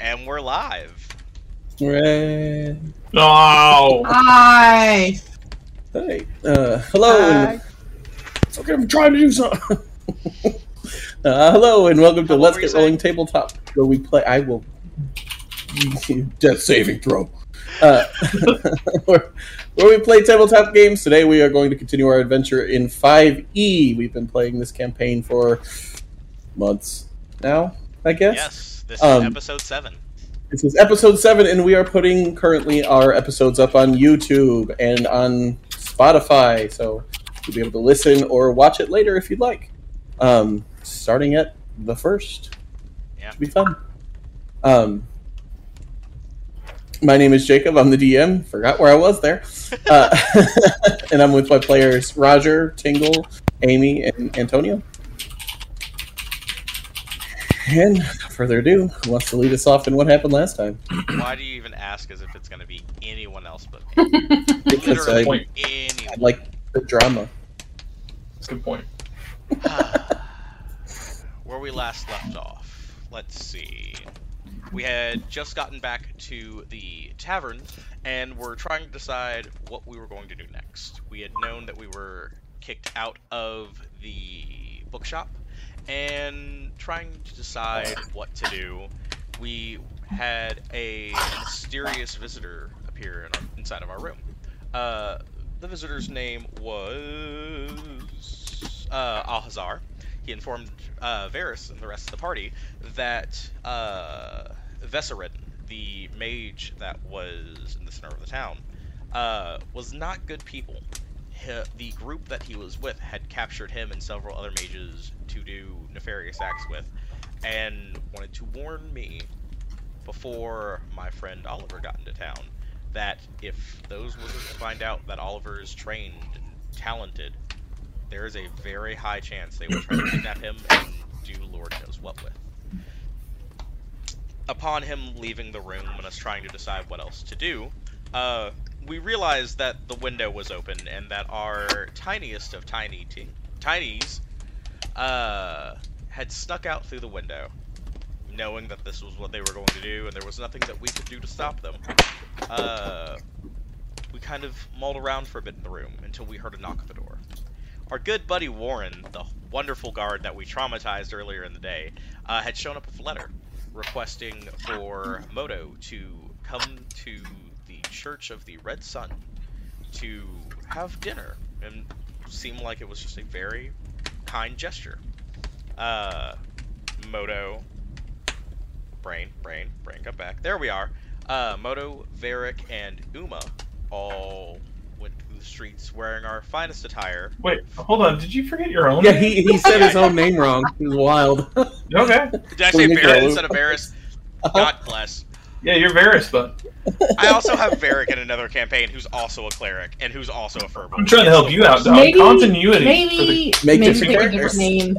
and we're live. Hooray. No. Hi. Hey. Uh, hello. and- It's okay. I'm trying to do something. uh, hello and welcome to What Let's were you Get saying? Rolling Tabletop, where we play. I will. Death saving throw. Uh, where, where we play tabletop games. Today we are going to continue our adventure in 5e. We've been playing this campaign for months now, I guess. Yes, this Um, is episode seven. This is episode seven, and we are putting currently our episodes up on YouTube and on Spotify, so you'll be able to listen or watch it later if you'd like. Um, starting at the first, Yeah. should be fun. Um, my name is Jacob. I'm the DM. Forgot where I was there, uh, and I'm with my players Roger, Tingle, Amy, and Antonio. And without further ado, who wants to lead us off in what happened last time? Why do you even ask as if it's going to be anyone else but me? Because I, Literally Point. I anyone. like the drama. That's a good point. Where we last left off, let's see. We had just gotten back to the tavern and were trying to decide what we were going to do next. We had known that we were kicked out of the bookshop and trying to decide what to do. We had a mysterious visitor appear in our, inside of our room. Uh, the visitor's name was uh, Alhazar. He informed uh, Varys and the rest of the party that uh, Veserin, the mage that was in the center of the town, uh, was not good people. He, the group that he was with had captured him and several other mages to do nefarious acts with, and wanted to warn me before my friend Oliver got into town that if those wizards find out that Oliver is trained and talented, there is a very high chance they will try to kidnap him and do Lord knows what with. Upon him leaving the room and us trying to decide what else to do, uh, we realized that the window was open and that our tiniest of tiny t- tinies uh, had snuck out through the window, knowing that this was what they were going to do, and there was nothing that we could do to stop them. Uh, we kind of mauled around for a bit in the room until we heard a knock at the door. Our good buddy Warren, the wonderful guard that we traumatized earlier in the day, uh, had shown up with a letter requesting for Moto to come to the Church of the Red Sun to have dinner, and seemed like it was just a very kind gesture. Uh, Moto, brain, brain, brain, come back. There we are. Uh, Moto, Varric, and Uma all went through the streets wearing our finest attire. Wait, hold on. Did you forget your own? Yeah, name? he, he said his own name wrong. It was wild. Okay. Did I say Well, you Varric go. Uh-huh. instead of Varys? God bless. Yeah, you're Varys, though. I also have Varric in another campaign who's also a cleric and who's also a furball. I'm trying to help you out, dog. Maybe- Continuity. for the- Maybe Make maybe different get a characters. different name.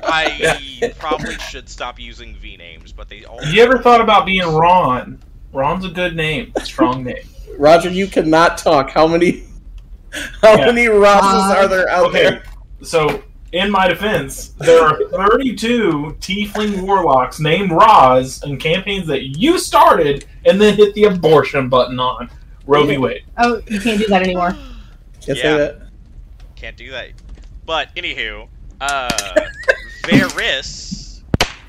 I probably should stop using V names, but they all. You ever thought about being Ron? Ron's a good name. Strong name. Roger, you cannot talk. How many how Yeah. many Rosses Uh, are there out okay. there? So, in my defense, there are 32 tiefling warlocks named Roz in campaigns that you started and then hit the abortion button on. Roe v. Wade. Oh, you can't do that anymore. Can't Yeah. say that. Can't do that. But anywho, uh, Varys,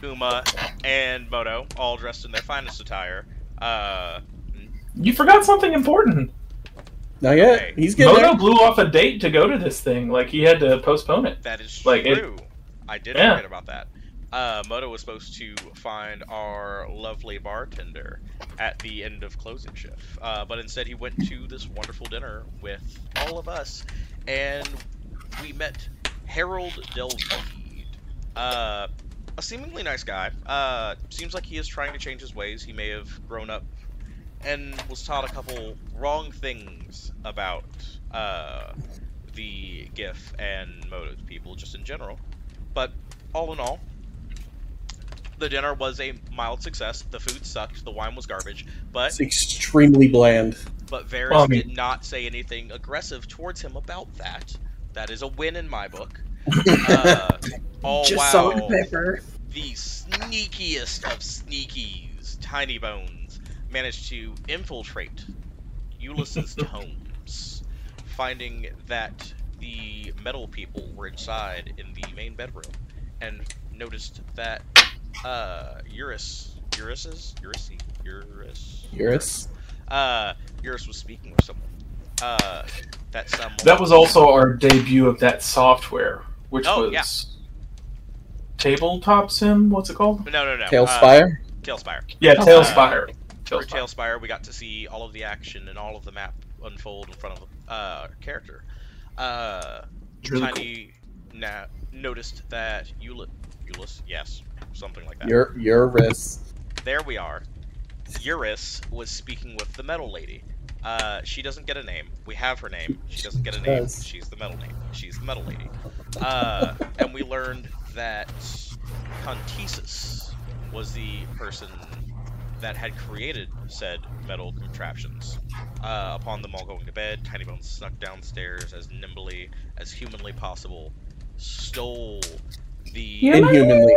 Uma, and Moto, all dressed in their finest attire. Uh, You forgot something important. Not yet. Okay. He's getting Moto blew off a date to go to this thing. Like, he had to postpone it. that is Like, it- true. I did Yeah. forget about that. Uh, Moto was supposed to find our lovely bartender at the end of closing shift, uh, but instead he went to this wonderful dinner with all of us, and we met Harold Delvide, uh, a seemingly nice guy. Uh, seems like he is trying to change his ways. He may have grown up and was taught a couple wrong things about uh, the GIF and Moto's people just in general. But all in all, the dinner was a mild success. The food sucked. The wine was garbage. But It's extremely bland. but Varys Well, I mean- did not say anything aggressive towards him about that. That is a win in my book. Uh, all while pepper. the sneakiest of sneakies, Tiny Bones managed to infiltrate Ulysses' tomes, finding that the metal people were inside in the main bedroom, and noticed that uh, Eurus, Eurus's, Eurysi, Eurus, Eurus. uh, Eurus was speaking with someone. Uh, that someone. That was also our debut of that software, which Oh, was yeah. Tabletop Sim. What's it called? no, no, no. Uh, Tailspire. Tailspire. Yeah, Oh, Tailspire. Through Tailspire. Tailspire, we got to see all of the action and all of the map unfold in front of uh, our character. Uh, It's really cool. Tiny na- noticed that Eula- Eulus, yes, something like that. Your Eurus. there we are. Eurus was speaking with the metal lady. Uh, she doesn't get a name. We have her name. She doesn't get a name. Yes. She's the metal name. She's the metal lady. Uh, and we learned that Contesis was the person that had created said metal contraptions. Uh, upon them all going to bed, Tiny Bones snuck downstairs as nimbly as humanly possible, stole the Yeah. Inhumanly.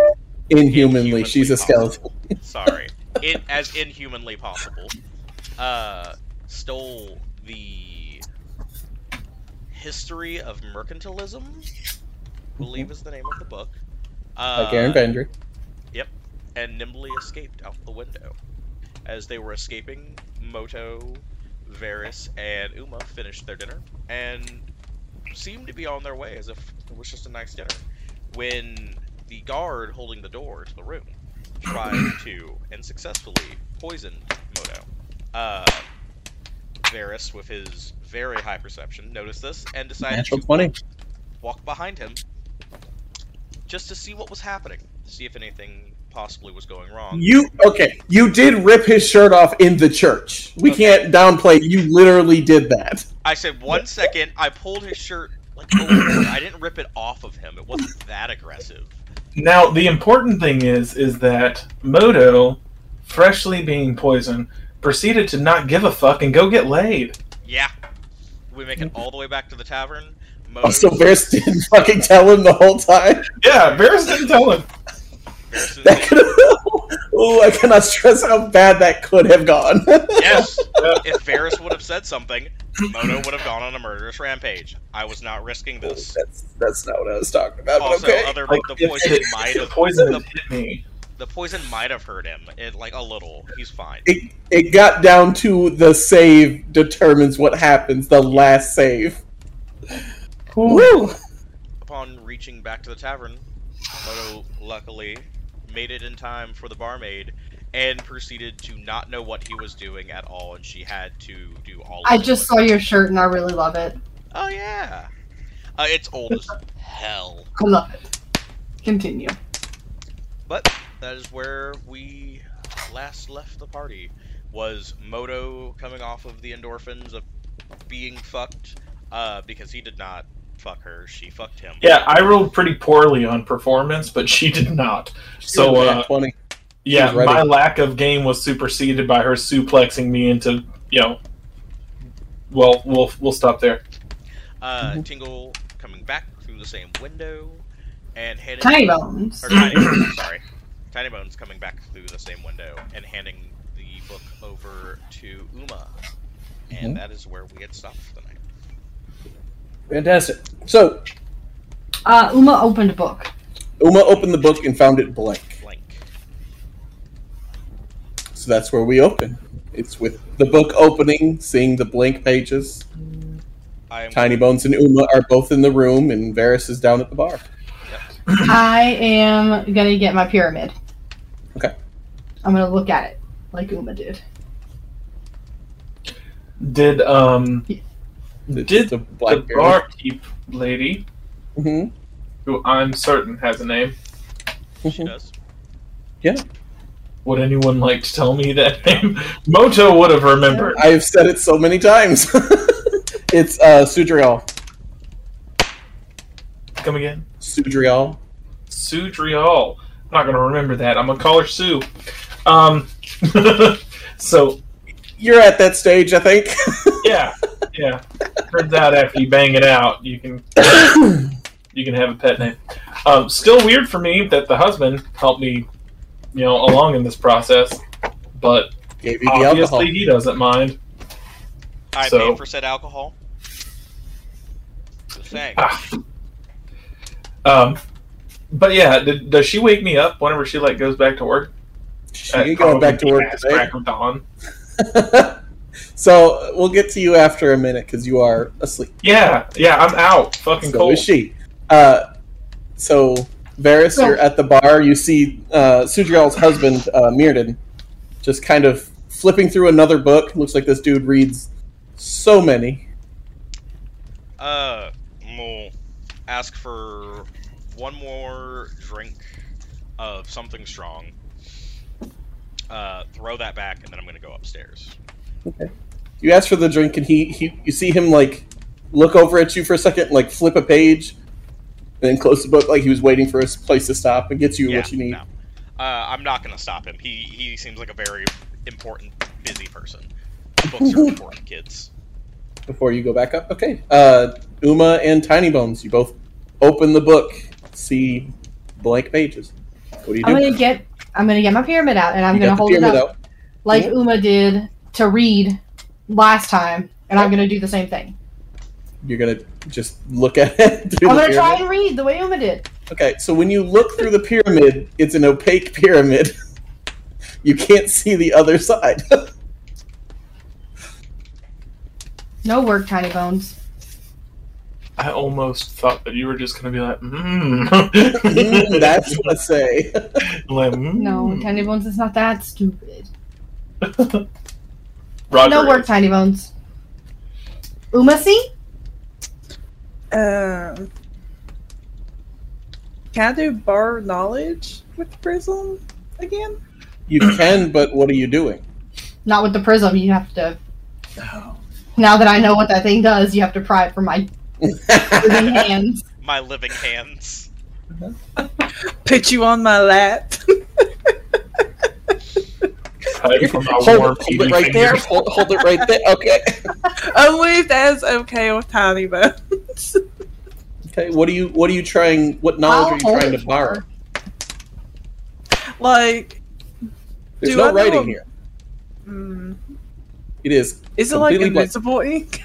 Inhumanly Inhumanly. She's a possible. skeleton. sorry, in, as inhumanly possible, uh, stole the history of mercantilism. I believe is the name of the book. Uh, Mhm. Like Aaron Bender. and nimbly escaped out the window. As they were escaping, Moto, Varys, and Uma finished their dinner and seemed to be on their way as if it was just a nice dinner. When the guard holding the door to the room tried to and successfully poisoned Moto, uh, Varys, with his very high perception, noticed this and decided Natural to twenty. walk behind him just to see what was happening, see if anything possibly was going wrong. You okay? You did rip his shirt off in the church. We Okay. can't downplay. You literally did that. I said one second. I pulled his shirt like over. I didn't rip it off of him. It wasn't that aggressive. Now the important thing is is that Moto, freshly being poisoned, proceeded to not give a fuck and go get laid. Yeah, we make it all the way back to the tavern. Moto Also, Varys didn't fucking tell him the whole time. Yeah, Varys didn't tell him. Varys is That like, could. Oh, I cannot stress how bad that could have gone. yes. If Varys would have said something, Moto would have gone on a murderous rampage. I was not risking this. that's that's not what I was talking about. But Also, um, okay. other Like, the if- poison if- might if the have poison the, hit me. the poison might have hurt him. It like a little. He's fine. it, it got down to the save determines what happens. The last save. Woo! Upon reaching back to the tavern, Moto luckily made it in time for the barmaid and proceeded to not know what he was doing at all, and she had to do all. Of I it. just saw your shirt and I really love it. Oh yeah, uh, it's old as hell. I love it. Continue. But that is where we last left the party. Was Moto coming off of the endorphins of being fucked? Uh, because he did not fuck her; she fucked him. Yeah, I rolled pretty poorly on performance, but she did not. So, Ooh, nat uh, twenty. Yeah, She's ready. my lack of game was superseded by her suplexing me into, you know. Well, we'll we'll stop there. Uh, Mm-hmm. Mhm. Tingle coming back through the same window and handing Tiny bones. or Tiny Bones, sorry, Tiny Bones coming back through the same window and handing the book over to Uma, and Mm-hmm. Mhm. that is where we had stopped for the night. Fantastic. So Uh, Uma opened a book. Uma opened the book and found it blank. Blank. So that's where we open. It's with the book opening, seeing the blank pages. I am Tiny Bones and Uma are both in the room, and Varys is down at the bar. I am gonna get my pyramid. Okay. I'm gonna look at it like Uma did. Did um It's Did the black the barkeep lady, hmm who I'm certain has a name, She does. would anyone like to tell me that name? Moto would have remembered. I have said it so many times. it's uh, Sudrial. Come again, Sudrial. Sue Drial. I'm not gonna remember that. I'm gonna call her Sue. Um, so You're at that stage, I think. yeah, yeah. Turns out after you bang it out, you can you can have a pet name. Um, still weird for me that the husband helped me, you know, along in this process. but Gave you the alcohol. obviously he doesn't mind. I So- paid for said alcohol. Just saying. Ah. Um, but yeah, did, does she wake me up whenever she like goes back to work? She ain't going back to work today. Crack of dawn. so we'll get to you after a minute because you are asleep. Yeah, yeah, I'm out. Fucking so cold. is she. Uh, so Varys, No. you're at the bar. You see uh, Sudriel's husband, uh, Mirrodin, just kind of flipping through another book. Looks like this dude reads so many. Uh, we'll ask for one more drink of something strong. Uh, throw that back, and then I'm gonna go upstairs. You ask for the drink, and he, he you see him like look over at you for a second, like flip a page, and then close the book like he was waiting for a place to stop and gets you yeah, what you need. no. Uh, I'm not gonna stop him. He he seems like a very important, busy person. Books are important, kids. before you go back up. Okay. Uh, Uma and Tiny Bones, you both open the book, see blank pages. What do you do? I'm gonna get I'm gonna get my pyramid out and I'm You got gonna the hold it pyramid up out. like Yeah. Uma did to read last time, and I'm gonna do the same thing. You're gonna just look at it. through I'm the gonna try pyramid? and read the way Uma did. Okay, so when you look through the pyramid, it's an opaque pyramid. you can't see the other side. No work, Tiny Bones. I almost thought that you were just gonna be like, mm. Mm, That's what I say. like, mm. No, Tiny Bones is not that stupid. Roger No work, Tiny Bones. Uma, see? Um, can I do bar knowledge with Prism again? You can, but what are you doing? Not with the prism. You have to. No. Now that I know what that thing does, you have to pry it from my dirty hands. My living hands. Put you on my lap. Tiger from my warm hold, hold eating it right there. fingers. Hold, hold it right there. Okay. Only if Oh, that's okay with Tiny Bones. Okay. What are you? What are you trying? What knowledge I'll are you hold trying it to for borrow? her. like, There's Do no I know writing a- here. mm, It is. is it like Completely blank. invisible ink?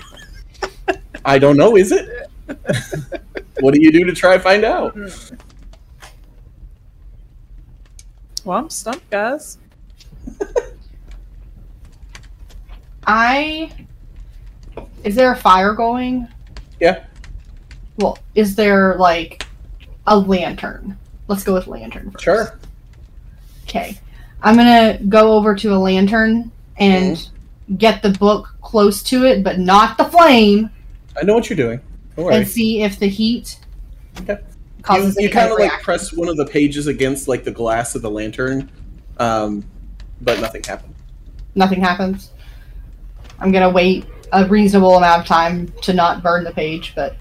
I don't know. Is it? what do you do to try and find out? Mm. Well, I'm stumped, guys. I. Is there a fire going? Yeah. Well, is there like a lantern? Let's go with lantern first. Sure. Okay. I'm gonna go over to a lantern and get the book close to it, but not the flame, I know what you're doing. Don't worry. and see if the heat Okay. You, causes you any kind of like reaction. press one of the pages against like the glass of the lantern, um, but nothing happened. Nothing happens. I'm gonna wait a reasonable amount of time to not burn the page, but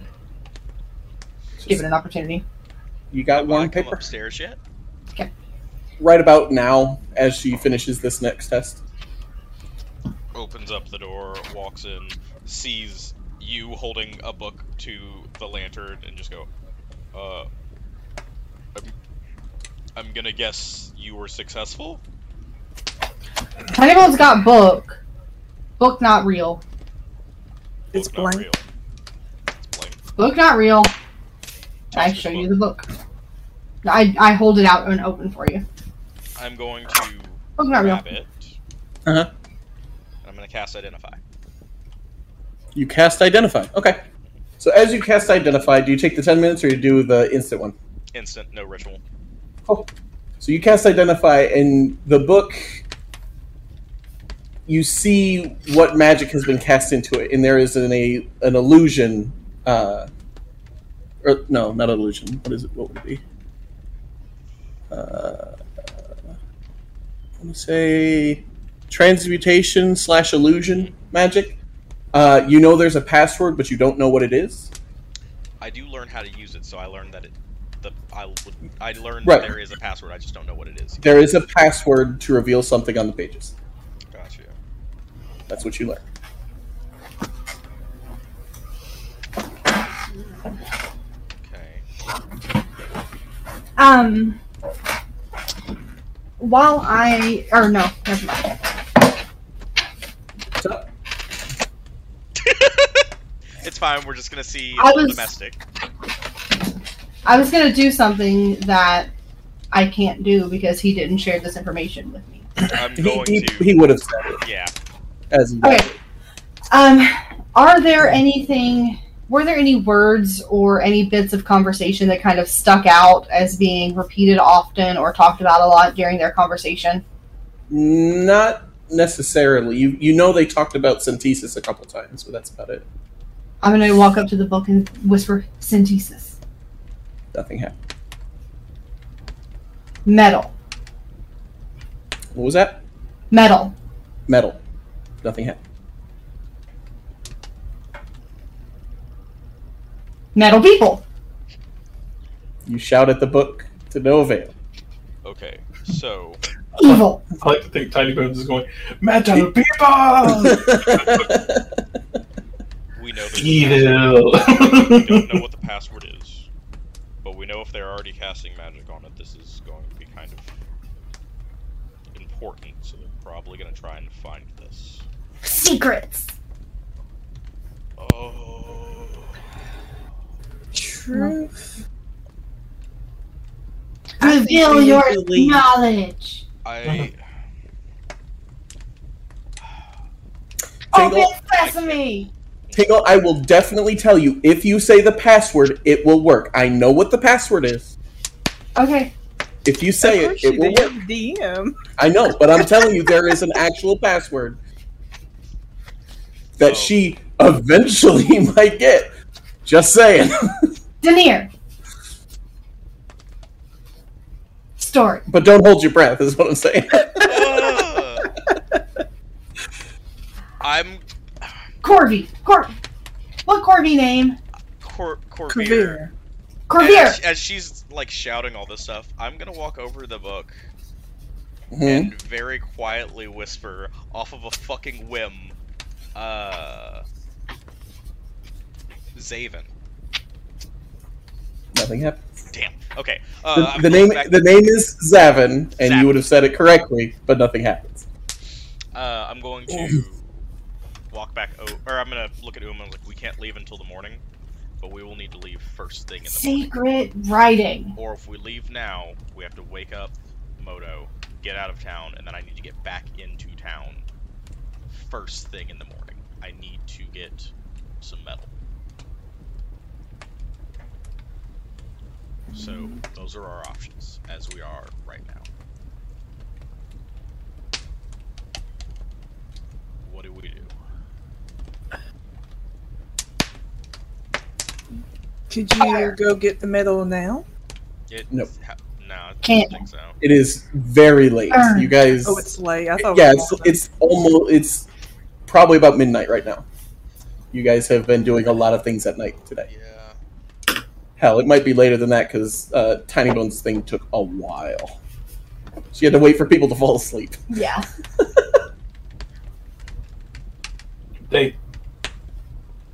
give it an opportunity. You got Have I one come paper upstairs yet? right about now as she finishes this next test. opens up the door, walks in, sees you holding a book to the lantern, and just go, uh, I'm, I'm gonna guess you were successful? Tiny Bones got book. Book not real. It's Book not blank. real. It's blank. Book not real. I Toss show the you book. the book. I, I hold it out and open for you. I'm going to Book not real. grab it. Uh-huh. and I'm gonna cast Identify. You cast identify. Okay. So as you cast identify, do you take the ten minutes or you do the instant one? Instant, no ritual. So you cast Identify, and the book, you see what magic has been cast into it, and there is an a an illusion, uh, or no, not illusion. What is it? What would it be? Uh, I want to say transmutation slash illusion magic. Uh, you know there's a password, but you don't know what it is. I do learn how to use it, so I learned that it. The, I, would- I learned Right. that there is a password, I just don't know what it is. There is a password to reveal something on the pages. Gotcha. That's what you learn. Okay. Um, while I or no, never mind. time, we're just gonna see I all was- domestic. I was gonna do something that I can't do because he didn't share this information with me. I'm He, going he, to. he would have said it Yeah. as he Okay. Um, are there anything? Were there any words or any bits of conversation that kind of stuck out as being repeated often or talked about a lot during their conversation? Not necessarily. You you know they talked about synthesis a couple times, but that's about it. I'm gonna walk up to the book and whisper synthesis. Nothing happened. Metal. What was that? Metal. Metal. Nothing happened. Metal people. You shout at the book to no avail. Okay. So Evil. I like to think Tiny Bones is going, Metal people! we know there's Evil! We don't know what the password is, but we know if they're already casting magic on it, this is going to be kind of important. So they're probably going to try and find this. Secrets. Oh, Truth. I think Reveal we your need to leave. knowledge. I Tingle, Open sesame. Tingle, I will definitely tell you if you say the password, it will work. I know what the password is. Okay. If you say Of it, course it you will do, work. you DM. I know, but I'm telling you, there is an actual password that Oh. she eventually might get. Just saying. Denier. Story. But don't hold your breath, is what I'm saying. uh, I'm Corvi. Cor. What Corvi name? Cor- Corvair. Kavir. And Corvier. As, as she's like shouting all this stuff, I'm gonna walk over to the book Mhm. and very quietly whisper off of a fucking whim, uh, Zaven. Nothing happened. Damn. Okay. The, Uh, I'm the going name back- the name is Zavin, and Zavin. you would have said it correctly, but nothing happens. uh, I'm going to walk back. O- or I'm gonna look at Uma. and Like we can't leave until the morning, but we will need to leave first thing in the morning. Secret writing. Or if we leave now, we have to wake up Moto, get out of town, and then I need to get back into town first thing in the morning. I need to get some metal. So those are our options as we are right now. What do we do? Could you go get the medal now? It, Nope. ha- no, I don't Can't. think so. It is very late. Burn. You guys, Oh, it's late. I thought. yeah, it it's, was morning. it's almost it's probably about midnight right now. You guys have been doing a lot of things at night today. Yeah. Hell, it might be later than that because uh, Tiny Bones thing took a while. She had to wait for people to fall asleep. Yeah. they,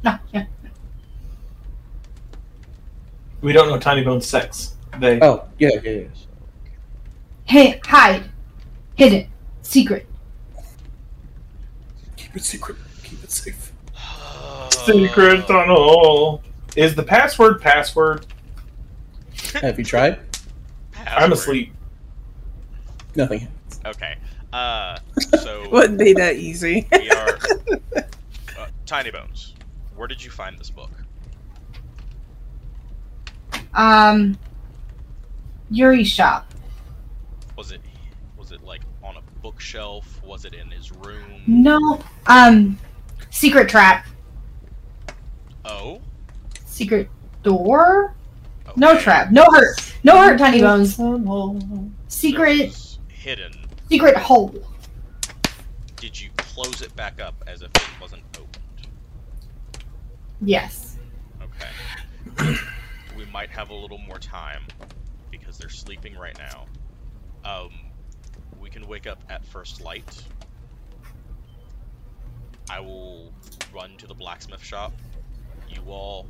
No, yeah. we don't know Tiny Bones' sex. They, Oh yeah, yeah, yeah. Hey, hide. Hidden. Secret. Keep it secret. Keep it safe. Secret Oh. tunnel. Is the password password? Have you tried? I'm Password. asleep. Nothing. happened. Okay. Uh, so Wouldn't be that easy. we are uh, Tiny Bones. Where did you find this book? Um. Yuri's shop. Was it was it like on a bookshelf? Was it in his room? No. Um. Secret trap. Oh. Secret door. No okay. trap. No hurt. No hurt. Tiny bones. So it Secret. was hidden. Secret hole. Did you close it back up as if it wasn't opened? Yes. Okay. we might have a little more time because they're sleeping right now. Um, we can wake up at first light. I will run to the blacksmith shop. You all.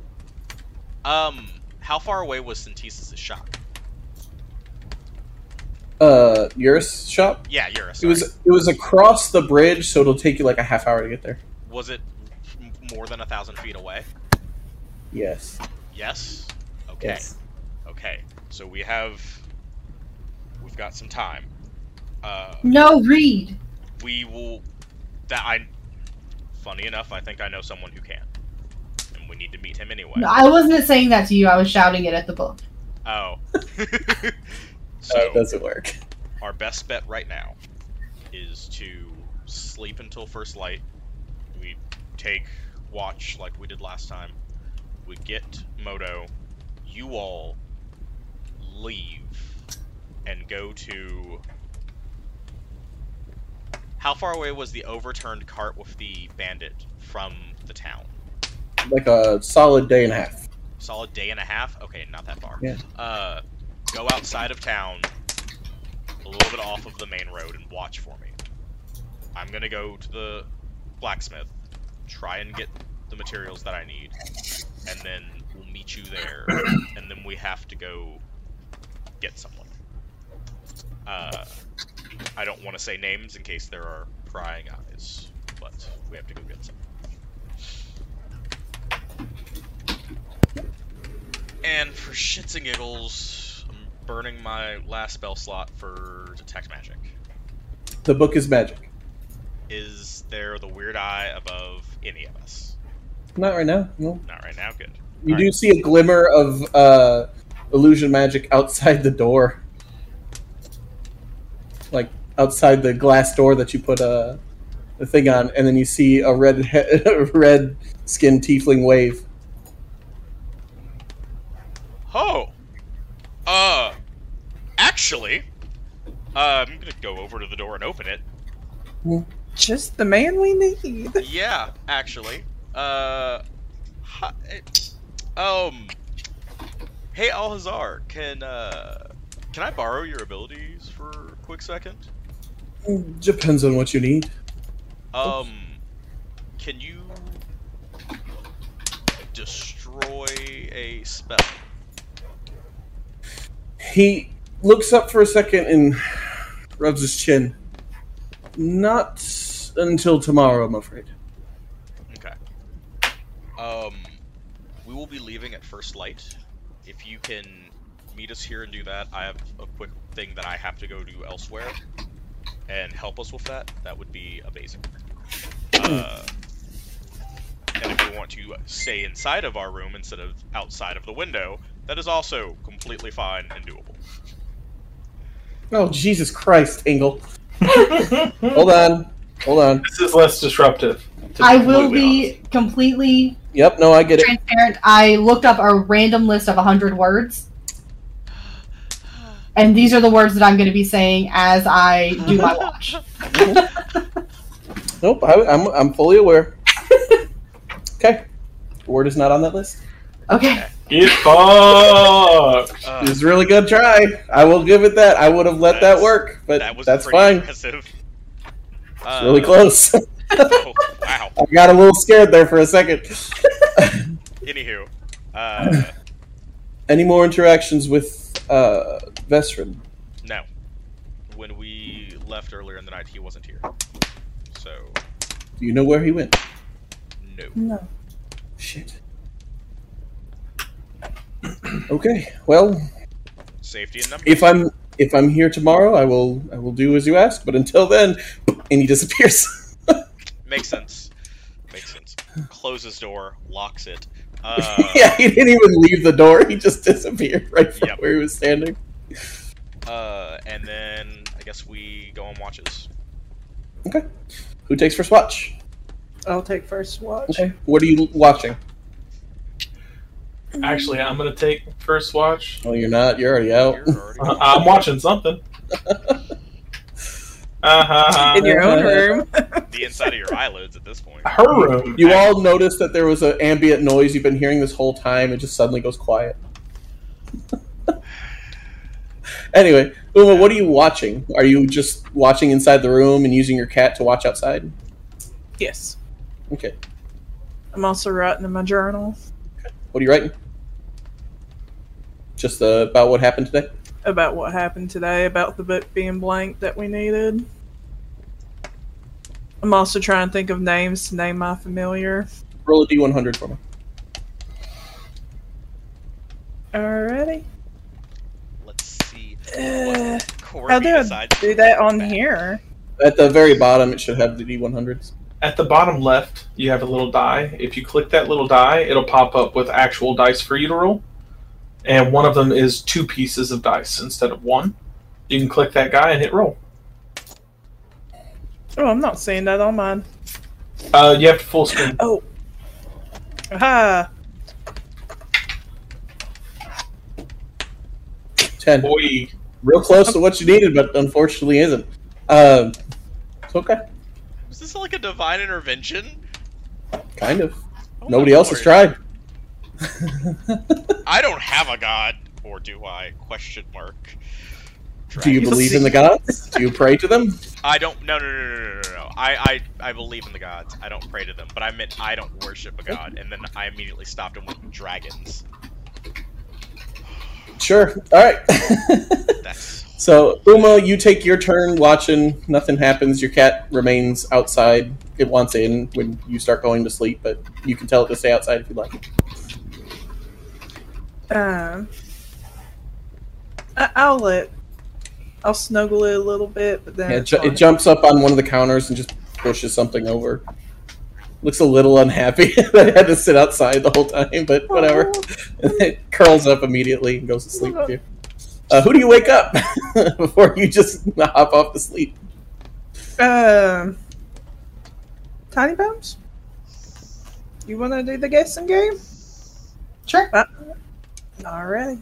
Um, how far away was Synthesis' shop? Uh, Eurus shop. Yeah, you're It was it was across the bridge, so it'll take you like a half hour to get there. Was it m- more than a thousand feet away? Yes. Yes. Okay. Yes. Okay. So we have we've got some time. Uh, No, read. we will that I funny enough, I think I know someone who can. And we need to meet him anyway. No, I wasn't saying that to you. I was shouting it at the book. Oh. That so doesn't work. our best bet right now is to sleep until first light. We take watch like we did last time. We get Moto. You all leave and go to. How far away was the overturned cart with the bandit from the town? Like a solid day and a half. solid day and a half. Okay, not that far. Yeah. Uh, go outside of town, a little bit off of the main road, and watch for me. I'm gonna go to the blacksmith, try and get the materials that I need, and then we'll meet you there. and then we have to go get someone. Uh, I don't want to say names in case there are prying eyes, but we have to go get someone. And for shits and giggles, I'm burning my last spell slot for detect magic. The book is magic. Is there the weird eye above any of us? Not right now. No. Not right now. Good. You All do see a glimmer of uh, illusion magic outside the door, like outside the glass door that you put a, a thing on, and then you see a red he- red skin tiefling wave. Oh. Uh. Actually, uh, I'm gonna go over to the door and open it. Just the man we need. yeah, actually. Uh, hi, um, hey Alhazar, can uh, can I borrow your abilities for a quick second? Depends on what you need. Um, can you destroy a spell? He looks up for a second and rubs his chin. Not until tomorrow, I'm afraid. Okay. Um, we will be leaving at first light. If you can meet us here and do that, I have a quick thing that I have to go do elsewhere, and help us with that. That would be amazing. Uh, and if you want to stay inside of our room instead of outside of the window, that is also completely fine and doable. Oh Jesus Christ, Engel! Hold on, hold on. This is less disruptive. to I will completely be completely Yep, no, I get it. transparent. I looked up a random list of 100 words. And these are the words that I'm going to be saying as I do my watch. Nope, I, I'm I'm fully aware. okay, word is not on that list. Okay. honest. It fucked. Uh, It was a really good try. I will give it that. I would have let that That's- work, but that was that's pretty fine. impressive. Uh, It's really close. I oh, wow. got a little scared there for a second. Anywho, uh, Any more interactions with uh, Vesrin? no. When we left earlier in the night, he wasn't here. So, Do you know where he went? no. No. Shit. Okay. Well, Safety and numbers. if I'm if I'm here tomorrow, I will I will do as you ask. But until then, and he disappears. Makes sense. Makes sense. Closes door, locks it. Uh, yeah, he didn't even leave the door. He just disappeared right from Yep. where he was standing. uh, and then I guess we go on watches. Who takes first watch? I'll take first watch. Okay. What are you watching? Actually, I'm gonna take first watch. Oh, you're not. You're already out. You're already Uh, I'm watching something. Uh-huh. In your own room. the inside of your eyelids at this point. Her room. You all noticed that there was an ambient noise you've been hearing this whole time. It just suddenly goes quiet. anyway, Uma, what are you watching? Are you just watching inside the room and using your cat to watch outside? Yes. Okay. I'm also writing in my journal What are you writing? Just uh, about what happened today. about what happened today, about the book being blank that we needed. I'm also trying to think of names to name my familiar. Roll a d100 for me. Alrighty. Let's see Uh, what how Corby do I decides. do that on here? At the very bottom, it should have the D100s. At the bottom left, you have a little die. If you click that little die, it'll pop up with actual dice for you to roll. And one of them is two pieces of dice instead of one. You can click that guy and hit roll. Oh, I'm not seeing that on mine. Uh, you have to full screen. Oh. Aha. 10. Boy, Real close to what you needed, but unfortunately isn't. Um, it's okay. Is this like a divine intervention? Kind of. Oh, Nobody my else has lord. tried. I don't have a god, or do I? Question mark. Do you Dragon. believe in the gods? Do you pray to them? I don't. No, no, no, no, no, no, no. I, I, I believe in the gods. I don't pray to them, but I meant I don't worship a god. And then I immediately stopped and went dragons. Sure. All right. That's so, Uma, you take your turn watching. Nothing happens. Your cat remains outside. It wants in when you start going to sleep, but you can tell it to stay outside if you'd like. Um. I- I'll let. I'll snuggle it a little bit, but then Yeah, it, it's ju- it fine. jumps up on one of the counters and just pushes something over. Looks a little unhappy that it had to sit outside the whole time, but whatever. Oh, And it curls up immediately and goes to sleep with you. Uh, who do you wake up before you just hop off to sleep? Um, Tiny Bones? You want to do the guessing game? Sure. Alrighty.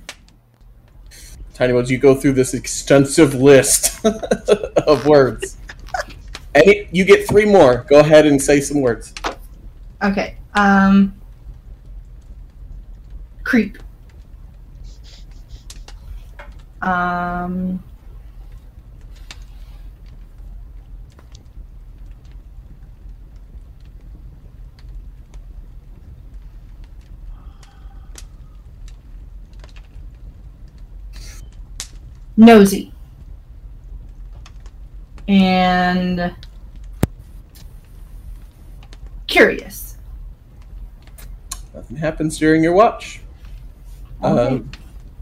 Tiny Bones, you go through this extensive list of words. Any, you get three more. Go ahead and say some words. Okay. Um. Creep. Um. Nosy. And curious. Nothing happens during your watch. Okay. Um,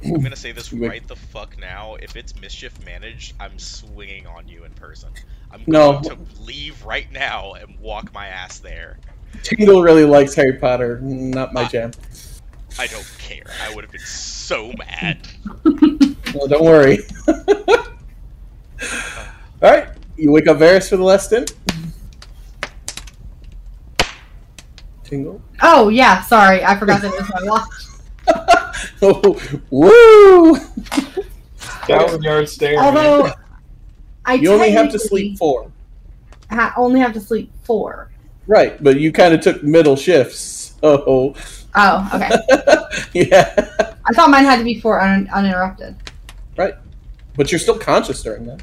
I'm gonna say this You wake- right the fuck now. If it's mischief managed, I'm swinging on you in person. I'm No. going to leave right now and walk my ass there. Tingle really likes Harry Potter. Not my jam. I don't care. I would have been so mad. Well, don't worry. All right, you wake up Varys for the last stint. Tingle. Oh yeah, sorry, I forgot that was my watch. oh, woo! thousand yard stare. man. Although I You only have to sleep technically four. ha- only have to sleep four. Right, but you kind of took middle shifts. Oh, Oh, okay. yeah. I thought mine had to be four un- uninterrupted. But you're still conscious during that.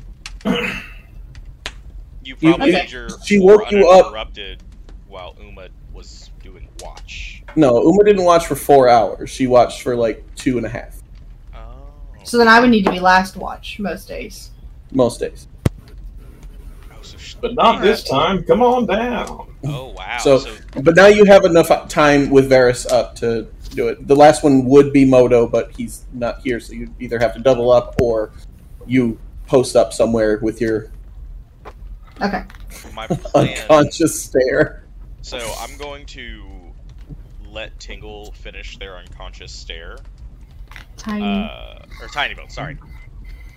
You You- probably you- did your she four woke you up. uninterrupted while Uma was doing watch. No, Uma didn't watch for four hours. She watched for like two and a half Oh. So then I would need to be last watch most days. most days. Oh, so sh- But not this time. Come on down. oh wow. So- So, But now you have enough uh, time with Varys up to do it. The last one would be Modo, but he's not here, so you either have to double up or you post up somewhere with your Okay. my plan. unconscious stare. so I'm going to let Tingle finish their unconscious stare. Tiny. uh, or tiny boat. Sorry.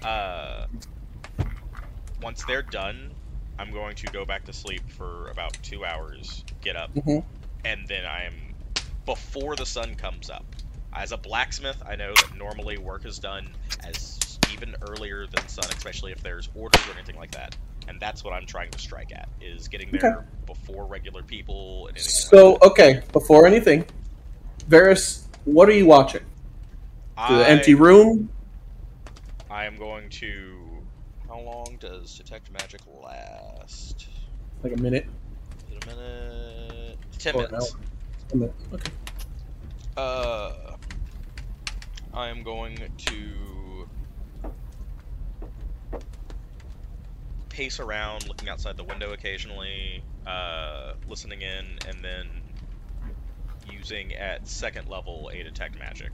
Uh, once they're done, I'm going to go back to sleep for about two hours. Get up, Mhm. and then I'm before the sun comes up. As a blacksmith, I know that normally work is done as even earlier than sun, especially if there's orders or anything like that. And that's what I'm trying to strike at is getting there before regular people. And anything So, like that. okay, before anything, Varys, what are you watching? The I- empty room? I am going to. How long does detect magic last? Like a minute? Is it a minute? Ten Or an minutes. A minute. Okay. Uh, I am going to pace around, looking outside the window occasionally, uh, listening in, and then using at second level a detect magic.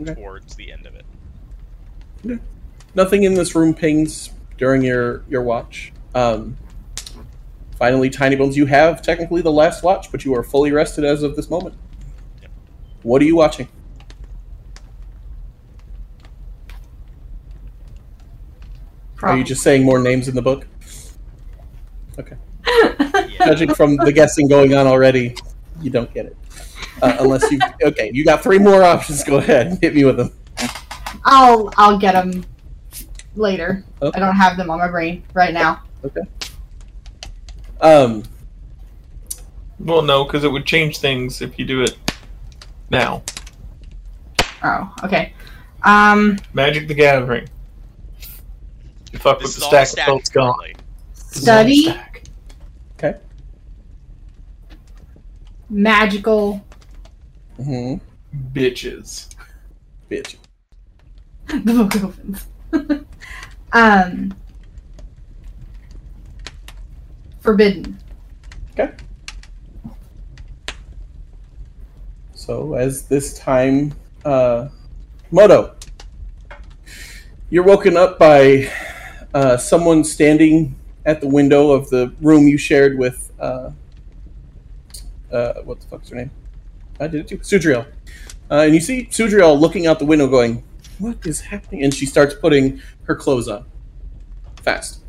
Okay. towards the end of it. Nothing in this room pings during your your watch. Um, finally, Tiny Bones, you have technically the last watch, but you are fully rested as of this moment. Yep. What are you watching? Are you just saying more names in the book? Yeah. Judging from the guessing going on already, you don't get it. Uh, unless you okay, you got three more options. Go ahead, hit me with them. I'll I'll get them later. Okay. I don't have them on my brain right now. Um, Well, no, because it would change things if you do it now. Oh, okay. Um, Magic the Gathering. You fuck This is with the all stack, stacked it's gone. currently. It's all Study? stack. magical mhm, Bitches. bitch. the book of opens. um, forbidden. So as this time, uh, Moto, you're woken up by uh, someone standing at the window of the room you shared with. Uh, uh, what the fuck's her name? I did it too. Sudriel. Uh, and you see Sudriel looking out the window, going, "What is happening?" And she starts putting her clothes on, fast.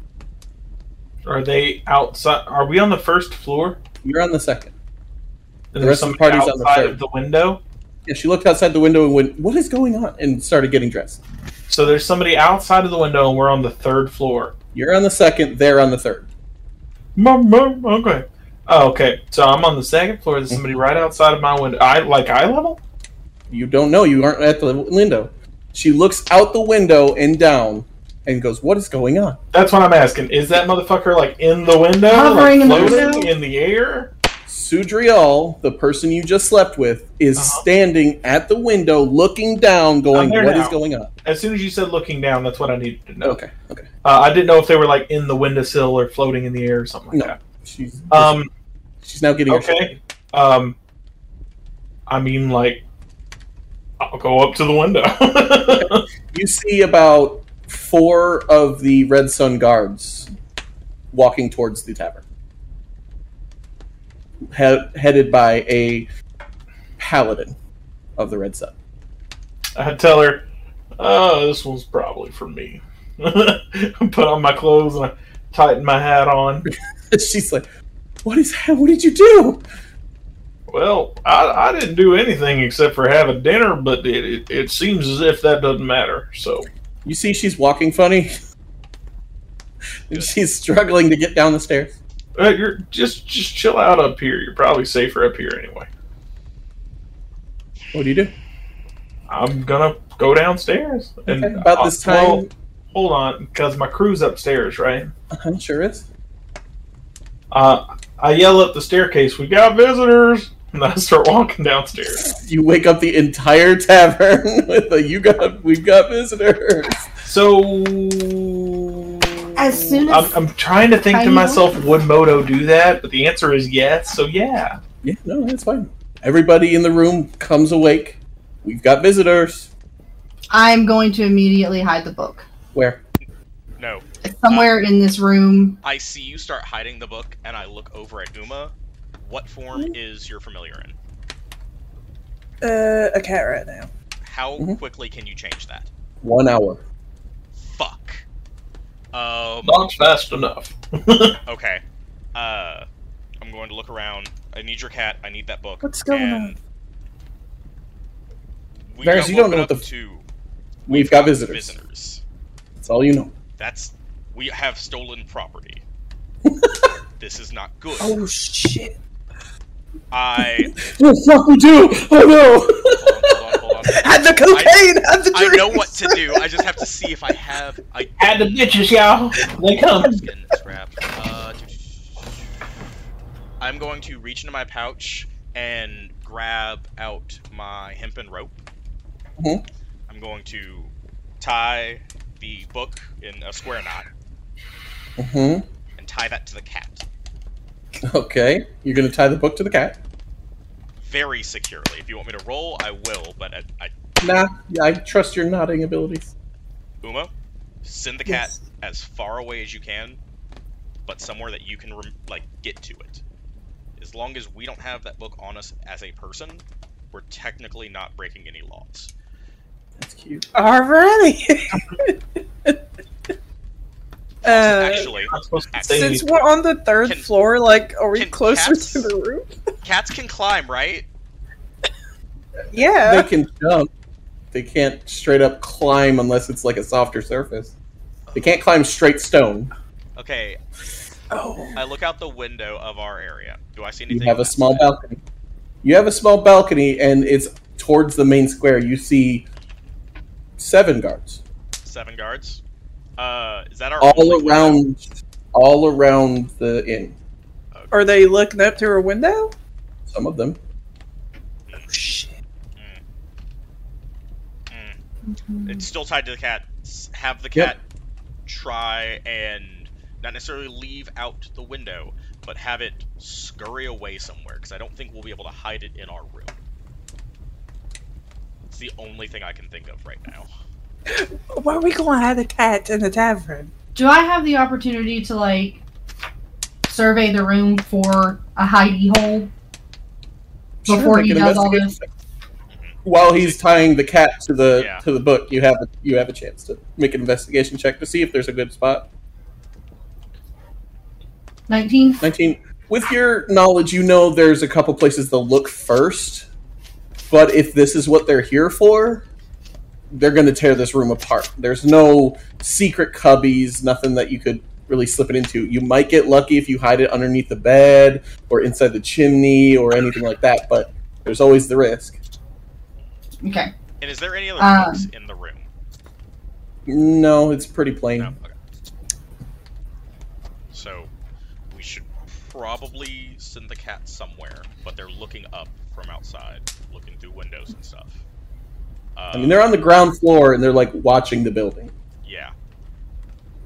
Are they outside? Are we on the first floor? You're on the second. And The there's rest of the somebody party's on the outside third. of the window. Yeah, she looked outside the window and went, "What is going on?" And started getting dressed. So there's somebody outside of the window, and we're on the third floor. You're on the second. They're on the third. Mum, mum, Okay. Oh, okay. So I'm on the second floor. There's somebody right outside of my window. I like eye level. You don't know. You aren't at the window. She looks out the window and down and goes, What is going on? That's what I'm asking. Is that motherfucker like in the window, Hovering in like, the floating window? in the air? Sudrial, the person you just slept with, is Uh-huh. standing at the window looking down, going, I'm there "What is now." going on? As soon as you said looking down, that's what I needed to know. Okay, okay. Uh, I didn't know if they were like in the windowsill or floating in the air or something No. like She's that. Um, she's now getting her shit. okay. Um, I mean, like, I'll go up to the window. You see about four of the Red Sun guards walking towards the tavern, he- headed by a paladin of the Red Sun. I tell her, "Oh, this one's probably for me." Put on my clothes and I tighten my hat on. she's like, "What is? that? What did you do?" Well, I, I didn't do anything except for have a dinner, but it, it, it seems as if that doesn't matter. So You see, she's walking funny. And she's struggling to get down the stairs. uh, you're just just chill out up here. You're probably safer up here anyway. What do you do? I'm gonna go downstairs. And Okay, About this uh, well, time, hold on, because my crew's upstairs, right? uh sure is. Uh, I yell up the staircase, "We got visitors!" And I start walking downstairs. You wake up the entire tavern with a "You got, we've got visitors." So As soon Um, as- I'm, I'm trying to think I to know. myself, would Moto do that? But the answer is yes. So yeah. Yeah, no, that's fine. Everybody in the room comes awake. We've got visitors. I'm going to immediately hide the book. Where? No, It's somewhere in this room. I see you start hiding the book, and I look over at Uma. What Mm-hmm. form is your familiar in? Uh, a cat right now. How Mhm. quickly can you change that? One hour. Fuck. Um. Not fast enough. Okay. Uh, I'm going to look around. I need your cat. I need that book. What's going and We Varys, got you don't know woken what the up f- to We've got visitors. visitors. That's all you know. That's we have stolen property. this is not good. Oh shit! I Oh fuck, we do. Oh no. hold on, hold on, hold on. Had the cocaine. Had the I drink. know what to do. I just have to see if I have. I Had the bitches, y'all. They come. Just getting this wrapped. Uh, I'm going to reach into my pouch and grab out my hempen rope. Mm-hmm. Mhm. I'm going to tie the book in a square knot Mhm. and tie that to the cat Okay, you're gonna tie the book to the cat. very securely. If you want me to roll, I will, but I, I Nah, yeah, I trust your nodding abilities. Uma, send the cat as far away as you can, but somewhere that you can rem- like get to it. As long as we don't have that book on us as a person, we're technically not breaking any laws. That's cute. Alrighty. uh, Actually, I'm not supposed to say since anything. we're on the third Can- floor, like, are we can closer cats- to the roof? cats can climb, right? Yeah. They can jump. They can't straight up climb unless it's like a softer surface. They can't climb straight stone. Okay, oh. I look out the window of our area. Do I see You anything? have a that's- small balcony. You have a small balcony, and it's towards the main square. You see seven guards Seven guards. Uh, is that our all only- around, all around the inn. Are they looking up to her window? Some of them. Oh, shit. Mm, It's still tied to the cat. S- Have the cat try and not necessarily leave out the window, but have it scurry away somewhere because I don't think we'll be able to hide it in our room. It's the only thing I can think of right now. Where are we going to hide the cat in the tavern? Do I have the opportunity to like survey the room for a hidey hole? Sure, Before make he an does all investigation this. check. While he's tying the cat to the Yeah. to the book, you have a, you have a chance to make an investigation check to see if there's a good spot. 19? 19 with your knowledge you know there's a couple places they'll look first but if this is what they're here for they're going to tear this room apart there's no secret cubbies nothing that you could really slip it into you might get lucky if you hide it underneath the bed or inside the chimney or anything like that but there's always the risk Okay. And is there any other Um. books in the room? no it's pretty plain No. Okay. So we should probably send the cat somewhere, but they're looking up from outside, looking through windows and stuff. Uh, i mean they're on the ground floor and they're like watching the building Uh, yeah.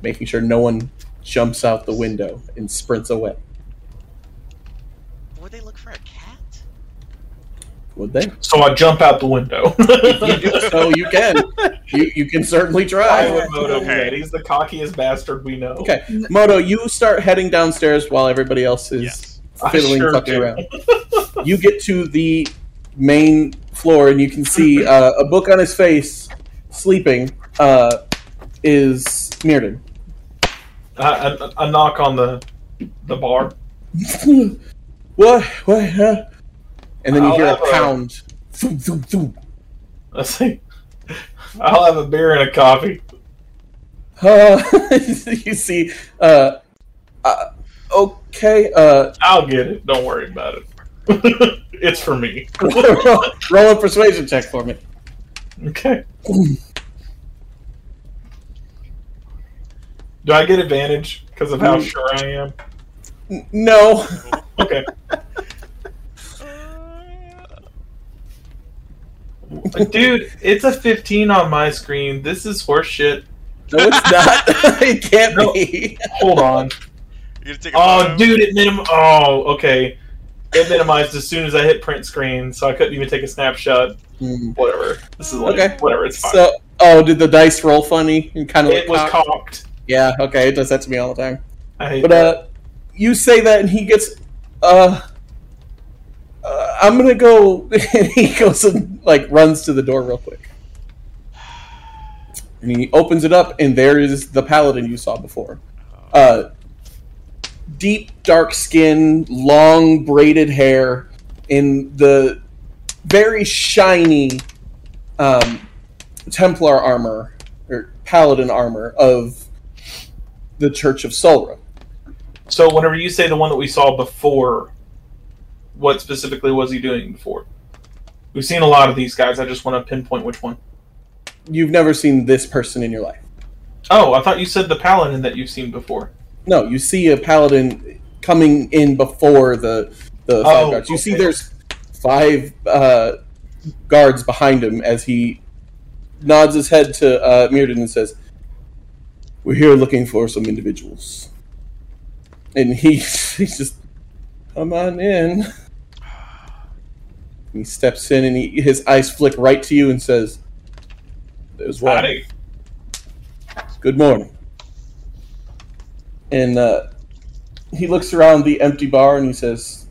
making sure no one jumps out the window and sprints away Would they look for a cat? would they So I jump out the window. you do so you can you, you can certainly I try would vote Okay. okay. He's the cockiest bastard we know. Okay. moto you start heading downstairs while everybody else is Yes. I fiddling sure fucking do. around you get to the main floor and you can see uh, a book on his face sleeping uh, is Mirrodin. I, I, I knock on the the bar. what what huh? and then you I'll hear have a a- pound Thump, thump, thump. I say, I'll have a beer and a coffee. Uh, you see uh, uh, okay uh, I'll get it. Don't worry about it. it's for me. roll, roll a persuasion check for me Okay. Do I get advantage because of how Mm. sure I am? N- no Okay. Dude, it's a 15 on my screen. This is horseshit. No, it's not. it can't No. be. Hold on. You gonna take a Oh, photo? dude, it minim. Oh, okay. It minimized as soon as I hit print screen, so I couldn't even take a snapshot. Hmm. Whatever. This is like Okay. whatever. It's fine. So, uh, oh, did the dice roll funny and kind of like it was cocked? cocked. Yeah, okay, it does that to me all the time. I hate But that. uh, you say that, and he gets, uh, uh I'm gonna go, and he goes and like runs to the door real quick, and he opens it up, and there is the paladin you saw before. Uh, deep dark skin, long braided hair, in the very shiny um, Templar armor or paladin armor of the Church of Solra. So whenever you say the one that we saw before, what specifically was he doing before? We've seen a lot of these guys. I just want to pinpoint which one. You've never seen this person in your life. Oh, I thought you said the paladin that you've seen before. No, you see a paladin coming in before the the five Oh, guards. You see, okay. there's five uh, guards behind him as he nods his head to uh, Mirrodin and says, "We're here looking for some individuals." And he he's just, "Come on in." And he steps in and he, his eyes flick right to you and says, as well. Good morning. And uh, he looks around the empty bar and he says,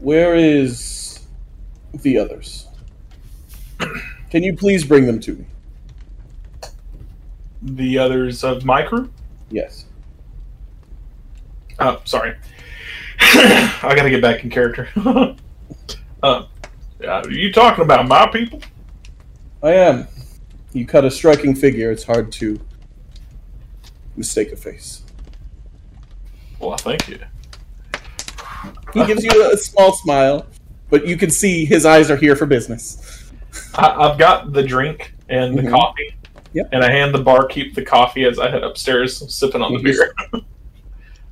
Where is the others? Can you please bring them to me? The others of my crew? Yes. Oh, sorry. I gotta get back in character. uh, uh, are you talking about my people? I am. You cut a striking figure, it's hard to mistake a face. Well, I thank you. He gives you a small smile, but you can see his eyes are here for business. I, I've got the drink and the Mhm. coffee. Yep. And I hand the barkeep the coffee as I head upstairs, sipping on the Mhm. beer.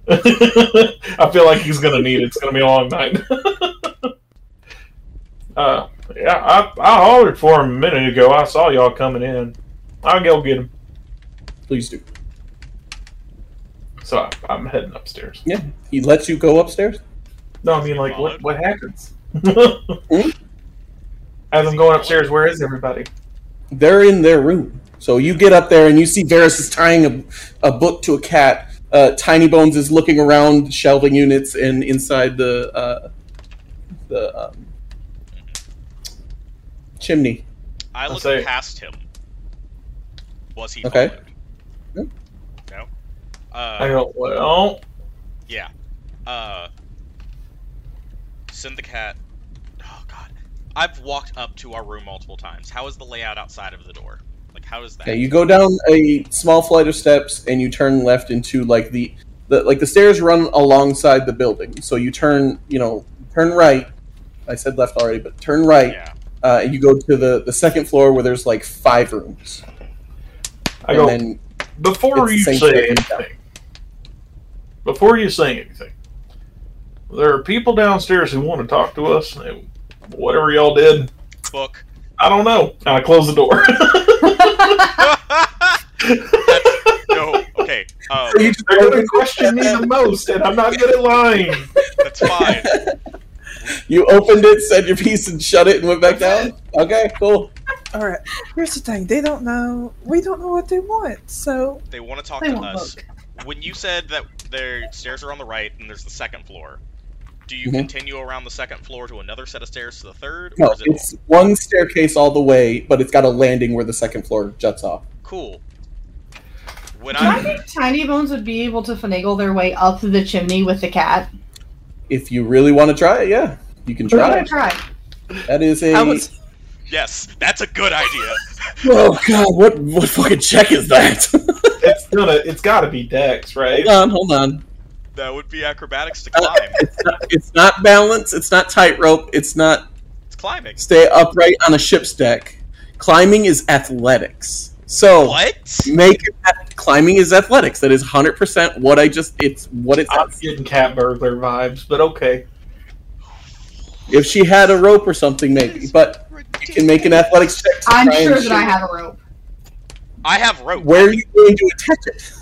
I feel like he's gonna need it. It's gonna be a long night. uh, yeah, I, I hollered for him a minute ago. I saw y'all coming in. I'll go get him. Please do. So I, I'm heading upstairs. He lets you go upstairs? No, I mean like what what happens? As I'm going upstairs, where is everybody? They're in their room. So you get up there and you see Varys is tying a, a book to a cat. Uh, Tiny Bones is looking around shelving units and inside the uh, the um, chimney. I I'll looked say- past him. Was he Okay. followed? Yeah. No. I Uh, go, well, yeah. Uh, send the cat. Oh God, I've walked up to our room multiple times. How is the layout outside of the door? Like, how is that? Okay, you go down a small flight of steps and you turn left into like the, the like the stairs run alongside the building. So you turn, you know, turn right. I said left already, but turn right Yeah. uh, and you go to the the second floor where there's like five rooms. I go. and then Before It's you the same say thing. anything, before you say anything, there are people downstairs who want to talk to us, and whatever y'all did, Book. I don't know. And I close the door. no. Okay. Um, So you just They're going to question me the most, and I'm not good at lying. that's fine. You opened it, said your piece, and shut it, and went back down. Okay, cool. All right. Here's the thing. They don't know. We don't know what they want. So They want to talk They to won't us. When you said that their stairs are on the right and there's the second floor, do you Mhm. continue around the second floor to another set of stairs to the third? No, or is it it's one staircase all the way, but it's got a landing where the second floor juts off. cool? When Do I I think Tiny Bones would be able to finagle their way up the chimney with the cat? If you really want to try it, yeah, you can I'm try gonna it. try. That is a I was. yes, that's a good idea. oh god, what what fucking check is that? It's gonna, it's got to be Dex, right? hold on, hold on. that would be acrobatics to Uh, climb. It's not, it's not balance. It's not tightrope. It's not It's climbing. stay upright on a ship's deck. Climbing is athletics. So What? make it ath- climbing is athletics. That is hundred percent what I just. It's what Uh, it I'm says. getting cat burglar vibes, but okay. If she had a rope or something, maybe. But you can make an athletics check. To I'm try and sure that I shoot. have a rope. I have rope. Where are you going to attach it?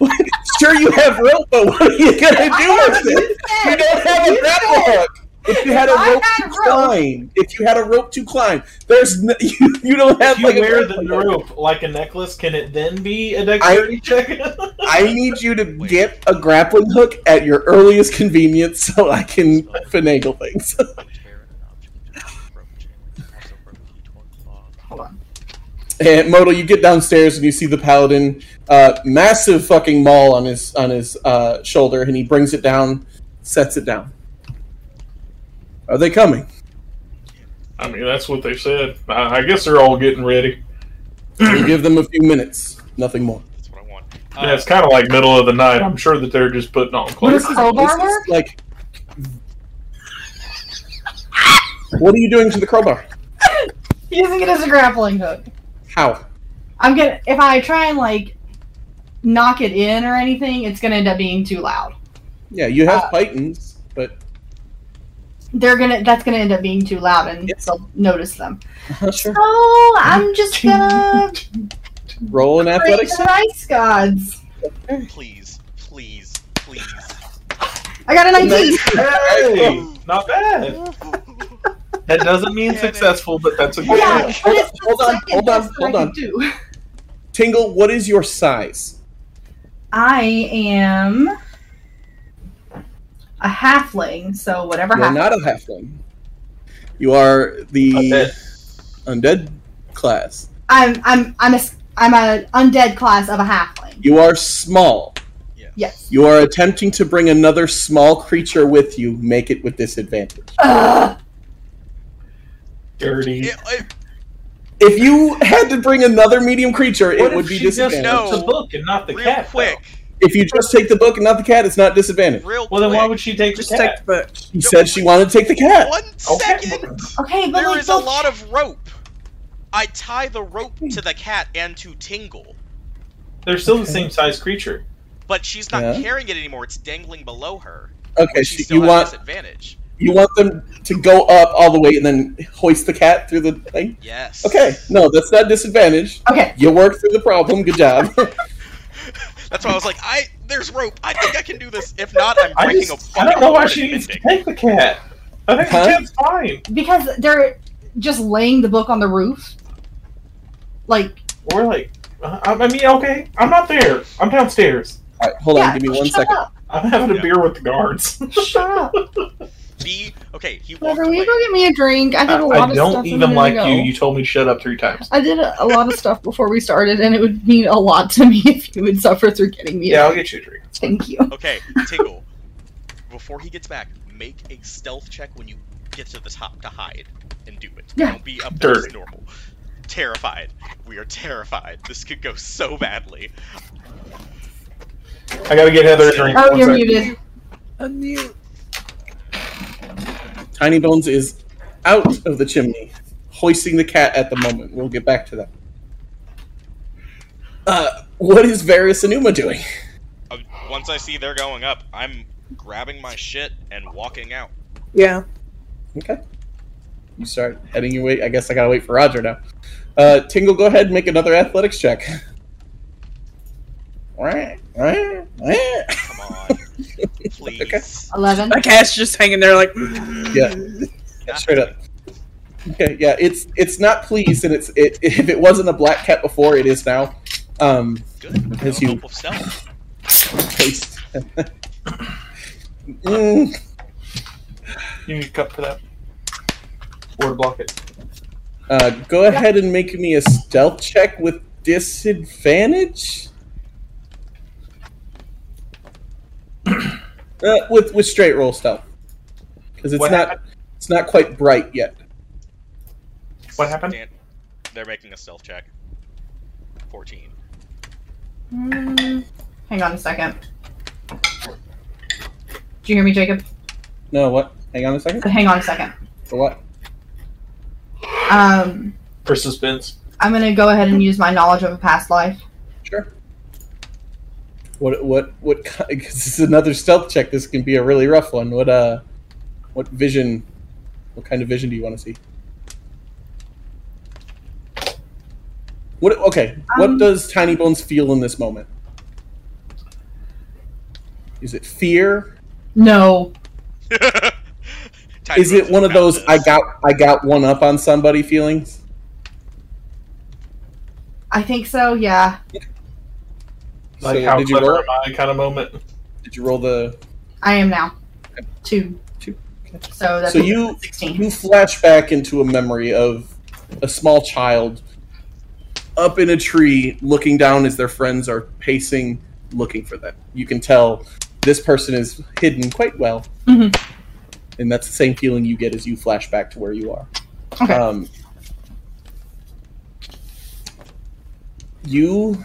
sure, you have rope, but what are you going to do I with it? said- You don't have a you grapple said- hook. If you had a If I rope had to a rope- climb, if you had a rope to climb, there's n you, you don't have If you like a wear the grapple hook. rope like a necklace, can it then be a dexterity check? I need you to Wait. get a grappling hook at your earliest convenience so I can finagle things. Hold on. And Modal, you get downstairs and you see the paladin, uh, massive fucking maul on his on his uh, shoulder, and he brings it down, sets it down. Are they coming? I mean, that's what they said. I, I guess they're all getting ready. we give them a few minutes, nothing more. That's what I want. Uh, Yeah, it's kind of like middle of the night. I'm sure that they're just putting on What is clothes. crowbar This is work? like, what are you doing to the crowbar? Using it as a grappling hook. How? I'm gonna if I try and like knock it in or anything, it's gonna end up being too loud. Yeah, you have Uh, pythons, but They're gonna that's gonna end up being too loud and Yes. they'll notice them. sure. So Oh, I'm just gonna Roll an break athletics. the ice gods. Please, please, please. I got a 19. Hey, not bad. That doesn't mean successful, but that's a good Yeah, one. but it's the Hold on, second hold on, best that hold I on. could do. Tingle, what is your size? I am a halfling, so whatever You're happens. not a halfling. You are the Undead. undead class. I'm I'm I'm a s- I'm a undead class of a halfling. You are small. Yes. You are attempting to bring another small creature with you. Make it with disadvantage. Ugh. Dirty. It- it- If you had to bring another medium creature, it would be disadvantage. No. the book and not the real cat? though? quick, If you just take the book and not the cat, it's not disadvantage. real Well, then quick. why would she take Just the take cat? the book. She said she wanted to take the cat. One Okay. second. Okay, but There like is a the- lot of rope. I tie the rope to the cat and to Tingle, They're still the same size creature. but she's not Yeah. carrying it anymore. It's dangling below her. Okay, She she, still you has want disadvantage. you want them to go up all the way and then hoist the cat through the thing. Yes. Okay, no, that's not disadvantage. okay. You worked through the problem. Good job. That's why I was like, I there's rope. I think I can do this. If not, I'm I breaking just, a I fucking don't know why board she and needs to bending. take the cat. I think Huh? the cat's fine. Because they're just laying the book on the roof. Like We're like, uh, I I mean, okay, I'm not there. I'm downstairs. all right, hold yeah, on. Give me one shut second. Up. I'm having Yeah. a beer with the guards. Shut up. Be okay. He walked Trevor, will away. you go get me a drink? I did a lot I of stuff. don't a even minute like ago. you. You told me shut up three times. I did a, a lot of stuff before we started, and it would mean a lot to me if you would suffer through getting me. a Yeah, I'll drink. get you a drink. Thank you. Okay, Tingle. before he gets back, make a stealth check when you get to the top to hide and do it. Yeah. Don't be up there as Dirty. normal. Terrified. We are terrified. This could go so badly. I gotta get Heather a drink. Oh, One you're sec. muted. Unmute. Tiny Bones is out of the chimney, hoisting the cat at the moment. We'll get back to that. Uh, what is Varus Enuma doing? Uh, once I see they're going up, I'm grabbing my shit and walking out. Yeah. Okay. You start heading your way. I guess I gotta wait for Roger now. Uh, Tingle, go ahead and make another athletics check. Wah, wah, wah. Come on. Please. Okay. Eleven. My cat's just hanging there like. "Mm-hmm." Yeah. Straight up. Okay, yeah, it's it's not pleased, and it's it, if it wasn't a black cat before, it is now. Um, Good. No As you- help of stealth. hoist. Mm, You need a cup for that. Or to block it. uh, go ahead and make me a stealth check with disadvantage. uh, with with straight roll stealth, because it's What not happened? it's not quite bright yet. What happened? Stan- they're making a stealth check. 14. Mm, Hang on a second. Do you hear me, Jacob? No, what? Hang on a second. Hang on a second. For what? Um, For suspense. I'm gonna go ahead and use my knowledge of a past life. Sure. What? What? What? ki- Cause this is another stealth check. This can be a really rough one. What? Uh, what vision? What kind of vision do you want to see? What? Okay. what Um, does Tiny Bones feel in this moment? Is it fear? No. Tiny Is it Bones one of found those I this. got I got one up on somebody feelings? I think so, yeah. Like So how did you clever roll? am I kind of moment. Did you roll the I am now. Two. Two. So that's So you- 16. You flash back into a memory of a small child up in a tree looking down as their friends are pacing looking for them. You can tell this person is hidden quite well. Mhm. And that's the same feeling you get as you flash back to where you are. Okay. Um, you.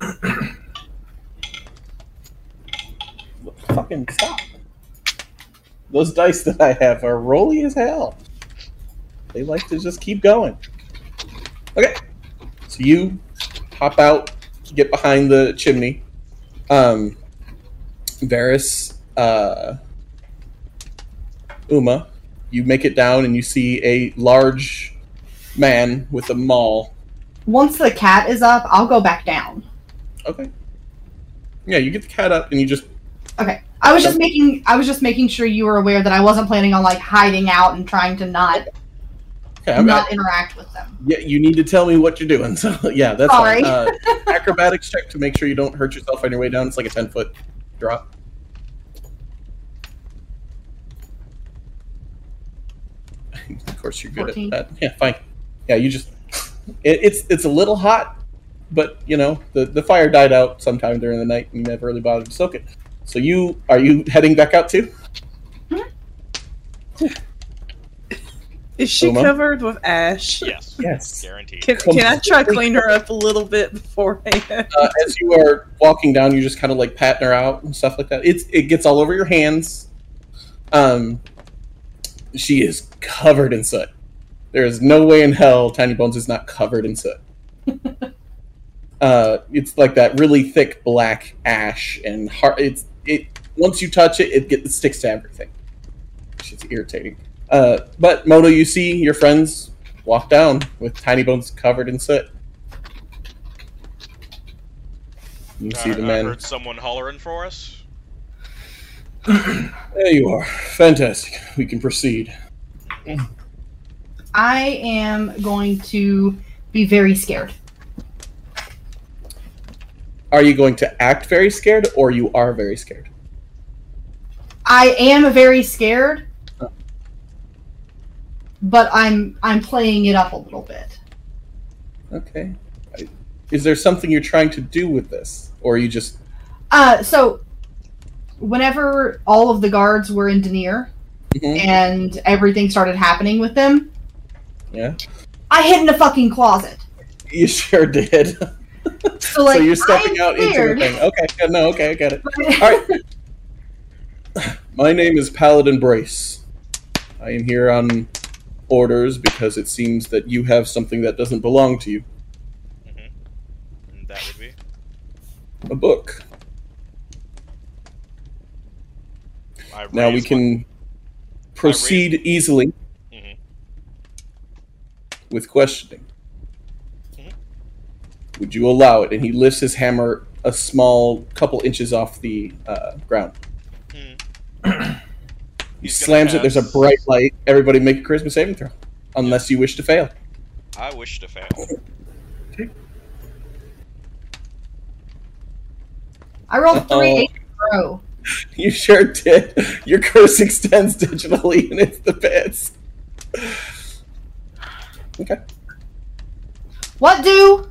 Fucking stop. Those dice that I have are rolly as hell. They like to just keep going. Okay. So you hop out, get behind the chimney. Um, Varus, uh, Uma, you make it down and you see a large man with a maul. Once the cat is up, I'll go back down. Okay. Yeah, you get the cat up and you just Okay. I was just making I was just making sure you were aware that I wasn't planning on like hiding out and trying to not Okay, I'm, not interact with them. yeah, you need to tell me what you're doing. So yeah, that's Sorry. fine. Uh, acrobatics check to make sure you don't hurt yourself on your way down. It's like a ten foot drop. of course, you're good 14. at that. Yeah, fine. Yeah, you just it, it's it's a little hot, but you know the the fire died out sometime during the night, and you never really bothered to soak it. So you are you heading back out too? Is she Uma? covered with ash? Yes, Yes. guaranteed. Can, can I try to clean her up a little bit beforehand? uh, as you are walking down, you're just kind of like patting her out and stuff like that. It's it gets all over your hands. Um, she is covered in soot. There is no way in hell Tiny Bones is not covered in soot. uh, it's like that really thick black ash and hard. It's it once you touch it, it, get, it sticks to everything. It's irritating. Uh, but Moto, you see your friends walk down with Tiny Bones covered in soot. You I, see the Uh, I man. heard someone hollering for us. There you are. Fantastic. We can proceed. I am going to be very scared. Are you going to act very scared or you are very scared? I am very scared, but I'm I'm playing it up a little bit. Okay. I- Is there something you're trying to do with this? Or are you just. Uh, so whenever all of the guards were in Denier Mhm. and everything started happening with them, Yeah. I hid in a fucking closet. You sure did. So like so you're I'm stepping out into scared. the thing. Okay. Yeah, no, okay. I got it. My name is Paladin Brace. I am here on orders because it seems that you have something that doesn't belong to you And that would be. a book. I Now we raised can proceed easily Mhm. with questioning. Mhm. Would you allow it? And he lifts his hammer a small couple inches off the uh, ground. Mhm. he He's gonna slams it. There's a pass. bright light. Everybody make a charisma saving throw, unless you wish to fail. my- I wish to fail. I rolled Oh. three eight in a row. You sure did. Your curse extends digitally, and it's the best. Okay. What do?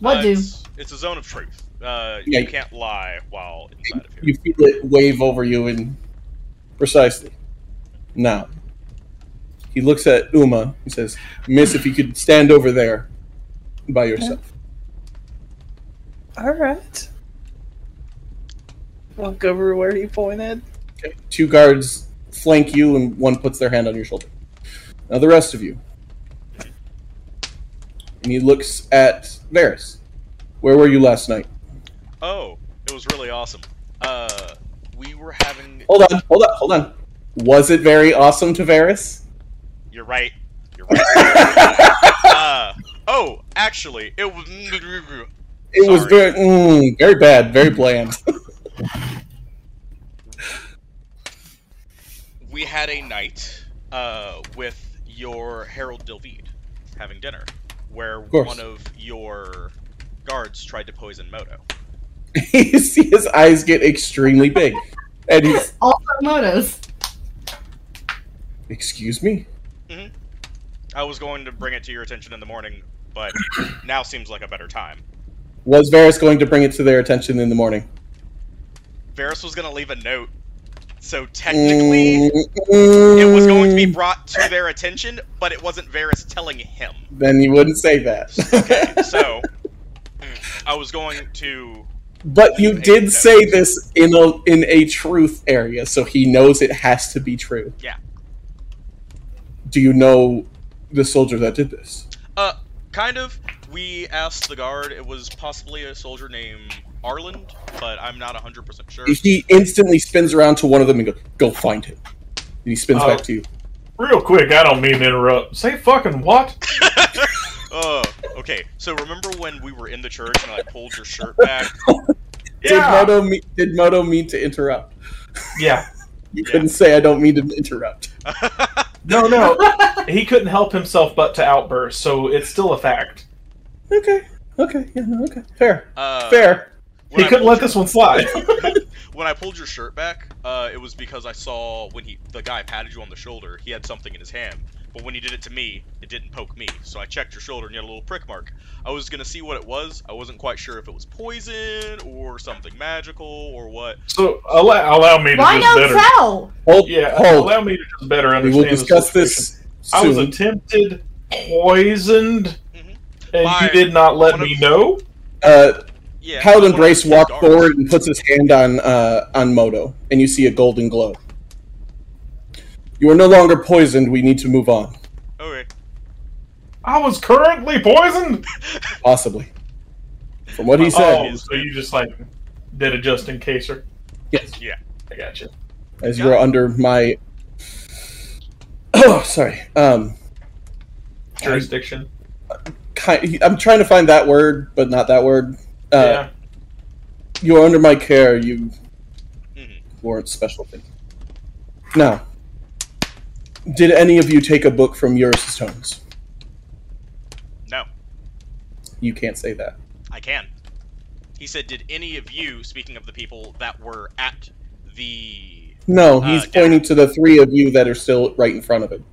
What Uh, do? It's, it's a zone of truth. Uh, Yeah, you you- can't lie while inside of here. you feel it wave over you and precisely now he looks at uma and says miss if you could stand over there by yourself All right. Walk over where he pointed. okay. two guards flank you and one puts their hand on your shoulder now the rest of you and he looks at varus where were you last night Oh, it was really awesome. Uh, we were having. hold on hold on hold on was it very awesome to varus You're right. You're right. uh, oh, actually, it was. It was Sorry. very, mm, very bad, very bland. We had a night uh, with your Harold Dilveed having dinner, where course. one of your guards tried to poison Moto. you see his eyes get extremely big, and he's, Also motos. "Excuse me." I was going to bring it to your attention in the morning, but now seems like a better time. Was Varys going to bring it to their attention in the morning? Varys was going to leave a note, so technically. it it was going to be Mm. brought to their attention, but it wasn't Varys telling him. Then you wouldn't say that. Okay, so mm, I was going to. but you did say this in a in a truth area, so he knows it has to be true. Yeah. Do you know the soldier that did this? Uh, kind of. We asked the guard. It was possibly a soldier named Arland, but I'm not 100% sure. He instantly spins around to one of them and goes, "Go find him." And he spins Oh. back to you. Real quick, I don't mean to interrupt. Say fucking what? Oh, okay. So remember when we were in the church and I pulled your shirt back? Did Moto me- did Moto mean to interrupt? yeah. You couldn't say I don't mean to interrupt. No, no. he couldn't help himself but to outburst, so it's still a fact. Okay. Okay. Yeah. no, Okay. Fair. uh, Fair. when he I couldn't pulled let your- this one slide. When I pulled your shirt back, uh, it was because I saw when he the guy patted you on the shoulder, he had something in his hand. But when he did it to me, it didn't poke me. So I checked your shoulder and you had a little prick mark. I was gonna see what it was. I wasn't quite sure if it was poison or something magical or what. so allow, allow me to Why just no better. tell? Hold. Yeah, Hold. allow me to just better We understand. will the discuss situation. this I was soon. attempted poisoned, Mhm. and By you did not let one me of- know. Uh, Yeah. Paladin one of Brace the walks darts. forward and puts his hand on uh, on Moto, and you see a golden glow. You are no longer poisoned. We need to move on. Okay. I was currently poisoned. Possibly. From what he said, oh, so you just like did it just in case, or Yes. Yeah. I got you. as you are under my. Oh, sorry. Um, Jurisdiction. ki I'm trying to find that word, but not that word. Uh, yeah. You are under my care. You Mhm. warrant special thing. Now, did any of you take a book from Eurus's tomes? No, You can't say that. I can. He said, "Did any of you, speaking of the people that were at the No, he's Uh, yeah. pointing to the three of you that are still right in front of him,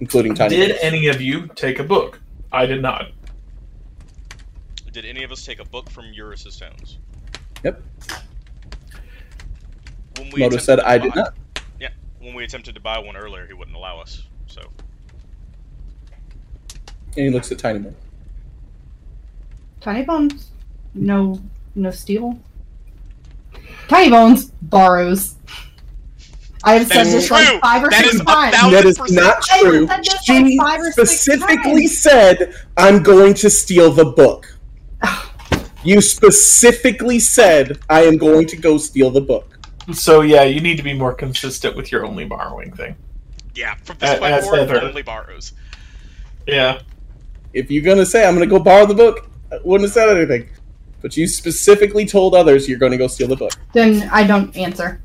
including Tiny. Did Bits. any of you take a book? I did not. Did any of us take a book from Eurus's stones? Yep. When Moto attempted said, to "I did buy- not." When we attempted to buy one earlier, he wouldn't allow us. So And he looks at Tiny Man. Tiny bones, no, no steal. Tiny bones borrows. I have said That's this true. like five or That six is a times. thousand- That is 100%. not I true. said this like She five or six specifically times. said, "I'm going to steal the book." you specifically said, "I am going to go steal the book." So yeah, you need to be more consistent with your only borrowing thing. yeah, from Uh, this uh, point forward, Sever. only borrows. Yeah. If you're gonna say, "I'm gonna go borrow the book," I wouldn't have said anything. But you specifically told others you're going to go steal the book. Then I don't answer.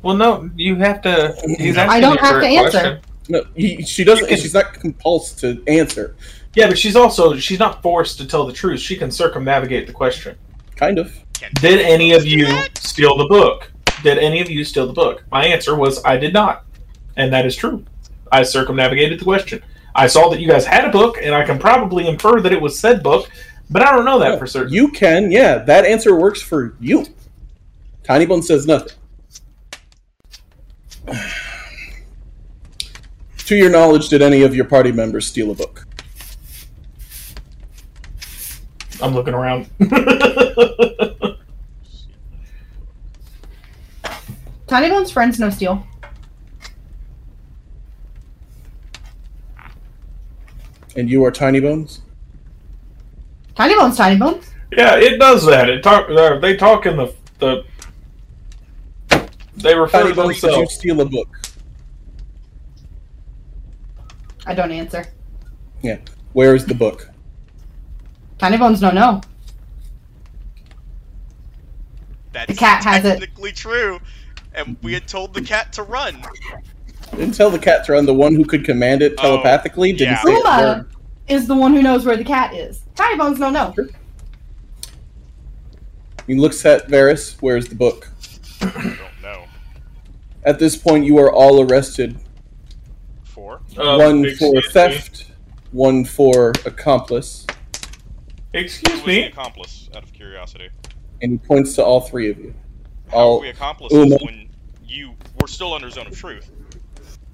Well, no, you have to. He's I asking don't you for have a to answer. question. No, he, she doesn't. You can- she's not compulsed to answer. Yeah, but she's also she's not forced to tell the truth. She can circumnavigate the question. Kind of. Can Did any of you steal the book? Did any of you steal the book? My answer was I did not. And that is true. I circumnavigated the question. I saw that you guys had a book, and I can probably infer that it was said book, but I don't know that No, for certain. You can, yeah. That answer works for you. Tiny Bone says nothing. to your knowledge, did any of your party members steal a book? I'm looking around. Tiny bones friends no steal. And you are Tiny Bones? Tiny bones, tiny bones. yeah, it does that. It talk. uh, They talk in the the. They refer Tiny to Bones, did you themselves. steal a book? I don't answer. Where is the book? Tiny bones don't know. That's The cat has it. technically true, and we had told the cat to run. Didn't tell the cat to run. The one who could command it Oh, telepathically didn't yeah. say a Uma. word. Is the one who knows where the cat is. Tiny bones don't know. He looks at Varys. Where is the book? I don't know. At this point, you are all arrested Four. Uh, one for excuse me. theft, one for accomplice, Who Excuse was the me. accomplice? Out of curiosity, and he points to all three of you. how I'll- are we accomplices Uma. when you were still under zone of truth?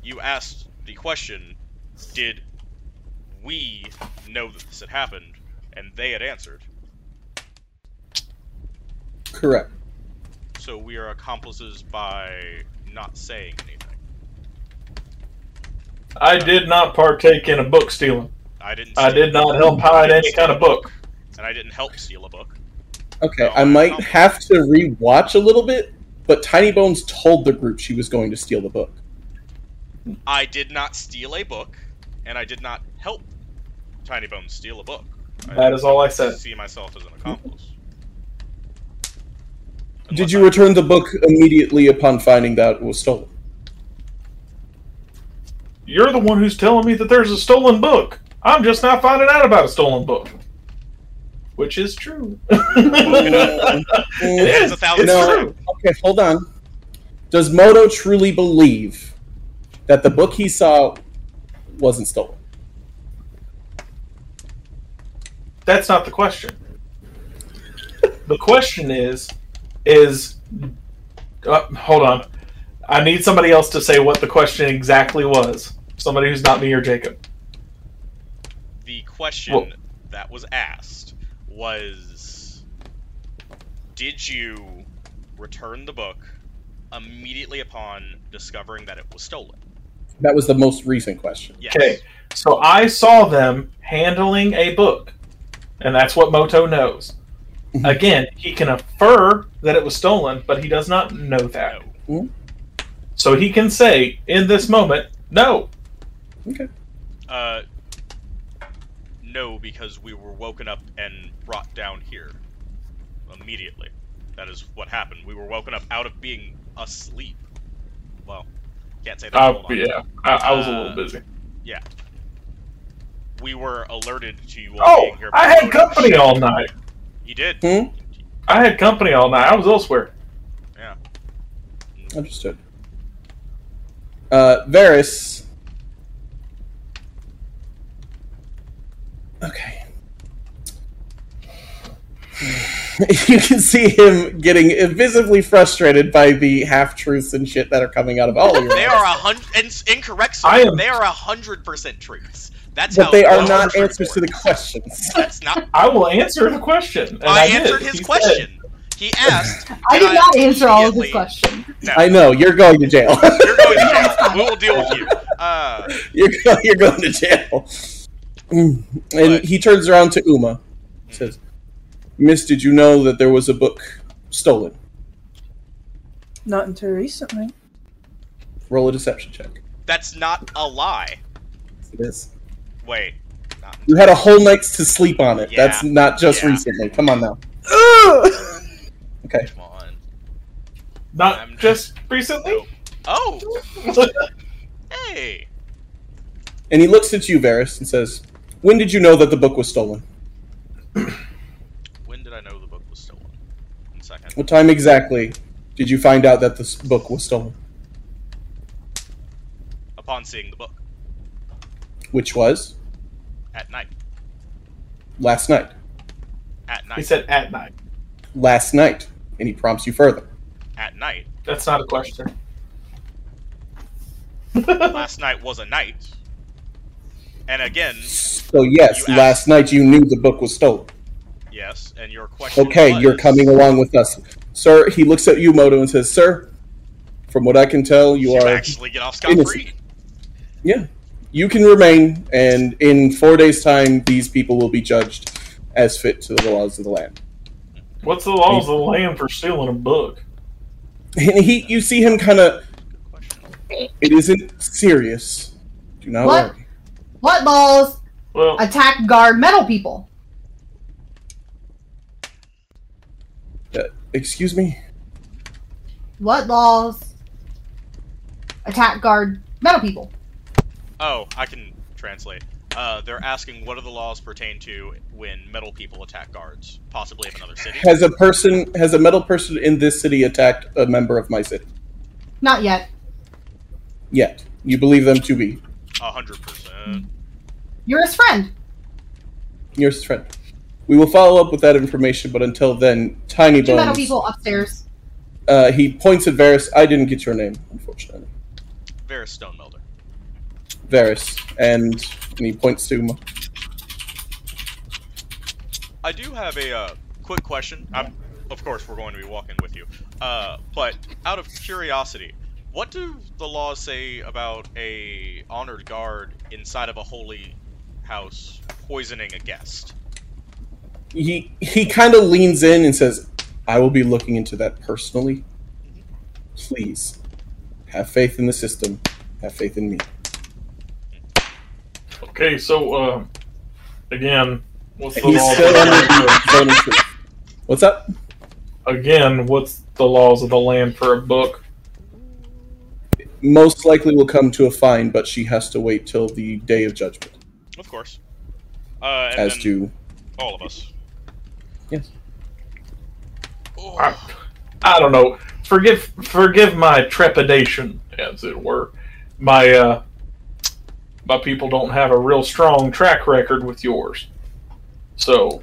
You asked the question, "Did we know that this had happened?" And they had answered. Correct. So we are accomplices by not saying anything. I did not partake in a book stealing. I didn't. I steal- did not help hide any kind of book. and I didn't help steal a book. Okay, No, I I might don't. have to rewatch a little bit, but Tiny Bones told the group she was going to steal the book. I did not steal a book, and I did not help Tiny Bones steal a book. I That is all I said. see myself as an accomplice. Did Unless you I- return the book immediately upon finding that it was stolen? You're the one who's telling me that there's a stolen book. I'm just now finding out about a stolen book. Which is true. it It's is. a thousand It's No. true. Okay, hold on. Does Moto truly believe that the book he saw wasn't stolen? That's not the question. The question is, is uh, hold on. I need somebody else to say what the question exactly was. Somebody who's not me or Jacob. The question Well- that was asked was Did you return the book immediately upon discovering that it was stolen? That was the most recent question. Yes. Okay. So I saw them handling a book, and that's what Moto knows. Mhm. Again, he can infer that it was stolen, but he does not know that. No. So he can say in this moment, no. Uh, no, because we were woken up and brought down here immediately. That is what happened. We were woken up out of being asleep. Well, can't say that. I, Hold on. Uh, yeah, I, I was a little Uh, busy. We were alerted to you all Oh, being here. by I had Moto company Shep. all night. You did. Mm-hmm. Hmm? I had company all night. I was elsewhere. Understood. Uh, Varys. Okay. you can see him getting visibly frustrated by the half truths and shit that are coming out of all of your They are a hundred and incorrect. sir. I am- They are a hundred percent truths. That's how but they are those not are answers to the reported. questions. That's not. I will answer the question. And I, did. answered He his said, question. He asked. I did and not answer all of immediately- his questions. No. I know you're going to jail. You're going to jail. We will deal with you. Uh, you're go- you're going to jail. Mm. And What? he turns around to Uma, says, "Miss, did you know that there was a book stolen? Not until recently. Roll a deception check." that's not a lie. It is. Wait. Not You had a whole night to sleep on it. Yeah. That's not just Yeah. recently. Come on now. Ugh! Okay. come on. Not I'm- just recently. Oh. Hey. And he looks at you, Varys, and says, "When did you know that the book was stolen? When did I know the book was stolen? One second. What time exactly did you find out that this book was stolen? Upon seeing the book Which was at night. last night. At He night. said at night. Last night." And he prompts you further. at night. That's not a question. Last night was a night. And again, So yes, You asked- last night you knew the book was stolen. yes. And your question. Okay, was- you're coming along with us, sir. He looks at you, Moto, and says, "Sir, from what I can tell, you are actually get off scot free. yeah. You can remain, and in four days' time, these people will be judged as fit to the laws of the land." What's the laws of the land for stealing a book? And he, you see him kind of. Good question. It isn't serious. Do not What? worry. What balls Well, attack guard metal people? Excuse me. What laws attack guard metal people? Oh, I can translate. Uh, they're asking what do the laws pertain to when metal people attack guards, possibly of another city. Has a person, has a metal person in this city attacked a member of my city Not yet. yet? You believe them to be A hundred percent. You're his friend. Your friend. We will follow up with that information, but until then, Tiny Two metal Bones. people upstairs. Uh, he points at Varys. I didn't get your name, unfortunately. Varus Stonemelder. Varys, and, and he points to Uma. I do have a uh, quick question. I'm, of course, we're going to be walking with you. Uh, but out of curiosity, what do the laws say about a honored guard inside of a holy house poisoning a guest? He he kind of leans in and says, "I will be looking into that personally. Please, have faith in the system. Have faith in me." okay, so uh, again, what's the He's law? still under the zone of truth. What's up? again, what's the laws of the land for a book. Most likely will come to a fine, but she has to wait till the day of judgment Of course. Uh, and as then to all of us. Yes. I, I don't know. Forgive forgive my trepidation, as it were. My uh, my people don't have a real strong track record with yours, so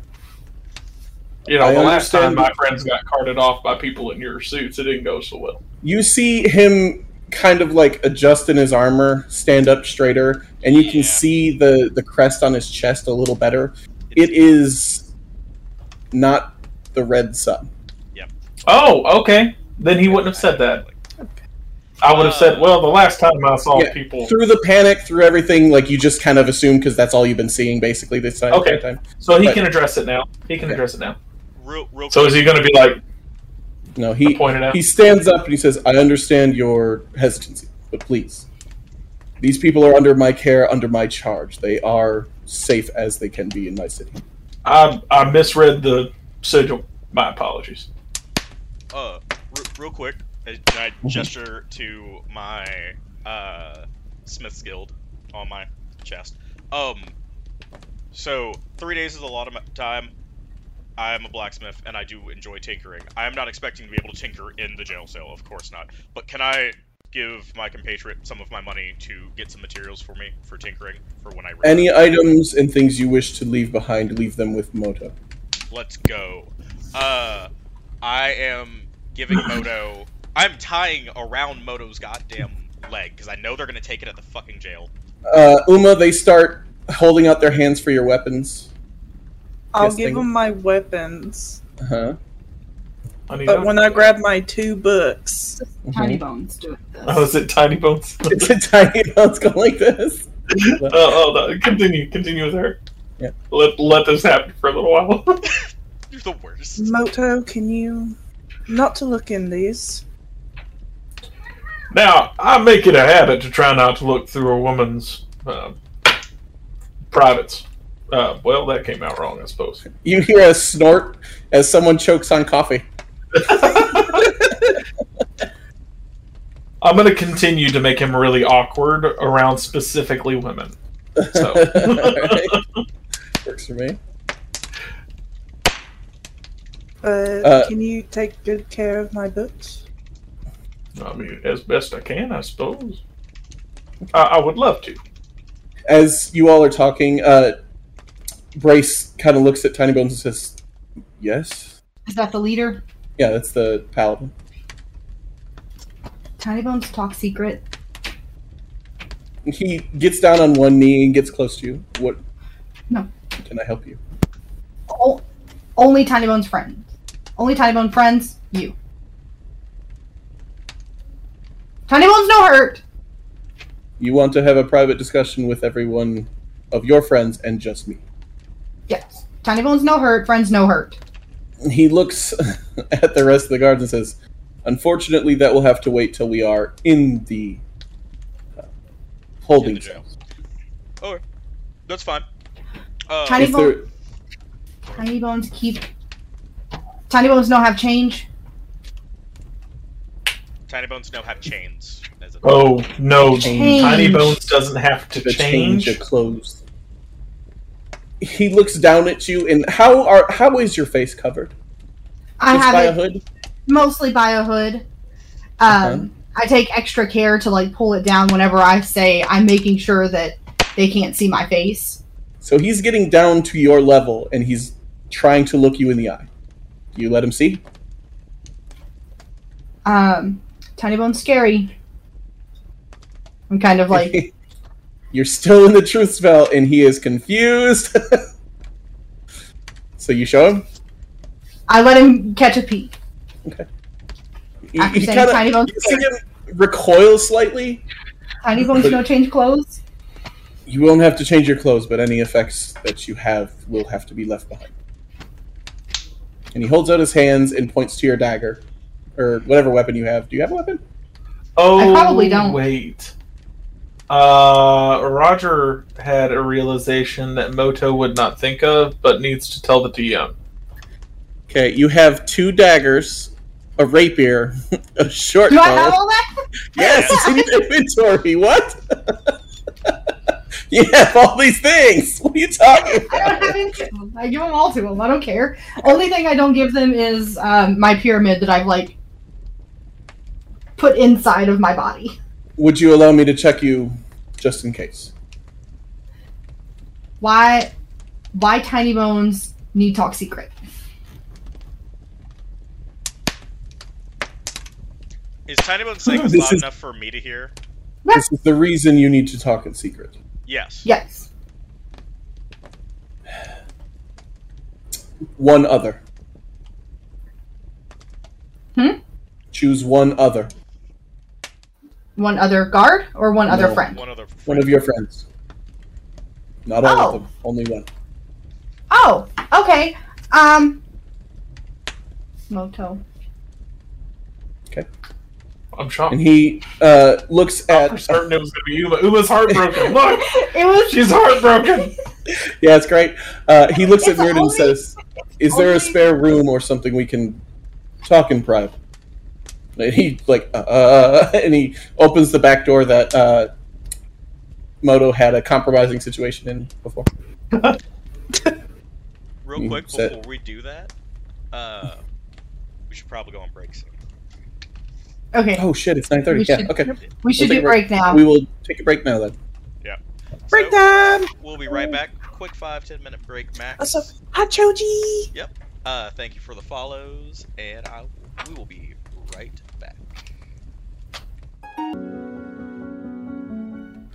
you know I the last time understand. my friends got carted off by people in your suits, it didn't go so well. you see him kind of like adjust in his armor, stand up straighter, and you Yeah. can see the the crest on his chest a little better. It's- It is not the red sun. Oh, okay. Then he wouldn't have said that. I would have said, well, the last time I saw Yeah. people. Through the panic, through everything, like you just kind of assume because that's all you've been seeing basically this time. Okay. time. So he Right. can address it now. He can Okay. address it now. Real, real So is he going to be like No, he pointed out? he stands up and he says, "I understand your hesitancy, but please, these people are under my care, under my charge. They are safe as they can be in my city." I I misread the sigil. My apologies. uh, re- real quick, I, I gesture to my uh, Smith's Guild on my chest. Um, so three days is a lot of m- time. I am a blacksmith and I do enjoy tinkering. I am not expecting to be able to tinker in the jail cell, of course not. But can I give my compatriot some of my money to get some materials for me for tinkering for when I return? Any items and things you wish to leave behind, leave them with Moto. Let's go. Uh, I am giving Moto. I'm tying around Moto's goddamn leg because I know they're gonna take it at the fucking jail. Uh, Uma, they start holding out their hands for your weapons. I'll Yes, give thing. him my weapons, Uh-huh. I need but to- when I grab my two books, Hmm? Tiny bones doing this. oh, is it tiny bones? oh, Mm-hmm. It's a tiny mouse going like this. oh, no. continue, continue with her. Yeah. Let let this happen for a little while. You're the worst. Moto, can you not to look in these? now I make it a habit to try not to look through a woman's uh, privates. Uh, well, that came out wrong, I suppose. You hear a snort as someone chokes on coffee. I'm going to continue to make him really awkward around specifically women. So. Alright. Works for me. Uh, Uh, can you take good care of my books? I mean, as best I can, I suppose. I, I would love to. As you all are talking, uh, Brace kind of looks at Tiny Bones and says, Yes? Is that the leader? Yeah, that's the paladin. Tiny bones talk secret. He gets down on one knee and gets close to you. What? No. Can I help you? O- only Tiny Bone's friends. Only Tiny Bone friends. You. Tiny Bone's no hurt. You want to have a private discussion with everyone of your friends and just me. Yes. Tiny Bone's no hurt. Friends no hurt. He looks at the rest of the guards and says, Unfortunately, that will have to wait till we are in the uh, holding In the jail. cell. That's fine. Uh, Tiny- If there, Tiny Bones keep. Tiny Bones don't have change. Tiny Bones now have chains. As a, Oh no, Change. Tiny Bones doesn't have to the change. change of clothes. He looks down at you, and how are how is your face covered? I Just have by it a hood. mostly by a hood. Um, Uh-huh. I take extra care to like pull it down whenever I say I'm making sure that they can't see my face. So he's getting down to your level, and he's trying to look you in the eye. Do you let him see? Um, Tiny Bone's scary. I'm kind of like You're still in the truth spell, and he is confused. so you show him. I let him catch a peek. He, After he saying kinda- tiny bones you see him recoil slightly. Tiny Bone's gonna change clothes. You won't have to change your clothes, but any effects that you have will have to be left behind. And he holds out his hands and points to your dagger, or whatever weapon you have. Do you have a weapon? Oh, I probably don't. Wait. Uh, Roger had a realization that Moto would not think of, but needs to tell the DM. Okay, you have two daggers a rapier, a short Do I have bow. all that? Yes, it's in your inventory. What? you have all these things. What are you talking I about? don't have any. of them. I give them all to them. I don't care. Only thing I don't give them is um, my pyramid that I've like put inside of my body. Would you allow me to check you just in case? Why? Why tiny bones need talk secret? Is Tinybone saying this This loud is- enough for me to hear? This is the reason you need to talk in secret. Yes. Yes. One other. Hmm? Choose one other. One other guard or one other No. friend. One other. One of your friends. Not all Oh. of them. Only one. Oh, okay. Um, Moto. I'm shocked. And he uh, looks Oh. For at. certain it was going to be Uma. Uma's heartbroken. Look, It was she's heartbroken. Yeah, it's great. Uh, he looks It's at Mirrodin and only- says, "Is there a only- spare room or something we can talk in private?" And he like, uh, uh, and he opens the back door that uh, Moto had a compromising situation in before. Real You quick said- before we do that, uh, we should probably go on break soon. okay. Oh shit! It's nine thirty. We Yeah, should- okay. We should take do a break. break now. We will take a break now then. Break So, time! We'll be right back. Quick five ten minute break, Max. Also, hi, Choji! Uh, thank you for the follows, and I we will be right back.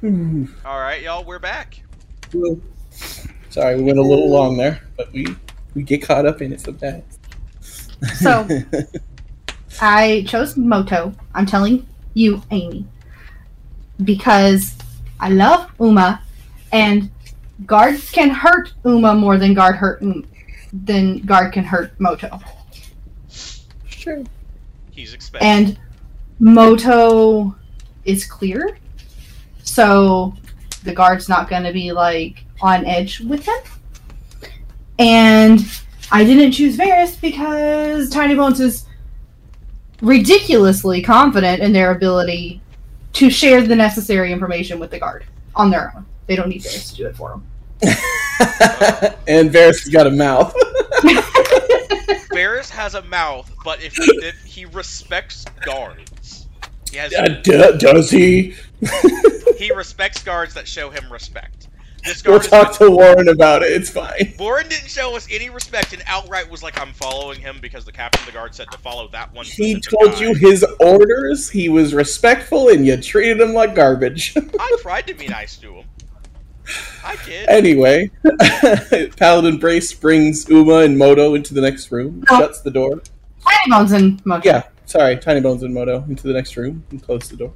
Hmm. All right, y'all, we're back. Sorry, we went a little long there, but we we get caught up in it sometimes. So I chose Moto. I'm telling you, Amy, because I love Uma, and guard can hurt Uma more than guard hurt Um- than guard can hurt Moto. sure. He's expecting. And Moto is clear, so the guard's not going to be like on edge with him. And I didn't choose Varys because Tiny Bones is ridiculously confident in their ability to share the necessary information with the guard on their own. They don't need Varys to do it for them. and Varys has got a mouth. Barris has a mouth, but if, if he respects guards, he has Uh, d- does he? he respects guards that show him respect. This We'll guard is- talk to Warren about it. It's fine. Warren didn't show us any respect and outright was like, "I'm following him because the captain of the guard said to follow that one." He specific told guy." you his orders. He was respectful, and you treated him like garbage. I tried to be nice to him. I did. anyway, Paladin Brace brings Uma and Moto into the next room, No. shuts the door. Tiny Bones and Moto. Yeah, sorry, Tiny Bones and Moto into the next room and close the door.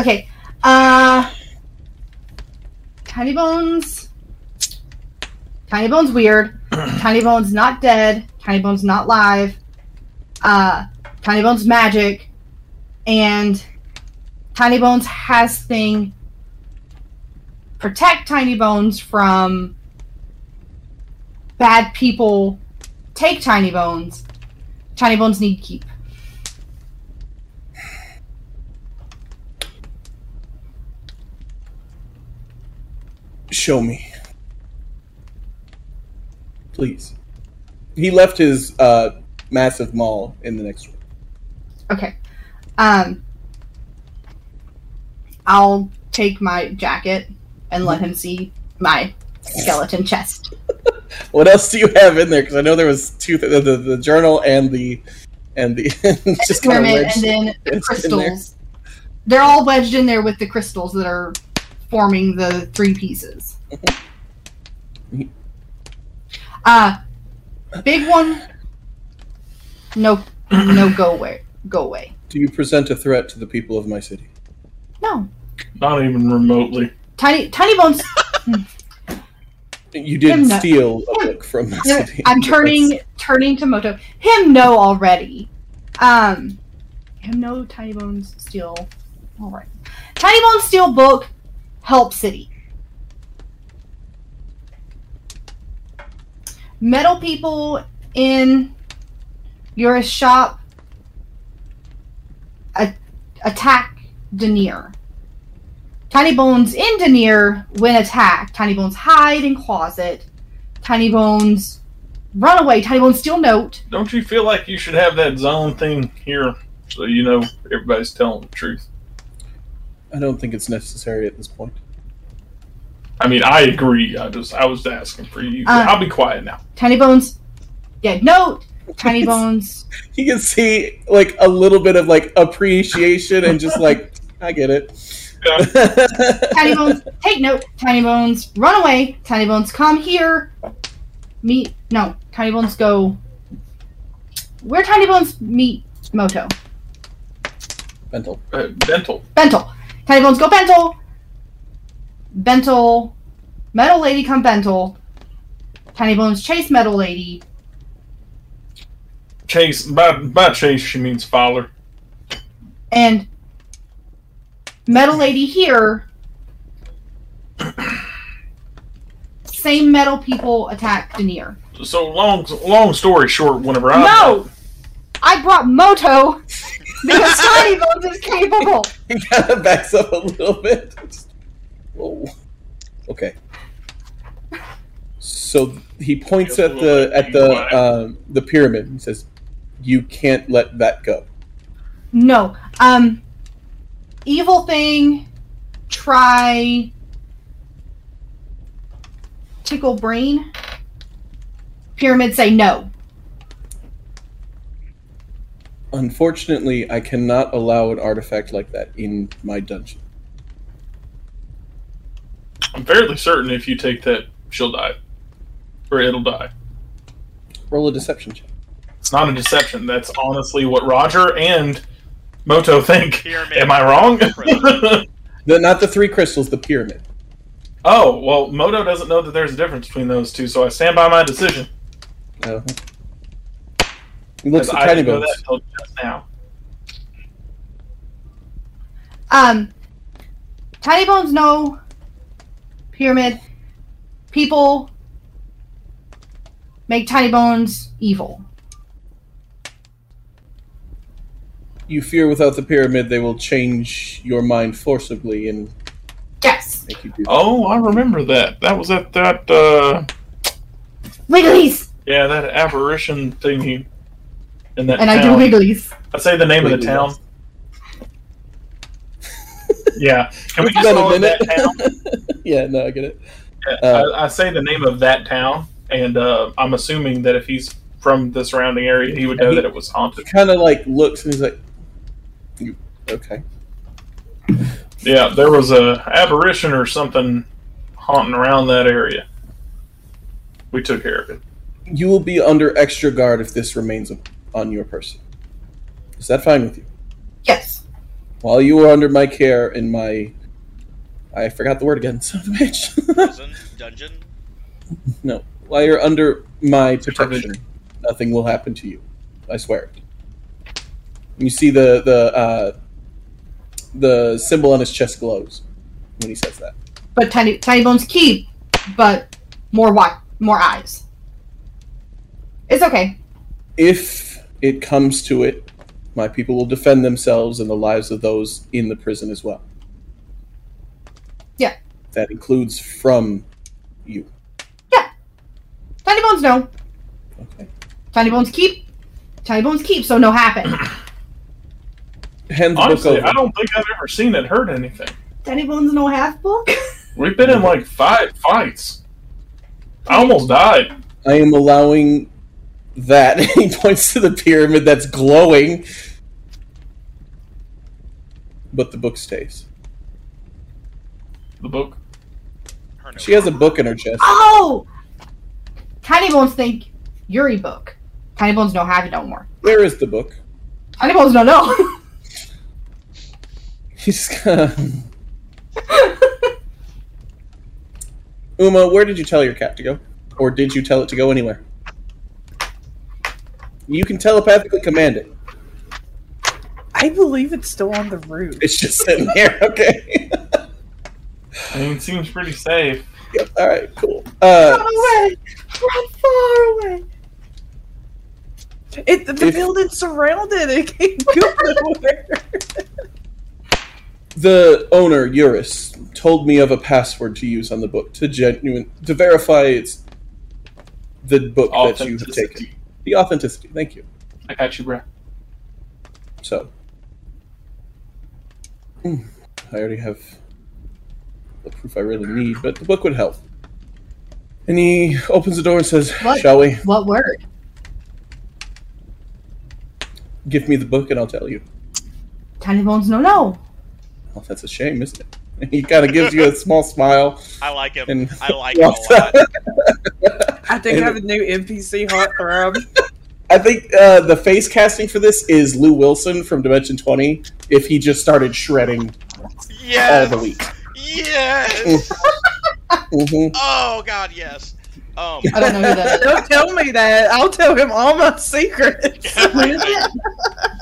Okay. Uh Tiny Bones. Tiny Bones weird. Tiny Bones not dead. Tiny Bones not live. Uh Tiny Bones magic. And Tiny Bones has thing protect Tiny Bones from bad people take Tiny Bones. Tiny Bones need keep. Show me, please. He left his uh, massive maul in the next room. Okay. Um I'll take my jacket and let him see my skeleton chest. What else do you have in there? Because I know there was two th- the, the the journal and the and the just kinda Pyramid wedged and then the it's in there. crystals. They're all wedged in there with the crystals that are forming the three pieces. Mhm. Uh big one no no go away go away. Do you present a threat to the people of my city? No. Not even remotely. Tiny tiny bones You did Him no- steal a book from my No, city. I'm turning turning to Moto. Him know already. Um him know Tiny Bones steal alright. Tiny Bones steal book help city. Metal people in You're a shop. A- attack Denier. Tiny Bones in Denier when attacked. Tiny Bones hide in closet. Tiny Bones run away. Tiny Bones steal note. Don't you feel like you should have that zone thing here so you know everybody's telling the truth? I don't think it's necessary at this point. I mean, I agree. I just I was asking for you. Uh, I'll be quiet now. Tiny Bones dead note. Tiny Bones You can see like a little bit of like appreciation and just like I get it. Tiny Bones, take note. Tiny Bones, run away. Tiny Bones, come here. Meet. No, Tiny Bones, go. Where Tiny Bones meet Moto? Mental. Uh, dental. Bentel. Tiny Bones, go Bentel. Bentel. Metal Lady, come Bentel. Tiny Bones, chase Metal Lady. Chase. By, by chase, she means follower. And Metal Lady here. Same metal people attack Denier. So long long story short, whenever I. No! I brought Moto because Tiny Bones is capable. He kind of backs up a little bit. Just- Whoa. Okay. So he points at the at the um, the pyramid and says, "You can't let that go." No. Um Evil Thing try Tickle Brain. Pyramid say no. Unfortunately, I cannot allow an artifact like that in my dungeon. I'm fairly certain if you take that, she'll die, or it'll die. Roll a deception check. It's not a deception. That's honestly what Roger and Moto think. Pyramid. Am I wrong? No, not the three crystals, the pyramid. oh well, Moto doesn't know that there's a difference between those two, so I stand by my decision. Uh-huh. He looks 'cause at I Tiny didn't know Bones. that until just now. Um Tiny Bones no. Pyramid. People make Tiny Bones evil. You fear without the pyramid, they will change your mind forcibly and Yes. make you do. Oh, I remember that. That was at that. uh... Wigglies! Yeah, that apparition thingy. In that And I town. do wigglies. I say the name of the Wiggle town. yeah, can we It's just been a call it minute. Uh. that town? yeah, no, I get it. Yeah, I, I say the name of that town, and uh, I'm assuming that if he's from the surrounding area, he would know He- that it was He haunted. kind of like looks and he's like, "You- "Okay." Yeah, there was a apparition or something haunting around that area. We took care of it. You will be under extra guard if this remains up- on your person. Is that fine with you? Yes. While you are under my care in my, I forgot the word again. Son of a bitch. Prison, dungeon. no, while you're under my Supervision. protection, nothing will happen to you. I swear. it. You see the the uh, the symbol on his chest glows when he says that. But tiny tiny bones keep, but more wa- more eyes. It's okay. if it comes to it, my people will defend themselves and the lives of those in the prison as well. Yeah. That includes from you. Tiny bones no. Okay. Tiny bones keep. Tiny bones keep, so no happen. Hand the Honestly, book over. I don't think I've ever seen it hurt anything. tiny bones no half book. We've been in like five fights. I almost died. I am allowing that. he points to the pyramid that's glowing. But the book stays. The book. Her note. She has a book in her chest. Oh, tiny bones think Yuri book. Tiny bones no have it no more. Where is the book? Tiny bones no no. He's just gonna. Uma, where did you tell your cat to go? Or did you tell it to go anywhere? You can telepathically command it. I believe it's still on the roof. It's just sitting there, okay? I mean, it seems pretty safe. Yep, Alright, cool. Uh, Run away. Run far away. It, the If- building's surrounded. It can't go nowhere. The owner, Eurus, told me of a password to use on the book to genuine to verify it's the book that you have taken. Authenticity. The authenticity. Thank you. I got you, bro. So, Hmm, I already have the proof I really need, but the book would help. And he opens the door and says, What? "Shall we? What word? Give me the book, and I'll tell you." Tiny Bones, no, no. Well, that's a shame, isn't it? And he kind of gives you a small smile I like him. and I like him walks a lot. I think And- I have a new NPC heartthrob. I think uh, the face casting for this is Lou Wilson from Dimension 20 if he just started shredding all Yes. the week. Yes. hmm oh God, yes. Um. I don't know who that is. Don't tell me that. I'll tell him all my secrets. What is it?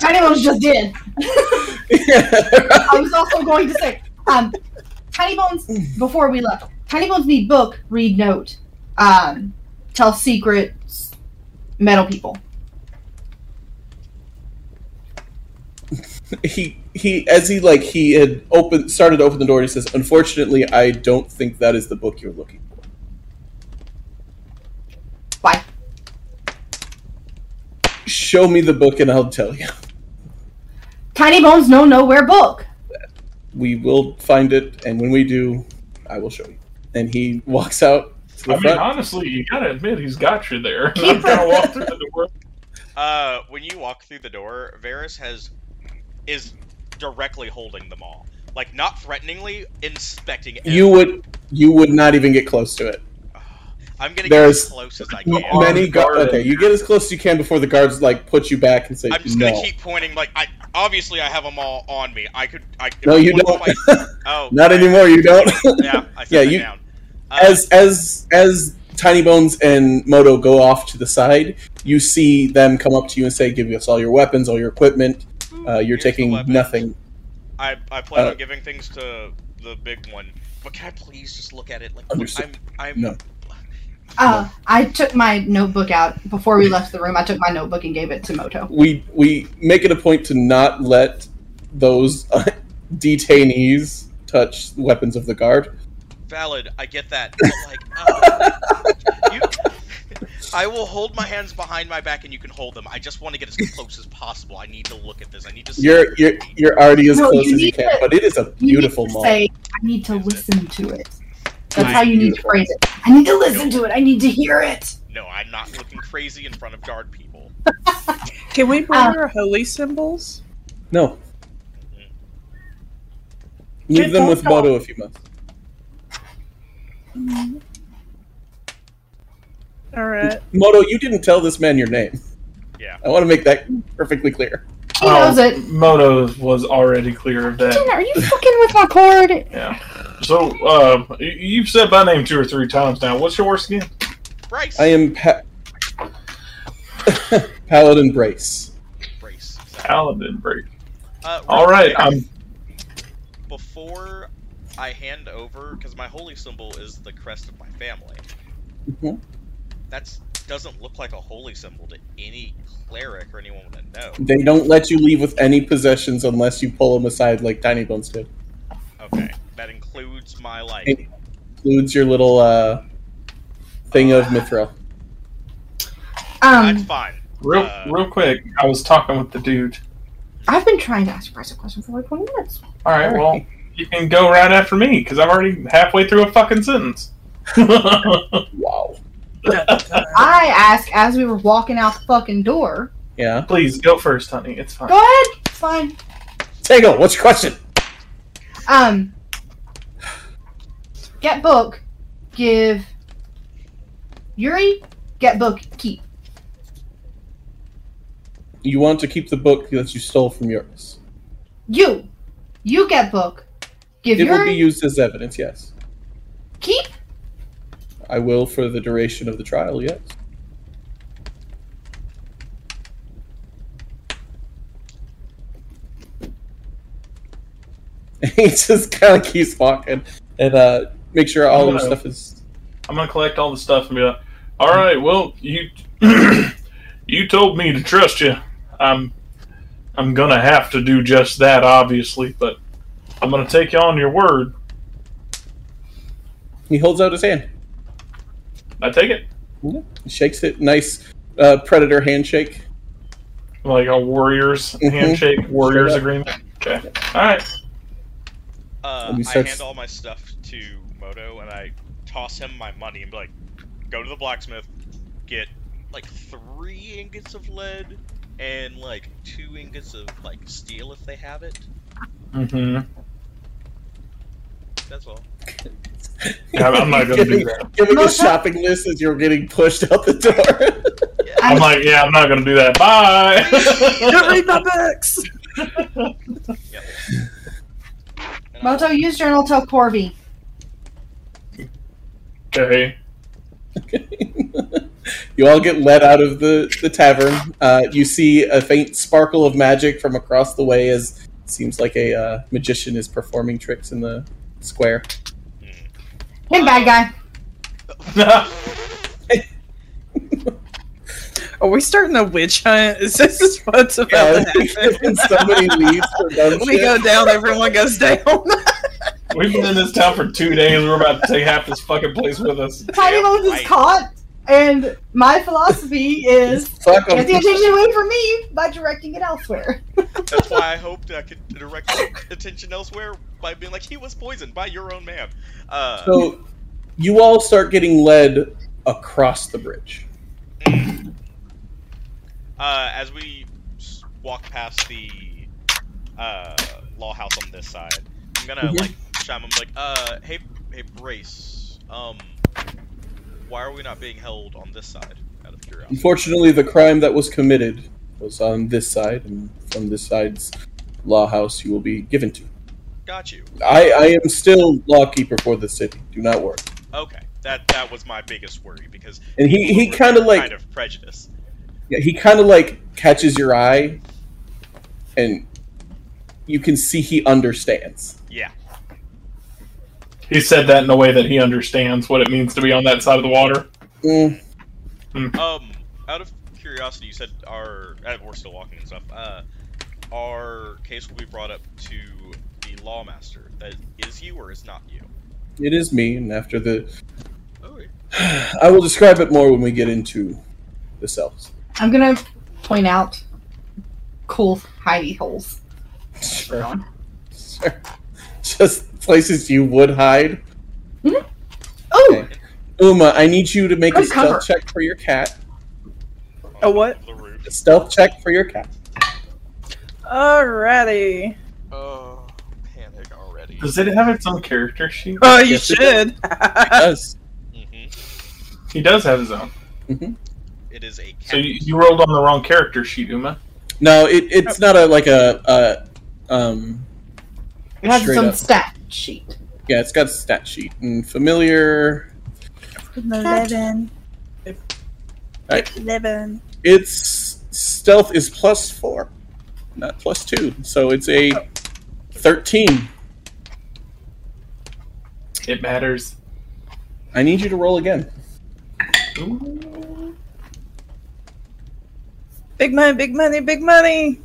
Tiny Bones just did. I was also going to say, um, Tiny Bones. Before we left, Tiny Bones need book, read note, um, tell secrets, metal people. he he as he like he had opened started to open the door he says unfortunately i don't think that is the book you're looking for Why? show me the book and i'll tell you Tiny Bones know nowhere book. we will find it and when we do i will show you and he walks out to the I mean, front honestly, you gotta admit he's got you there. Keep I'm gonna walk through the door. Uh, when you walk through the door, Varus has is directly holding them all, like not threateningly, inspecting. you every- would you would not even get close to it I'm gonna get there's as close as I can. many guards guarded. okay you get as close as you can before the guards like put you back and say I'm just no gonna keep pointing. Like I obviously I have them all on me. I could. I if No, I you wanted to don't. fight- oh, not right. anymore you don't Yeah, I Yeah, set yeah, you- down. Uh, as as as Tiny Bones and Moto go off to the side, you see them come up to you and say, "Give us all your weapons, all your equipment. Uh, you're Mm, here's the taking weapons. nothing." I, I plan Uh, on giving things to the big one, but can I please just look at it? Like I'm, Understood. I'm. No. Uh, I took my notebook out before we left the room. I took my notebook and gave it to Moto. We we make it a point to not let those uh, detainees touch weapons of the guard. valid. I get that. But like, uh, you, I will hold my hands behind my back, and you can hold them. I just want to get as close as possible. I need to look at this. I need to. see You're you're you're already as No, close you as you need can, to- but it is a You need beautiful to mall. Say, I need to listen to it. That's I- how you need to Beautiful. phrase it. I need to listen to it. I need to hear it. No, I'm not looking crazy in front of guard people. Can we bring Um, our holy symbols? No. Leave Get them with those off. Moto if you must. All right. Moto, you didn't tell this man your name. Yeah. I want to make that perfectly clear. He knows it. Oh, Moto was already clear of that. Jenna, are you fucking with my cord? Yeah. So, uh, y- you've said my name two or three times now. What's your worst again? Bryce. I am pa- Paladin Brace. Bryce. Paladin break. Uh, real All right, quick, I'm. Before I hand over, because my holy symbol is the crest of my family. Mhm. That's doesn't look like a holy symbol to any cleric or anyone would know. They don't let you leave with any possessions unless you pull them aside like Tiny Bones did. Okay, that includes my like. Hey. Includes your little uh, thing of Mithril. That's Um, fine. Real, Uh, real quick, I was talking with the dude. I've been trying to ask you guys a question for like 20 minutes. All right, well, you can go right after me because I'm already halfway through a fucking sentence. Wow. I asked as we were walking out the fucking door. Yeah. Please go first, honey. It's fine. Go ahead. It's fine. Tango, what's your question? Um, get book, give Yuri, get book, keep. You want to keep the book that you stole from yours. You, you get book, give It will Yuri, be used as evidence, yes. keep. I will for the duration of the trial, yes. he just kind of keeps walking and uh, make sure all your Hello. stuff is. I'm gonna collect all the stuff and be like, all right, well, you You told me to trust you. I'm I'm gonna have to do just that, obviously, but I'm gonna take you on your word. He holds out his hand, I take it. shakes it, nice uh, predator handshake. Like a warriors Mhm. handshake, warriors Straight up. agreement. Okay. Alright. Uh, And he I starts- hand all my stuff to Moto and I toss him my money and be like, go to the blacksmith, get like three ingots of lead and like two ingots of like steel if they have it. Mm-hmm. That's all. I'm not gonna do Giving- that. Giving a Mocha? shopping list as you're getting pushed out the door. I'm like, yeah, Oh I'm not gonna do that. Don't Bye. read my books. And I- Moto, use journal till Corby. okay. you all get led out of the, the tavern. Uh, you see a faint sparkle of magic from across the way as it seems like a uh, magician is performing tricks in the square. Him, bad guy. Are we starting a witch hunt? Is this what's about to happen? somebody leaves for dumb we shit. go down, everyone goes down. We've been in this town for two days. We're about to take half this fucking place with us. Tiny Bones is right. caught, and my philosophy is Fuck 'em. get the attention away from me by directing it elsewhere. That's why I hoped I could direct attention elsewhere by being like, he was poisoned by your own man. Uh, So you all start getting led across the bridge. uh, as we s- walk past the uh, law house on this side, I'm gonna Mhm. like chime. I'm like, uh, hey, hey, brace. Um, why are we not being held on this side? Out of curiosity. Unfortunately, the crime that was committed was on this side, and from this side's law house you will be given to. Got you. I, I am still lawkeeper for the city. Do not worry. Okay, that that was my biggest worry because And he, people he were kind of like kind of prejudice. yeah, he kind of like catches your eye, and you can see he understands. Yeah. He said that in a way that he understands what it means to be on that side of the water. Mm, Um, out of curiosity, you said our uh, we're still walking and stuff. Uh, our case will be brought up to the lawmaster. That is you or is not you? it is me, and after the, Oh, I will describe it more when we get into the cells. I'm gonna point out cool hidey holes. Sure. Sure. Just places you would hide. Oh, Okay. Uma, I need you to make a Good cover. stealth check for your cat. Uh, A what? The roof. A stealth check for your cat. Alrighty. Oh, panic already. Does it have its own character sheet? Oh, you Yes, it should. Ah. Yes. hmm He does have his own. It is a cat. So you, you rolled on the wrong character sheet, Uma. No, it, it's not a like a, a um. it has straight some up. stat sheet. Yeah, it's got stat sheet and familiar. Eleven. Alright. Eleven. Its stealth is plus four, not plus two. So it's a thirteen. It matters. I need you to roll again. Ooh. Big money, big money, big money.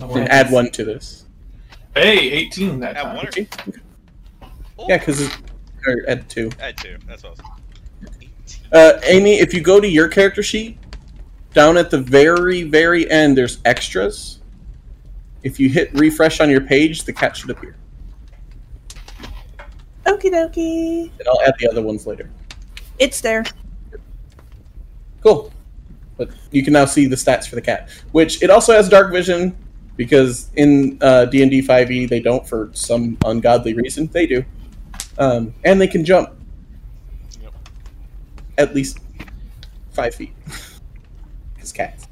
And add one to this. Hey, 18 that Add one time. or- Okay. Oh, Yeah, because or add two. add two. That's what I was. 18. Uh, Amy, if you go to your character sheet, down at the very, very end, there's extras. If you hit refresh on your page, the cat should appear. Okie dokie. And I'll add the other ones later. It's there. Cool. But you can now see the stats for the cat, which it also has dark vision because in uh, D&D 5e they don't for some ungodly reason. They do. Um, and they can jump Yep. at least five feet. Because cats.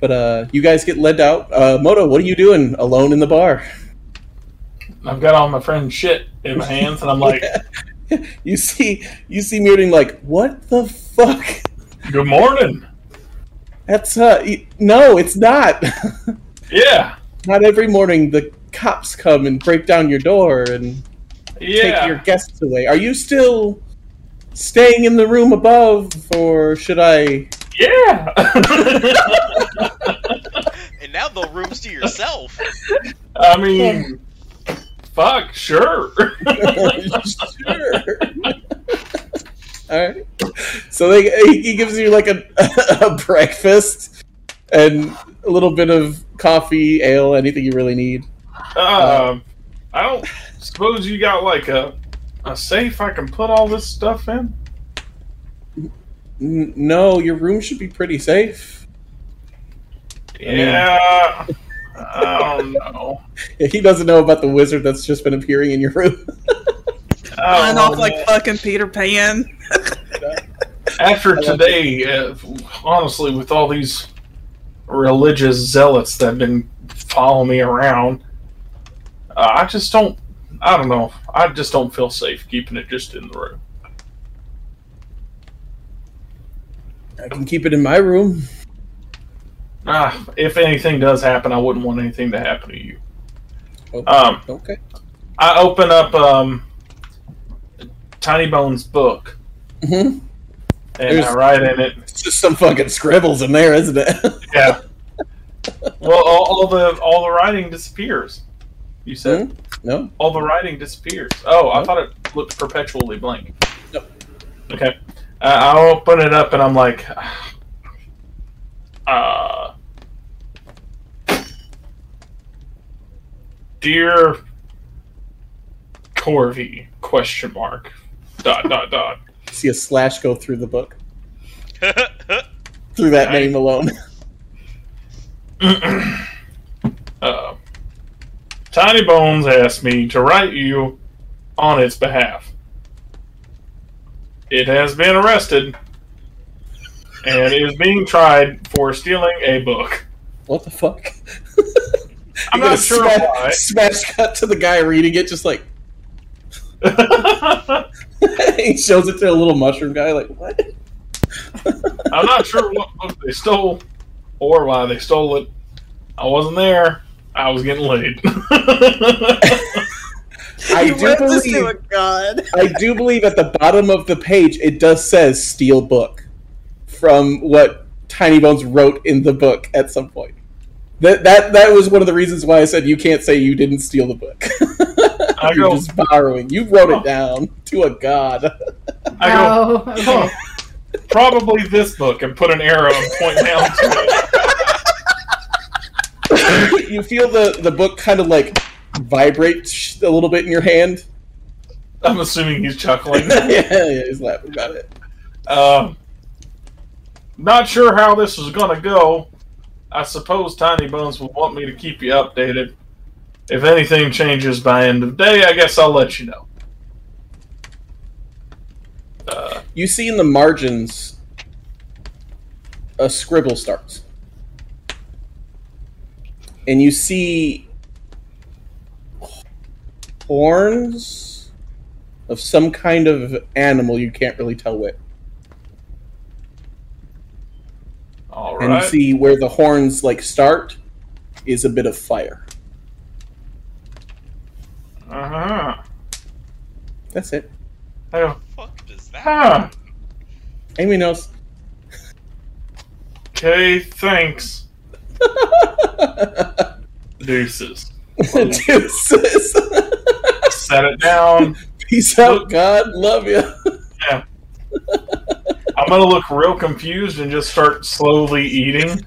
But uh, you guys get led out. Uh, Moto, what are you doing alone in the bar? I've got all my friend's shit in my hands, and I'm like, You see, you see Muting like, what the fuck? good morning. That's uh, y- no, it's not. Yeah. not every morning the cops come and break down your door and take your Yeah. guests away. Are you still staying in the room above, or should I? Yeah. And now the room's to yourself. I mean, fuck, sure. sure. All right. So they, he- he gives you like a, a breakfast and a little bit of coffee, ale, anything you really need. Um, I don't suppose you got like a a safe I can put all this stuff in. N- no, your room should be pretty safe. mean- Yeah. I don't know. He doesn't know about the wizard that's just been appearing in your room. I Oh, Flying don't off know. like fucking Peter Pan. after I like today, uh, honestly, with all these religious zealots that have been following me around, uh, I just don't. I don't know. I just don't feel safe keeping it just in the room. I can keep it in my room. Ah, if anything does happen, I wouldn't want anything to happen to you. Oh. Um, Okay. I open up um, Tiny Bone's book hmm and I There's- write in it. It's just some fucking scribbles in there, isn't it? Yeah. well, all, all the all the writing disappears. You said. Hmm? no. All the writing disappears. Oh, I Nope. thought it looked perpetually blank. Nope. Okay. Uh, I open it up and I'm like, uh, dear Corvi? Question mark. Dot dot dot. See a slash go through the book through that Right. name alone. uh, Tiny Bones asked me to write you on its behalf. It has been arrested and is being tried for stealing a book. What the fuck? I'm You're not gonna sure smash, why. Smash cut to the guy reading it, just like he shows it to a little mushroom guy, like what? I'm not sure what book they stole or why they stole it. I wasn't there. I was getting laid. I He do went to see believe- a god. I do believe at the bottom of the page it does says "steal book" from what Tiny Bones wrote in the book at some point. That that that was one of the reasons why I said you can't say you didn't steal the book. I You're go- just borrowing. You wrote it down to a god. I go, oh, okay. Huh. Probably this book and put an arrow and point down to it. you feel the the book kind of like vibrate sh- a little bit in your hand. I'm assuming he's chuckling. yeah, yeah, he's laughing about it. Uh, not sure how this is going to go. I suppose Tiny Bones will want me to keep you updated. If anything changes by end of day, I guess I'll let you know. Uh, You see in the margins a scribble starts. And you see horns of some kind of animal you can't really tell what. all And you right. see where the horns like start is a bit of fire. Uh-huh. That's it. I go, Fuck does that? huh. Anyone else? Okay, thanks. Deuces. Deuces. Set it down. Peace out, God. Love you. I'm gonna look real confused and just start slowly eating.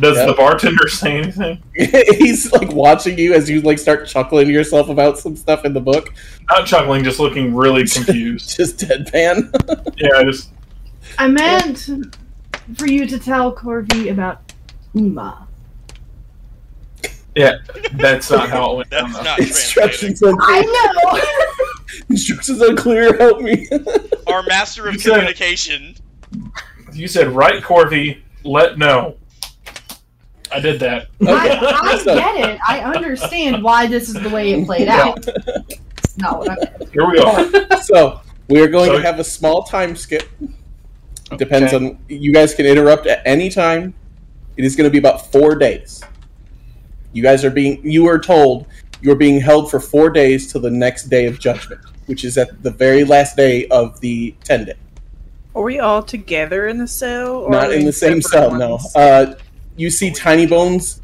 Does Yeah. the bartender say anything? he's like watching you as you like start chuckling to yourself about some stuff in the book. Not chuckling, just looking really confused. Just deadpan. yeah, just I meant for you to tell Corvi about Uma. that's not how it went That's down. though. not translating. Instructions unclear. I Instructions unclear. Help me. Our master of You said- communication. You said right, Corvey. Let know. I did that. know. I, Okay. I get it. I understand why this is the way it played out. It's not what I meant. Here we go. so we are going So- to have a small time skip. Depends on you guys can interrupt at any time. It is going to be about four days. You guys are being you are told you are being held for four days till the next day of judgment, which is at the very last day of the ten day. Are we all together in the cell? Or Not are in we the same cell, separate Oh, ones? no. Uh, you see Tiny Bones.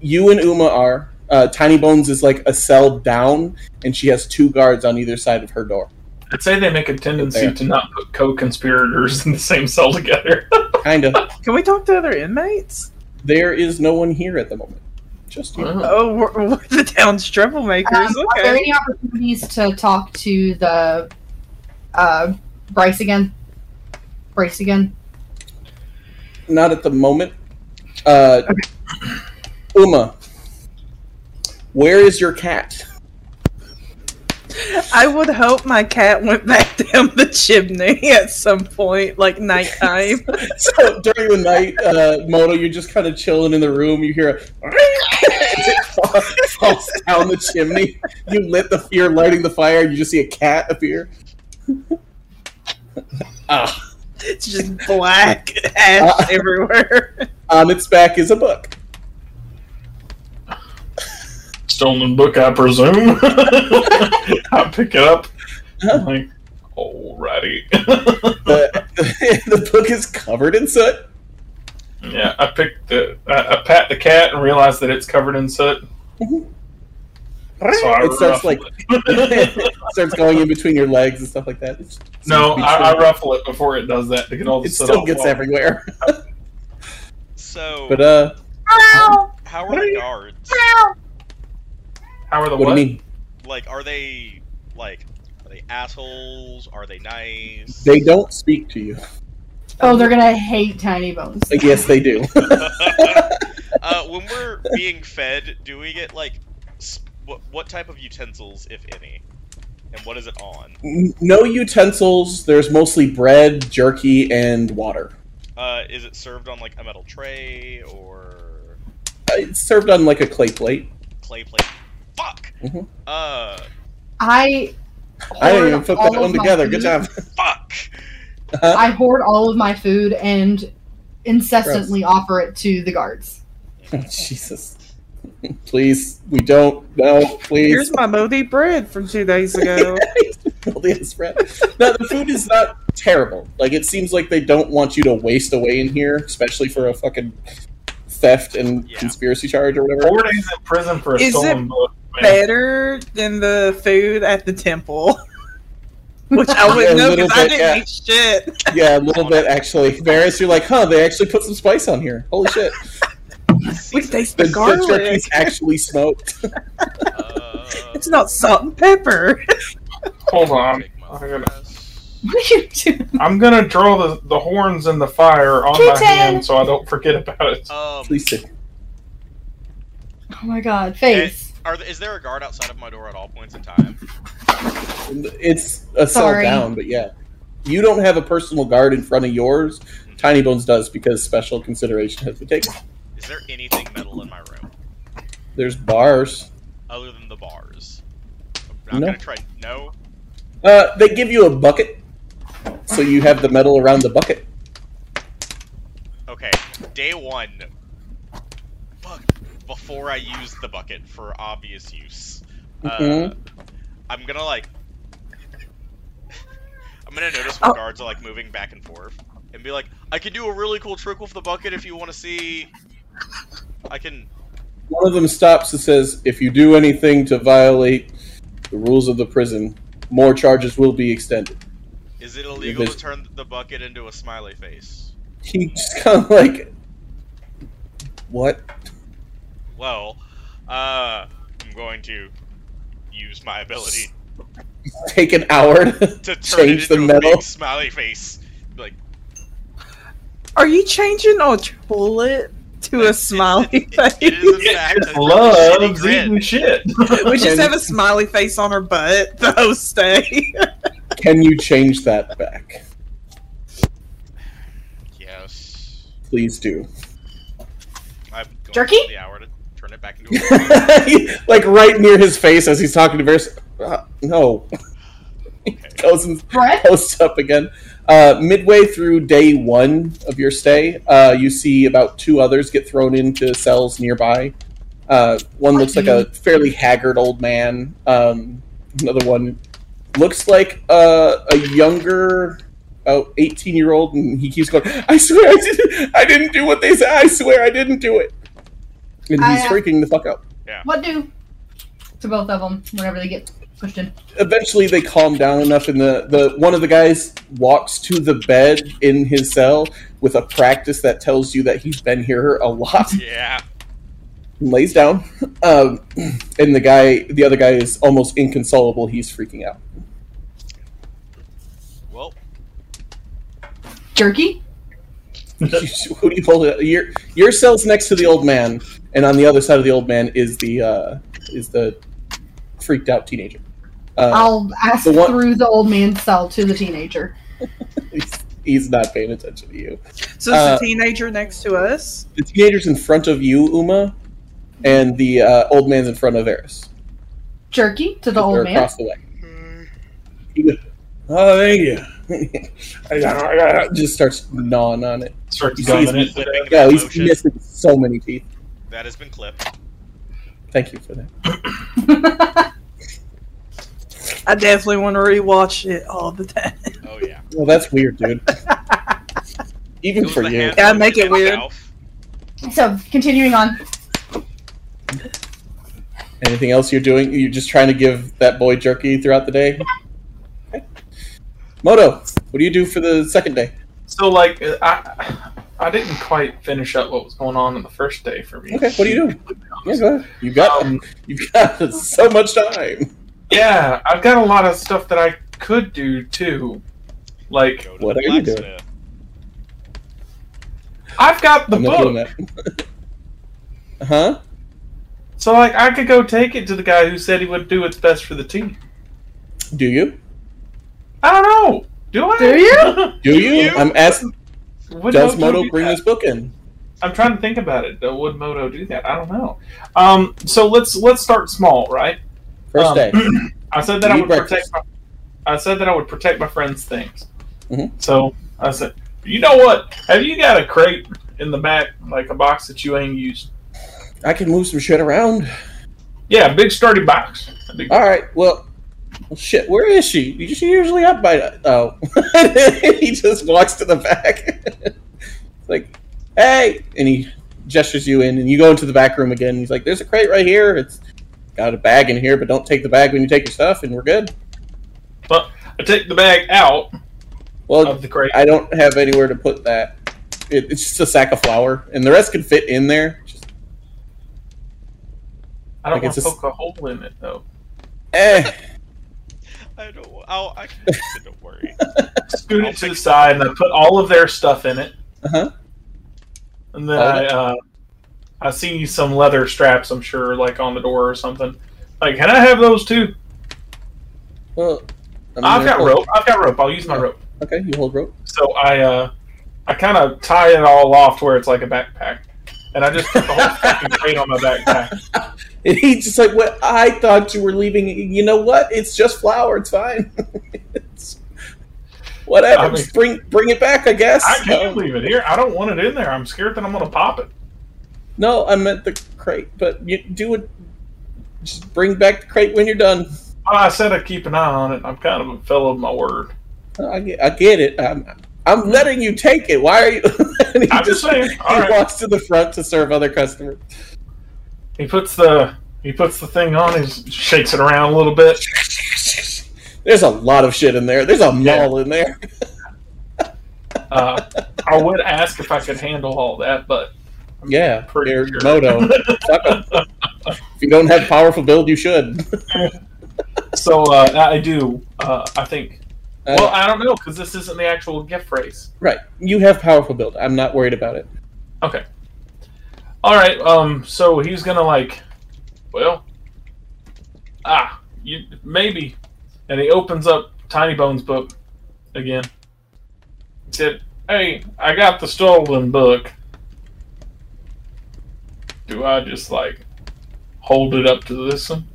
You and Uma are. Uh, Tiny Bones is like a cell down, and she has two guards on either side of her door. I'd say they make a tendency There. to not put co-conspirators in the same cell together. Kind of. Can we talk to other inmates? there is no one here at the moment. Just you. Oh, we're, we're the town's troublemakers. Um, Are there okay. any opportunities to talk to the uh, Bryce again? Bryce again. Not at the moment. Uh, Uma, where is your cat? I would hope my cat went back down the chimney at some point, like nighttime. So during the night, uh, Moto, you're just kind of chilling in the room. You hear a it falls, falls down the chimney. You lit the you're lighting the fire. You just see a cat appear. ah, it's just black ash everywhere. on Um, its back is a book. Stolen book, I presume. I pick it up. I'm like, alrighty. The, the book is covered in soot. yeah, I pick the. I, I pat the cat and realize that it's covered in soot. So I it starts ruffle like it. starts going in between your legs and stuff like that. It's, no, it's- I, I ruffle it before it does that to get all the it soot still off gets the wall. everywhere. So, But uh, how are the guards? How are the what, do you mean? Like, are they like are they assholes? Are they nice? They don't speak to you. Oh, they're gonna hate Tiny Bones. Like, yes, they do. uh, when we're being fed, do we get like s- what what type of utensils, if any, and what is it on? N- no utensils. There's mostly bread, jerky, and water. Uh, is it served on like a metal tray or Uh, It's served on like a clay plate. clay plate? Fuck. Mhm. Uh, I. I didn't hoard even put all that of one my together. Good food- job. fuck. I hoard all of my food and incessantly offer it to the guards. Jesus. Please, we don't. No, please. Here's my moldy bread from two days ago. Building is spread. No, the food is not terrible. Like it seems like they don't want you to waste away in here, especially for a fucking theft and Yeah. conspiracy charge or whatever. Four days in prison for a Is stolen it book. man. Better than the food at the temple. Which I Yeah, a wouldn't know little because I bit, didn't yeah. eat shit. Yeah, a little bit actually. Varys, you're like, huh? They actually put some spice on here. Holy shit! We taste The, the the garlic. turkey's actually smoked. Uh, It's not salt and pepper. Hold on. take my Um, I gotta- press. What are you doing? I'm gonna draw the, the horns in the fire on my Kitten! hand so I don't forget about it. Um, Please do. Oh my god, face. are th- is there a guard outside of my door at all points in time? It's a cell Sorry. down, but yeah, you don't have a personal guard in front of yours. Tiny Bones does because special consideration has been taken. Is there anything metal in my room There's bars. other than the bars? I'm No. gonna try. No. Uh, they give you a bucket, so you have the metal around the bucket. Okay. Day one. Fuck. Before I use the bucket for obvious use, uh, Mhm. I'm gonna like. I'm gonna notice when Oh. guards are like moving back and forth, and be like, "I can do a really cool trick with the bucket if you want to see." I can. One of them stops and says, "If you do anything to violate the rules of the prison, more charges will be extended." Is it illegal to there's- turn the bucket into a smiley face? He just kind of like, "What?" Well, uh, I'm going to use my ability Take an hour. to turn Change it into the a metal. big smiley face. Like Are you changing a bullet to a smiley face? it is in fact a really shitty Loves grin. eating shit. We just have a smiley face on her butt the whole stay. Can you change that back? Yes. Please do. I'm going Jerky? to the hour to turn it back into a like right near his face as he's talking to Varys. Uh, no. Okay. Goes and Brett? post up again. Uh, midway through day one of your stay, uh, you see about two others get thrown into cells nearby. Uh, one looks like a fairly haggard old man. Um, another one looks like uh, a younger, about 18 year old and he keeps going, I swear I didn't, I didn't do what they said. I swear I didn't do it. And I, he's uh, freaking the fuck out. What do to both of them whenever they get pushed in? Eventually they calm down enough and the, the one of the guys walks to the bed in his cell with a practice that tells you that he's been here a lot. Yeah. lays down, um, and the guy, the other guy, is almost inconsolable. He's freaking out. Well, Jerky? Who do you pull? it- Your your cell's next to the old man, and on the other side of the old man is the uh, is the freaked out teenager. Uh, I'll ask the one- through the old man's cell to the teenager. he's, he's not paying attention to you. So it's Uh, a teenager next to us. The teenager's in front of you, Uma, and the uh, old man's in front of Eris. Jerky to the They're old man. across the way. He goes, Oh, thank you. I got- I got- just starts gnawing on it. Starts He's- gumming he's- it. clipping the Yeah, he's motion. missing so many teeth. that has been clipped. Thank you for that. I definitely want to rewatch it all the time. Oh yeah. Well, that's weird, dude. It Even was for the you. hand Gotta make motion it weird. itself. so continuing on. Anything else you're doing? You're just trying to give that boy jerky throughout the day? Okay. Moto, what do you do for the second day? So like I, I didn't quite finish up what was going on in the first day for me. Okay, what do you do? Yeah, go ahead. You got Um, you've got so much time. yeah, I've got a lot of stuff that I could do too. Like Go to What the are you doing? blacksmith. I've got the I'm not book. doing that. huh? So like I could go take it to the guy who said he would do what's best for the team. Do you? I don't know. Do I? Do you? Do you? you? I'm asking. would Does Mojo Moto do bring that? this book in? I'm trying to think about it. though. Would Moto do that? I don't know. Um, so let's let's start small, right? First Um, day. I said that You I eat would breakfast. protect. My, I said that I would protect my friend's things. Mhm. So I said, you know what? Have you got a crate in the back, like a box that you ain't used? I can move some shit around. Yeah, a big sturdy box. A big- All right. Well, well, shit. Where is she? You- She's usually up by. Oh, he just walks to the back. It's like, hey, and he gestures you in, and you go into the back room again. He's like, "There's a crate right here. It's got a bag in here, but don't take the bag when you take your stuff, and we're good." I take the bag out Well, of the crate. I don't have anywhere to put that. It, it's just a sack of flour, and the rest can fit in there. Just, I don't like, want it's to a s- poke a hole in it though. eh. I don't. I'll, I can fix it. Don't worry. All Scoot it to the side, and I put all of their stuff in it. Uh-huh. And then All I, uh, I see some leather straps. I'm sure, like on the door or something. Like, can I have those too? Well, I mean, I've they're got full. rope. I've got rope. I'll use my Yeah. rope. Okay, you hold rope. So I, uh, I kind of tie it all off to where it's like a backpack, and I just put the whole fucking crate on my backpack. And he's just like, "What? I thought you were leaving. You know what? It's just flour. It's fine. it's, whatever. I mean- Just bring bring it back. I guess. I can't Um, leave it here. I don't want it in there. I'm scared that I'm gonna pop it. no, I meant the crate. But you do it. Just bring back the crate when you're done. I said I'd keep an eye on it. I'm kind of a fellow of my word. I get, I get it. I'm, I'm letting you take it. Why are you? and he I'm just saying. he All right. walks to the front to serve other customers. He puts the he puts the thing on. He shakes it around a little bit. There's a lot of shit in there. There's a mall in there. Uh, I would ask if I could handle all that, but Yeah, Pretty your sure. moto. Fuck 'em. if you don't have powerful build, you should. so uh, I do. Uh, I think. Uh, well, I don't know because this isn't the actual gift race. Right. You have powerful build. I'm not worried about it. All right. Um. So he's gonna like. Well. Ah. You maybe. And he opens up Tiny Bone's book again. He said, "Hey, I got the stolen book. Do I just like hold it up to this one?"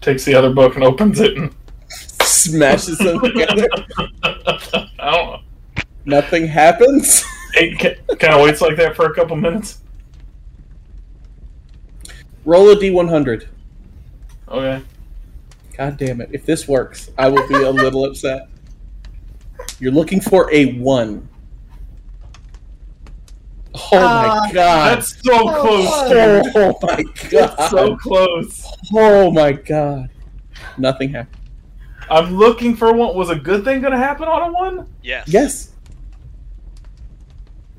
Takes the other book and opens it. And Smashes them together. I don't know. Nothing happens. It kind of waits like that for a couple minutes. Roll a d100. Okay. God damn it. If this works, I will be a little upset. You're looking for a one. Oh my Uh, god. Ah, That's so Oh, close, fuck. dude. Oh my god. That's so close. oh my god. Nothing happened. I'm looking for one. Was a good thing going to happen on a one? Yes. Yes.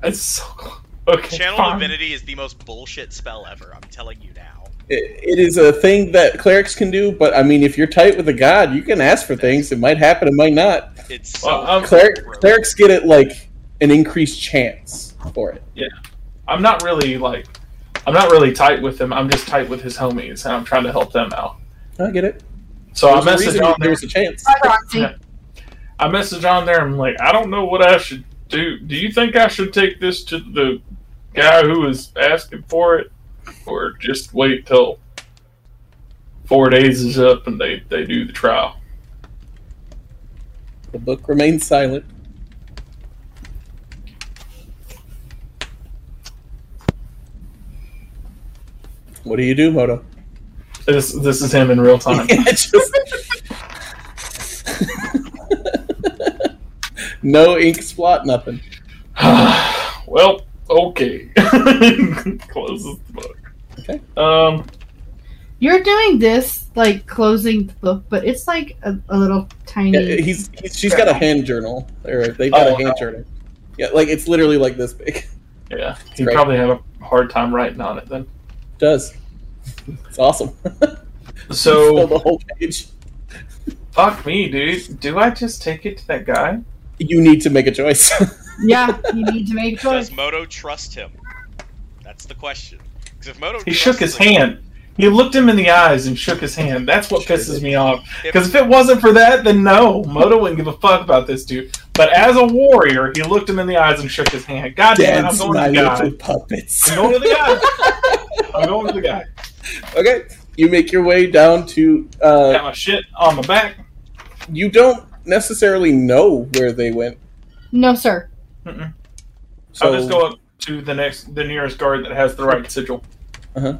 It's so close. Okay. Channel fine. Divinity is the most bullshit spell ever. I'm telling you now. It, it is a thing that clerics can do, but I mean, if you're tight with a god, you can ask for things. It might happen, it might not. It's so Well, um, Cleric, gross. clerics get it like an increased chance for it. I'm not really like, I'm not really tight with him. I'm just tight with his homies, and I'm trying to help them out. I get it. So I There's a message reason on there. There's a chance. Hi, Roxy. Yeah. I message on there. I'm like, I don't know what I should do. Do you think I should take this to the guy who is asking for it, or just wait till four days is up and they they do the trial? The book remains silent. What do you do, Moto? This this is him in real time. Yeah, just- no ink splot, nothing. well, okay. Closes the book. Okay. Um. You're doing this like closing the book, but it's like a, a little tiny. Yeah, he's, he's she's got a hand journal, or they've got Oh, a hand no. journal. Yeah, like it's literally like this big. Yeah. He great. probably had a hard time writing on it then. does. It's awesome. Fill So the whole page. fuck me, dude. Do I just take it to that guy? You need to make a choice. yeah, you need to make a choice. Does Moto trust him? That's the question. 'Cause if Moto He trusts shook his him- hand. He looked him in the eyes and shook his hand. That's what Sure pisses did. me off. If- Because if it wasn't for that, then no, Moto wouldn't give a fuck about this dude. But as a warrior, he looked him in the eyes and shook his hand. God damn it, I'm Dance, going my to the guy. little puppets. I'm going to the guy. I'm going to the guy. Okay, you make your way down to. Uh, Got my shit on my back. You don't necessarily know where they went. No, sir. Mm-mm. So I'll just go up to the next, the nearest guard that has the right sigil. Uh-huh.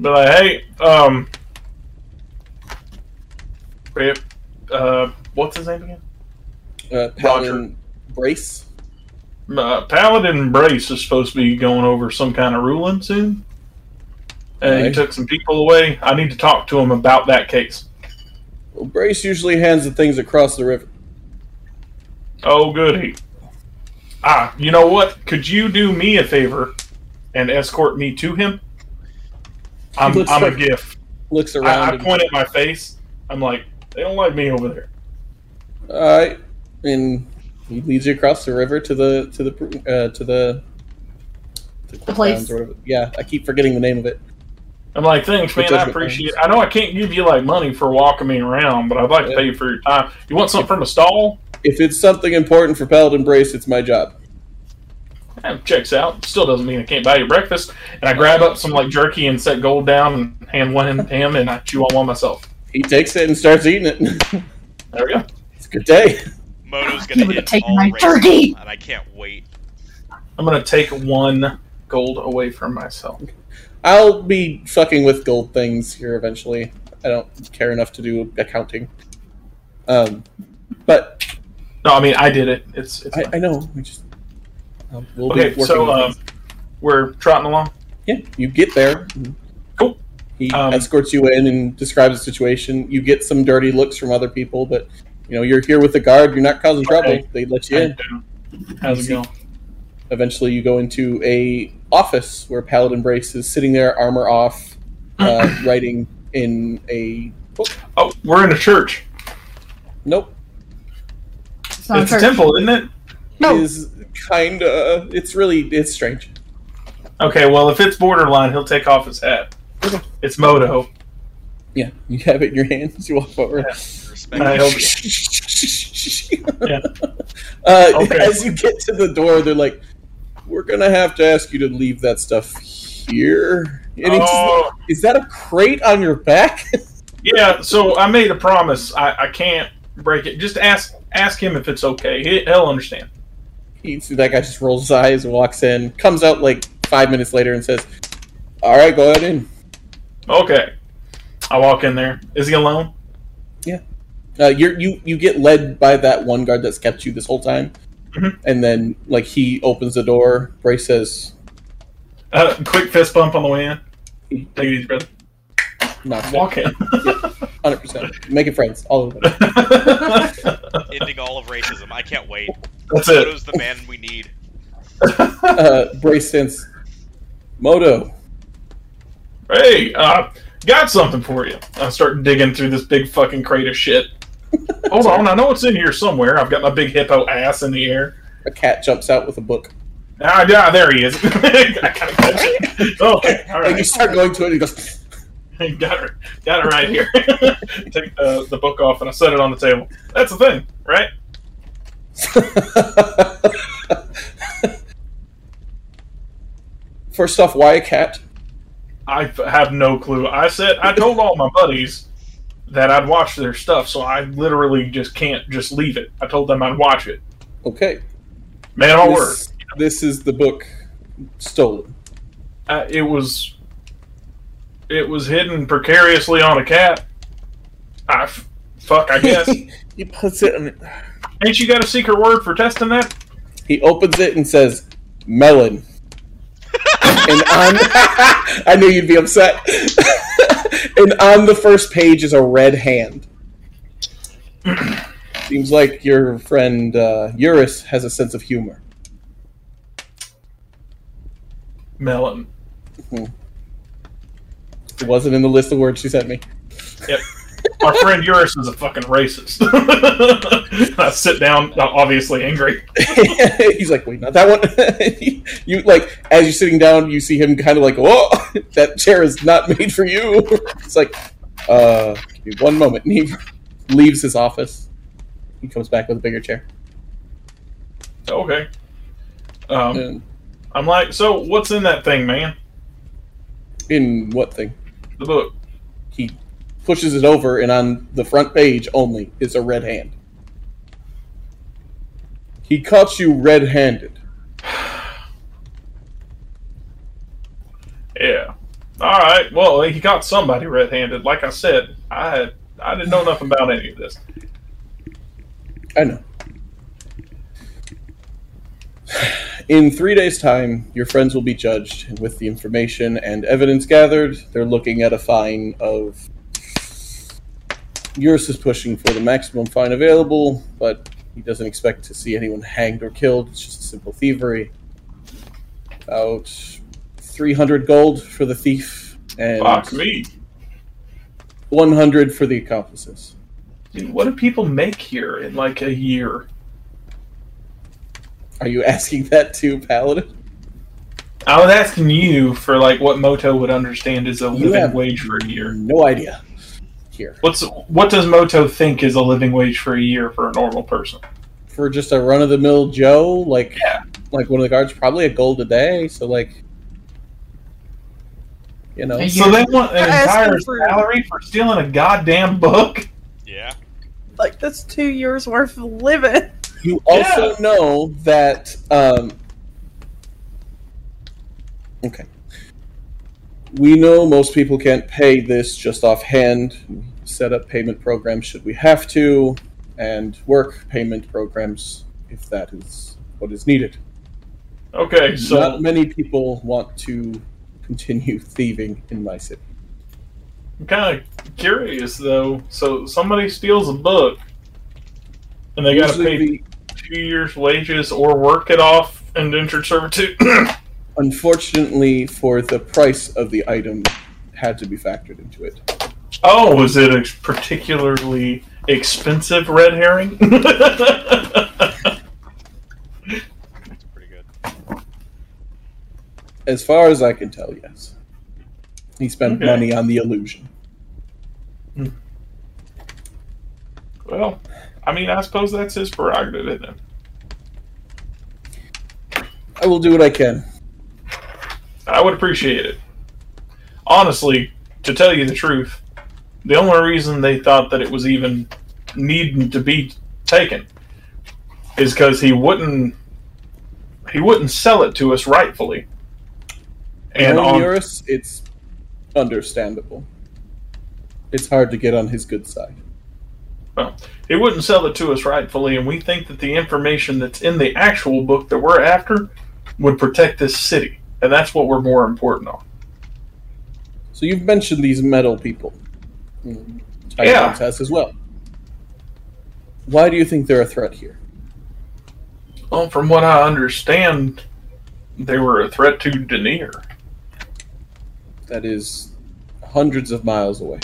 Be like, hey, um, Rip, uh, what's his name again? uh, Paladin brace. Uh, Paladin Brace is supposed to be going over some kind of ruling soon. And he Right. took some people away. I need to talk to him about that case. Well, brace usually hands the things across the river. Oh, goody. Ah, you know what? Could you do me a favor and escort me to him? I'm, Looks I'm like- a gift. Looks around. I, I and- point at my face. I'm like, they don't like me over there. All right, and he leads you across the river to the to the pr- uh, to the. to Cliff place. Downs or whatever. Yeah, I keep forgetting the name of it. I'm like, thanks, Good man. I judgment, appreciate. it. I know I can't give you like money for walking me around, but I'd like to Yeah. pay you for your time. You want something from a stall? If it's something important for Paladin Brace, it's my job. Eh, checks out. Still doesn't mean I can't buy you breakfast. And I grab up some like jerky and set gold down and hand one to him, and I chew on one myself. He takes it and starts eating it. There we go. it's a good day. Moto's You gonna would've hit taken all my races, turkey! and I can't wait. I'm gonna take one gold away from myself. I'll be fucking with gold things here eventually. I don't care enough to do accounting. Um, but No, I mean I did it. It's it's I, fine. I know we just um, we'll be okay. working So with um, it. we're trotting along. yeah, you get there. Cool. He Um, escorts you in and describes the situation. You get some dirty looks from other people, but you know you're here with the guard. You're not causing trouble. Okay. They let you in. How's it going? Eventually, you go into a office where Paladin Brace is sitting there, armor off, uh, writing in a Oh, we're in a church. nope. It's not it's a a church. temple, isn't it? No. is kind of it's really it's strange Okay, well, if it's borderline, he'll take off his hat. Okay. It's Moto. yeah you have it in your hands you walk over Respect. I hope- Yeah. uh, Okay. as you get to the door they're like we're gonna have to ask you to leave that stuff here and he's just like, Oh, is that a crate on your back yeah. So I made a promise. I, I can't break it. Just ask ask him if it's okay. He, he'll understand. he, so that guy just rolls his eyes walks in comes out like five minutes later and says all right go ahead in Okay. I walk in there. Is he alone? Yeah. Uh, you're, you you get led by that one guard that's kept you this whole time, Mhm. and then like he opens the door. Bray says, Uh, quick fist bump on the way in. Take it easy, brother. "Not Walk in. hundred percent, making friends, all of them." Ending all of racism. I can't wait. That's it. Moto's the man we need. Uh, Bray says, "Moto, Hey, uh, got something for you. I start digging through this big fucking crate of shit. Hold on, I know it's in here somewhere. I've got my big hippo ass in the air. a cat jumps out with a book, Ah, yeah, there he is. I gotta catch it. Okay, all and you right. start going to it. and He goes, got it, got it right here. Take the, the book off and I set it on the table. That's the thing, right? first off, why a cat? I f- have no clue. I said I told all my buddies that I'd watch their stuff, so I literally just can't just leave it. I told them I'd watch it. Okay, Man, all work. this, this is the book stolen. Uh, it was it was hidden precariously on a cat. I f- fuck, I guess. he puts it in. Ain't you got a secret word for testing that? He opens it and says, "Melon." and on, I knew you'd be upset. and on the first page is a red hand. Seems like your friend uh, Eurus has a sense of humor. Melon. It wasn't in the list of words she sent me. My friend Eurus is a fucking racist. I sit down, obviously angry. He's like, wait, not that one. you like as you're sitting down, you see him kind of like, oh, that chair is not made for you. it's like, uh, give me one moment. And he leaves his office. He comes back with a bigger chair. Okay. Um, Um, I'm like, so what's in that thing, man? in what thing? The book. He pushes it over, and on the front page only is a red hand. He caught you red-handed. Yeah. All right. Well, he got somebody red-handed. Like I said, I I didn't know nothing about any of this. I know. In three days' time, your friends will be judged. and With the information and evidence gathered, they're looking at a fine of. Yours is pushing for the maximum fine available, but he doesn't expect to see anyone hanged or killed. It's just simple thievery. About 300 gold for the thief and Fuck me. 100 for the accomplices. Dude, what do people make here in like a year? Are you asking that to Paladin? I was asking you for like what Moto would understand is a living have- wage for a year. No idea. Here. What's what does Moto think is a living wage for a year for a normal person? for just a run of the mill Joe, like Yeah. like one of the guards, probably a gold a day. So like, you know, So they want an They're asking entire for- salary for stealing a goddamn book? Yeah. Like that's two years worth of living. you also Yeah. know that. Um, okay, we know most people can't pay this just offhand. Set up payment programs should we have to, and work payment programs if that is what is needed. Okay, so Not many people want to continue thieving in my city. I'm kind of curious though. So somebody steals a book, and they got to Usually pay the- two years' wages or work it off and indentured servitude. unfortunately for the price of the item had to be factored into it oh, was it a particularly expensive red herring? That's pretty good. as far as i can tell yes he spent Okay. money on the illusion well, I mean, I suppose that's his prerogative, isn't it? i will do what i can I would appreciate it. Honestly, to tell you the truth, the only reason they thought that it was even needing to be taken is because he wouldn't he wouldn't sell it to us rightfully. And Knowing on, Eurus, it's understandable it's hard to get on his good side He wouldn't sell it to us rightfully, and we think that the information that's in the actual book that we're after would protect this city, and that's what we're more important on. So you've mentioned these metal people. Mm, Titan Yeah. Hans has as well. Why do you think they're a threat here? Well, from what I understand, they were a threat to Denier. That is hundreds of miles away.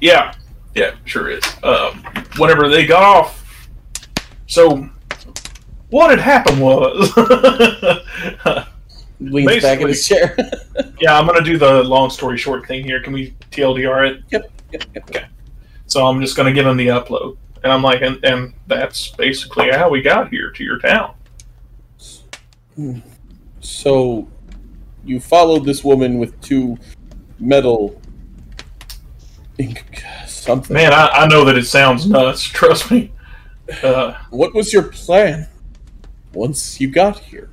Yeah, yeah, sure is. Um, whenever they got off, so what had happened was, Leans back in his chair. yeah, I'm gonna do the long story short thing here. Can we TLDR it? Yep, yep. So I'm just going to give him the upload. And I'm like, and, and that's basically how we got here to your town. so you followed this woman with two metal something. Man, I, I know that it sounds nuts. Trust me. Uh, What was your plan once you got here?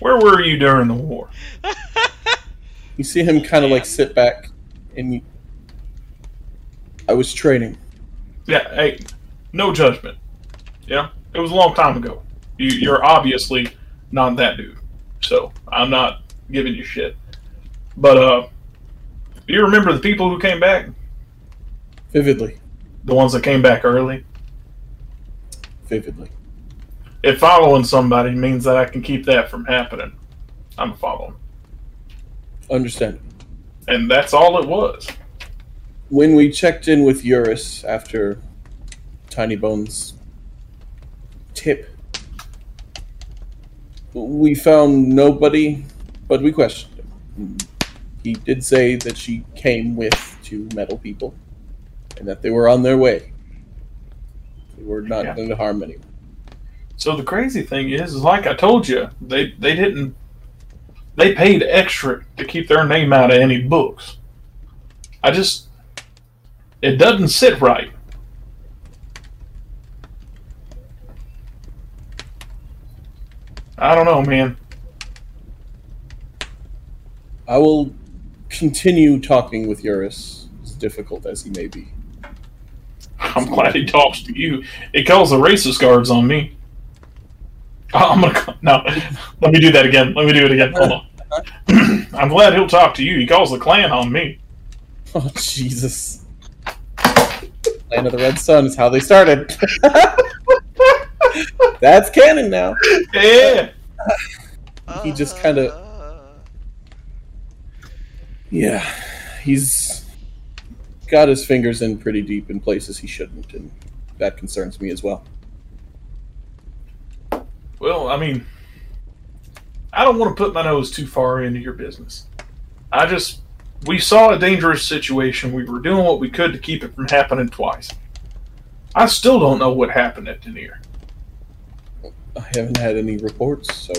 where were you during the war? You see him kind of like sit back and you, I was training. Yeah, hey, no judgment. Yeah, it was a long time ago. You, you're obviously not that dude. So I'm not giving you shit. But uh, do you remember the people who came back? Vividly. The ones that came back early? Vividly. If following somebody means that I can keep that from happening, I'm a follow 'em. Understand. And that's all it was. When we checked in with Eurus after Tiny Bones tip, we found nobody, but we questioned him. He did say that she came with two metal people and that they were on their way. They were not Yeah. going to harm anyone. So the crazy thing is, is like I told you, they they didn't they paid extra to keep their name out of any books. I just it doesn't sit right. I don't know, man. I will continue talking with Eurus, as difficult as he may be. I'm glad he talks to you. It calls the racist guards on me. Oh, I'm gonna call- no. Let me do that again. Let me do it again. Hold on. I'm glad he'll talk to you. He calls the clan on me. Oh Jesus! Land of the Red Sun is how they started. That's canon now. Yeah. He just Yeah, he's got his fingers in pretty deep in places he shouldn't, and that concerns me as well. Well, I mean, I don't want to put my nose too far into your business. I just, we saw a dangerous situation. We were doing what we could to keep it from happening twice. I still don't know what happened at Denier. I haven't had any reports, so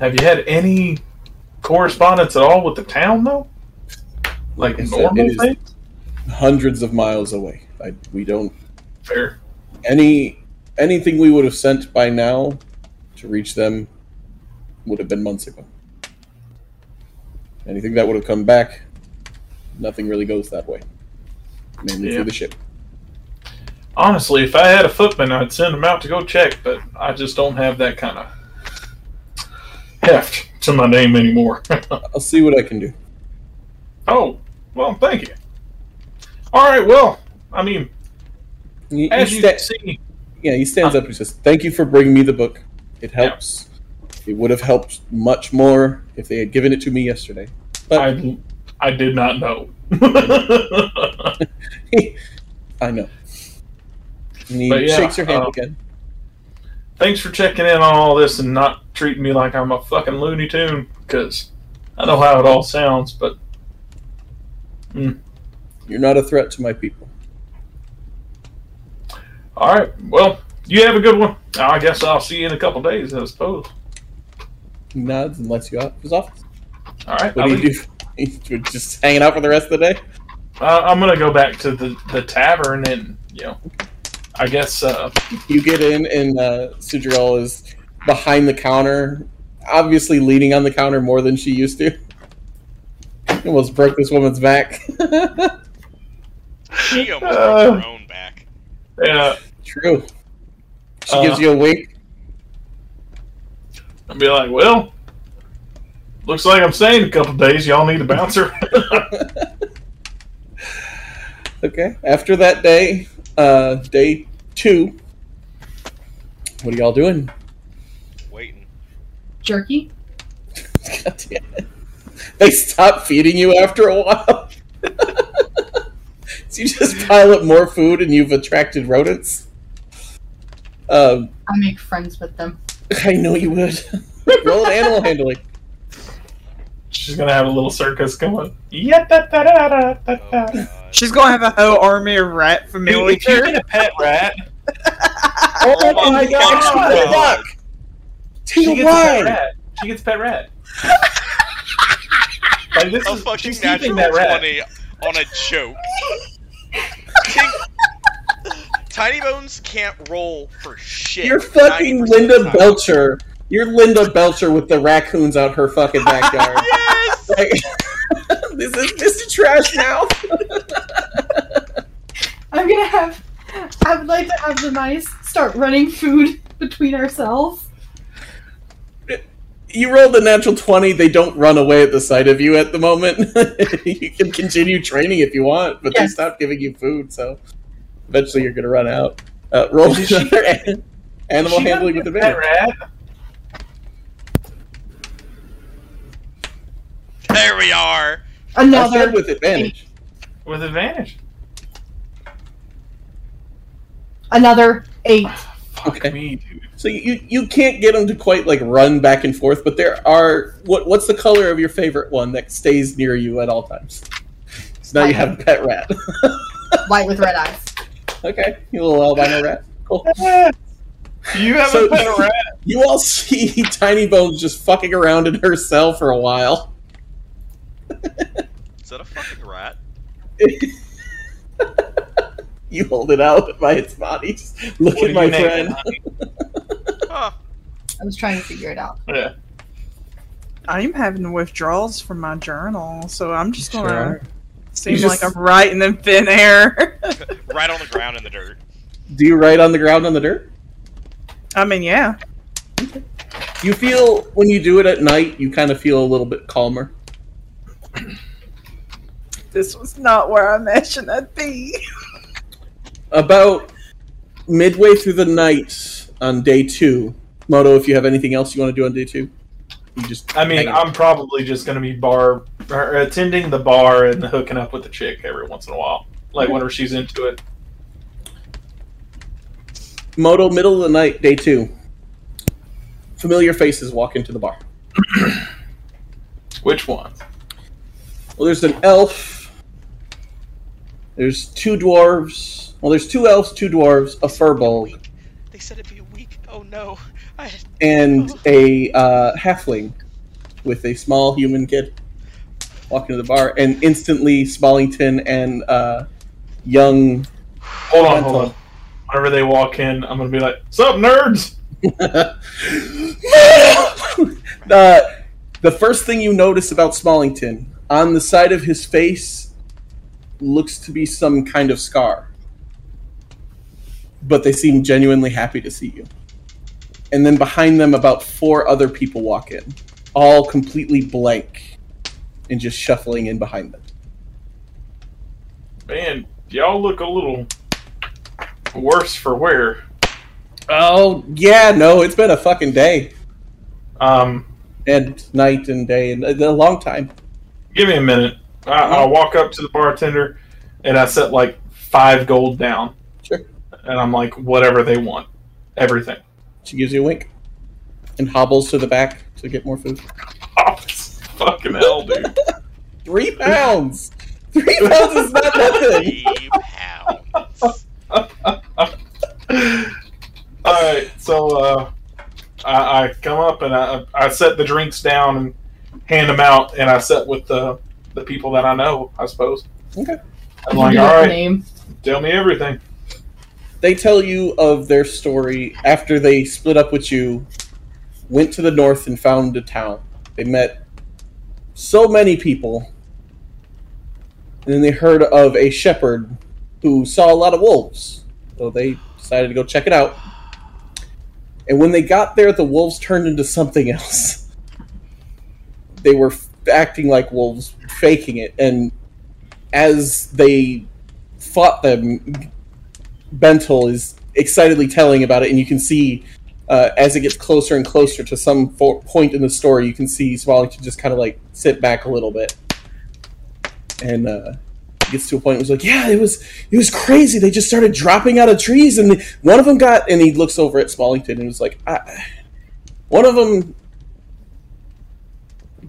Have you had any correspondence at all with the town, though? Like I said, normal it is- things? hundreds of miles away. I, we don't Fair. any anything we would have sent by now to reach them would have been months ago. Anything that would have come back, nothing really goes that way. Mainly Yeah. through the ship. Honestly, if I had a footman, I'd send him out to go check, but I just don't have that kind of heft to my name anymore. I'll see what I can do. Oh, well, thank you. All right, well, I mean, He, he as you sta- can see, yeah, he stands up and says, "Thank you for bringing me the book. It Yeah. helps. It would have helped much more if they had given it to me yesterday." But I, I did not know. I, know. And he But yeah, shakes your hand uh, again. Thanks for checking in on all this and not treating me like I'm a fucking Looney Tune, because I know how it all sounds, but You're not a threat to my people. all right, well, you have a good one. I guess I'll see you in a couple days, I suppose. He nods and lets you out of his office. All right, What I'll do leave. you do? You're just hanging out for the rest of the day? Uh, I'm gonna go back to the the tavern and you know, I guess uh, You get in, and uh, Sidrel is behind the counter, obviously leaning on the counter more than she used to. almost broke this woman's back. She almost Uh, broke her own back. Yeah, True. She Uh. gives you a wink. I'd be like, well, looks like I'm staying a couple days. Y'all need a bouncer. Okay. After that day, uh, day two. What are y'all doing? Waiting. Jerky. God damn it. They stop feeding you after a while. so you just pile up more food and you've attracted rodents. Um, I make friends with them. I know you would. Roll an animal handling. She's gonna have a little circus going. Yeah, da, da, da, da, da, Oh, da. God. She's gonna have a whole army of rat familiar. If you get a pet rat, Oh my God. Take she a gets a pet wine. rat. She gets a pet rat. like this A is fucking she's keeping natural that rat. 20 on a joke. Tink- Tiny Bones can't roll for shit. You're fucking 90% of Linda the time. Belcher. You're Linda Belcher with the raccoons out her fucking backyard. Yes! like, this is Mr. Trash now. I'm gonna have. I would like to have the mice start running food between ourselves. You rolled a natural 20. They don't run away at the sight of you at the moment. you can continue training if you want, but they Yes. stop giving you food, so eventually you're going to run out. Uh, roll Did she- another an- animal She got handling a with Pet advantage. rat. There we are! I said Another. with advantage. With advantage. Another eight. Fuck Okay. me, dude. So you, you can't get them to quite like run back and forth, but there are what what's the color of your favorite one that stays near you at all times? So now you have a pet rat. White with red eyes. okay, you little albino rat. Cool. You have So- a pet rat. You all see Tiny Bones just fucking around in her cell for a while. Is that a fucking rat? You hold it out by its body. Just look What at do my you name it, friend. honey? Huh. I was trying to figure it out. Yeah. I'm having withdrawals from my journal, so I'm just gonna Sure. seem You just- like I'm writing in thin air. Right on the ground in the dirt. Do you write on the ground on the dirt? I mean, yeah. You feel when you do it at night, you kind of feel a little bit calmer. This was not where I imagined I'd be. About midway through the night on day two, Moto, if you have anything else you want to do on day two, you just. I mean, hang out. I'm probably just gonna be bar or attending the bar and hooking up with the chick every once in a while, like whenever she's into it. Moto, middle of the night, day two. Familiar faces walk into the bar. Which one? Well, there's an elf. There's two dwarves. Well, there's two elves, two dwarves, a furbolg, They said it'd be a week. Oh no. I and a uh, halfling with a small human kid walking to the bar. And instantly, Smallington and uh, young. Hold on, hold on. Whenever they walk in, I'm gonna be like, "Sup, nerds?" uh, the first thing you notice about Smallington on the side of his face looks to be some kind of scar, but they seem genuinely happy to see you. And then behind them, about four other people walk in, all completely blank and just shuffling in behind them. Man, y'all look a little worse for wear. Oh, yeah, no, it's been a fucking day Um, and night and day and a a long time. give me a minute. I, I walk up to the bartender, and I set like five gold down. Sure. And I'm like, whatever they want, everything. She gives you a wink and hobbles to the back to get more food. Oh, it's fucking hell, dude. Three pounds. Three pounds is not nothing. three pounds. All right, so uh, I, I come up and I, I set the drinks down and hand them out, and I set with the the people that I know, I suppose. Okay. I'm like, Give it all a right, Name. tell me everything. They tell you of their story after they split up with you, went to the north and found a town. They met so many people And then they heard of a shepherd who saw a lot of wolves. So they decided to go check it out. And when they got there, the wolves turned into something else. They were f- acting like wolves, faking it. And as they fought them, Bentel is excitedly telling about it. And you can see uh, as it gets closer and closer to some fo- point in the story, you can see Smallington just kind of like sit back a little bit. And uh, gets to a point where he's like, "Yeah, it was it was crazy. They just started dropping out of trees, and one of them got." And he looks over at Smallington and was like, I, "One of them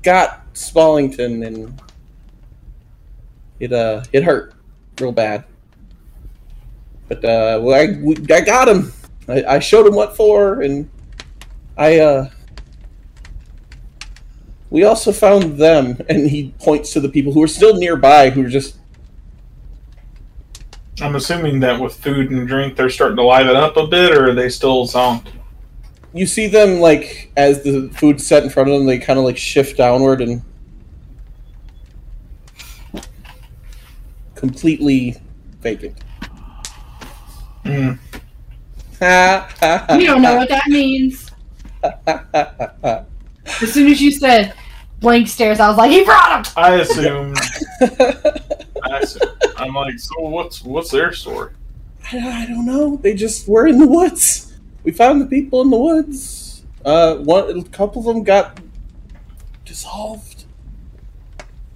got Smallington, and it uh it hurt real bad. But uh, well, I we, I got him. I, I showed him what for, and I uh." We also found them, and he points to the people who are still nearby, who are just I'm assuming that with food and drink, they're starting to liven up a bit, or are they still zonked? you see them like as the food's set in front of them, they kind of like shift downward and completely vacant. Mm. You don't know what that means. As soon as you said blank stares, I was like, he brought him. I assume. I assume. I'm like, so what's what's their story? I, I don't know. They just were in the woods. We found the people in the woods. Uh, one, a couple of them got dissolved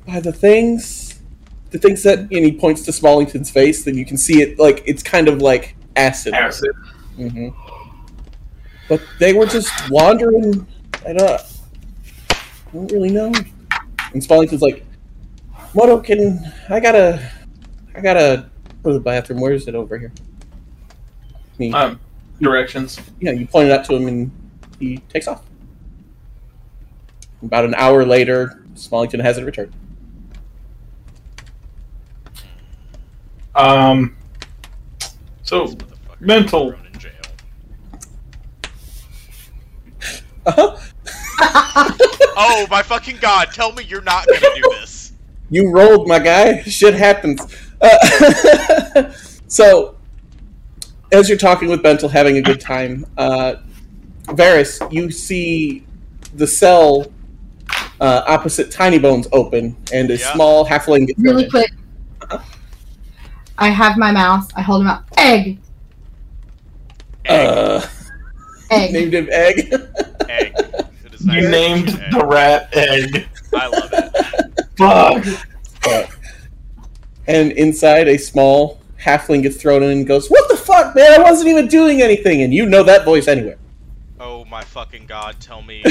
by the things. The things that, and he points to Smallington's face, then you can see it like it's kind of like acid. Acid. hmm But they were just wandering. I don't, I don't really know. And Smallington's like, Moto, can I gotta, I gotta go to the bathroom. Where is it over here? Me, Um, directions. yeah, you point it out to him, and he takes off. About an hour later, Smallington hasn't returned. Um, so This motherfucker should be mental. thrown in jail. Uh-huh. Oh my fucking god! Tell me you're not gonna do this. You rolled, my guy. Shit happens. Uh, so, as you're talking with Bentel, having a good time, uh, Varys, you see the cell uh, opposite Tiny Bones open, and a Yeah. small halfling gets Really thrown in. quick. I have my mouse. I hold him out. Egg. Egg, Uh, Egg. named him Egg. egg. It is You nice. named Egg. the rat egg. I love it. Fuck. and inside, a small halfling gets thrown in and goes, What the fuck, man? I wasn't even doing anything. And you know that voice anywhere. Oh my fucking god, tell me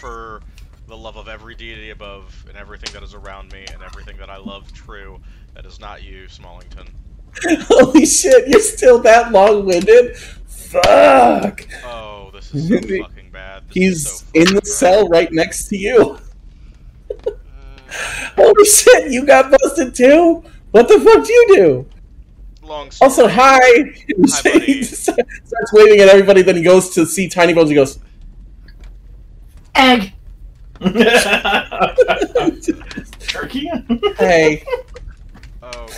for the love of every deity above and everything that is around me and everything that I love true, that is not you, Smallington. Holy shit, you're still that long winded? Fuck. Oh, this is so fucking bad. This is He's so in fucking the bad. cell right next to you. Mm, Holy shit, you got busted too? What the fuck do you do? long story. Also, hi! Hi, buddy. he just starts waving at everybody, then he goes to see Tiny Bones and goes, Egg. Turkey. hey. Oh god, oh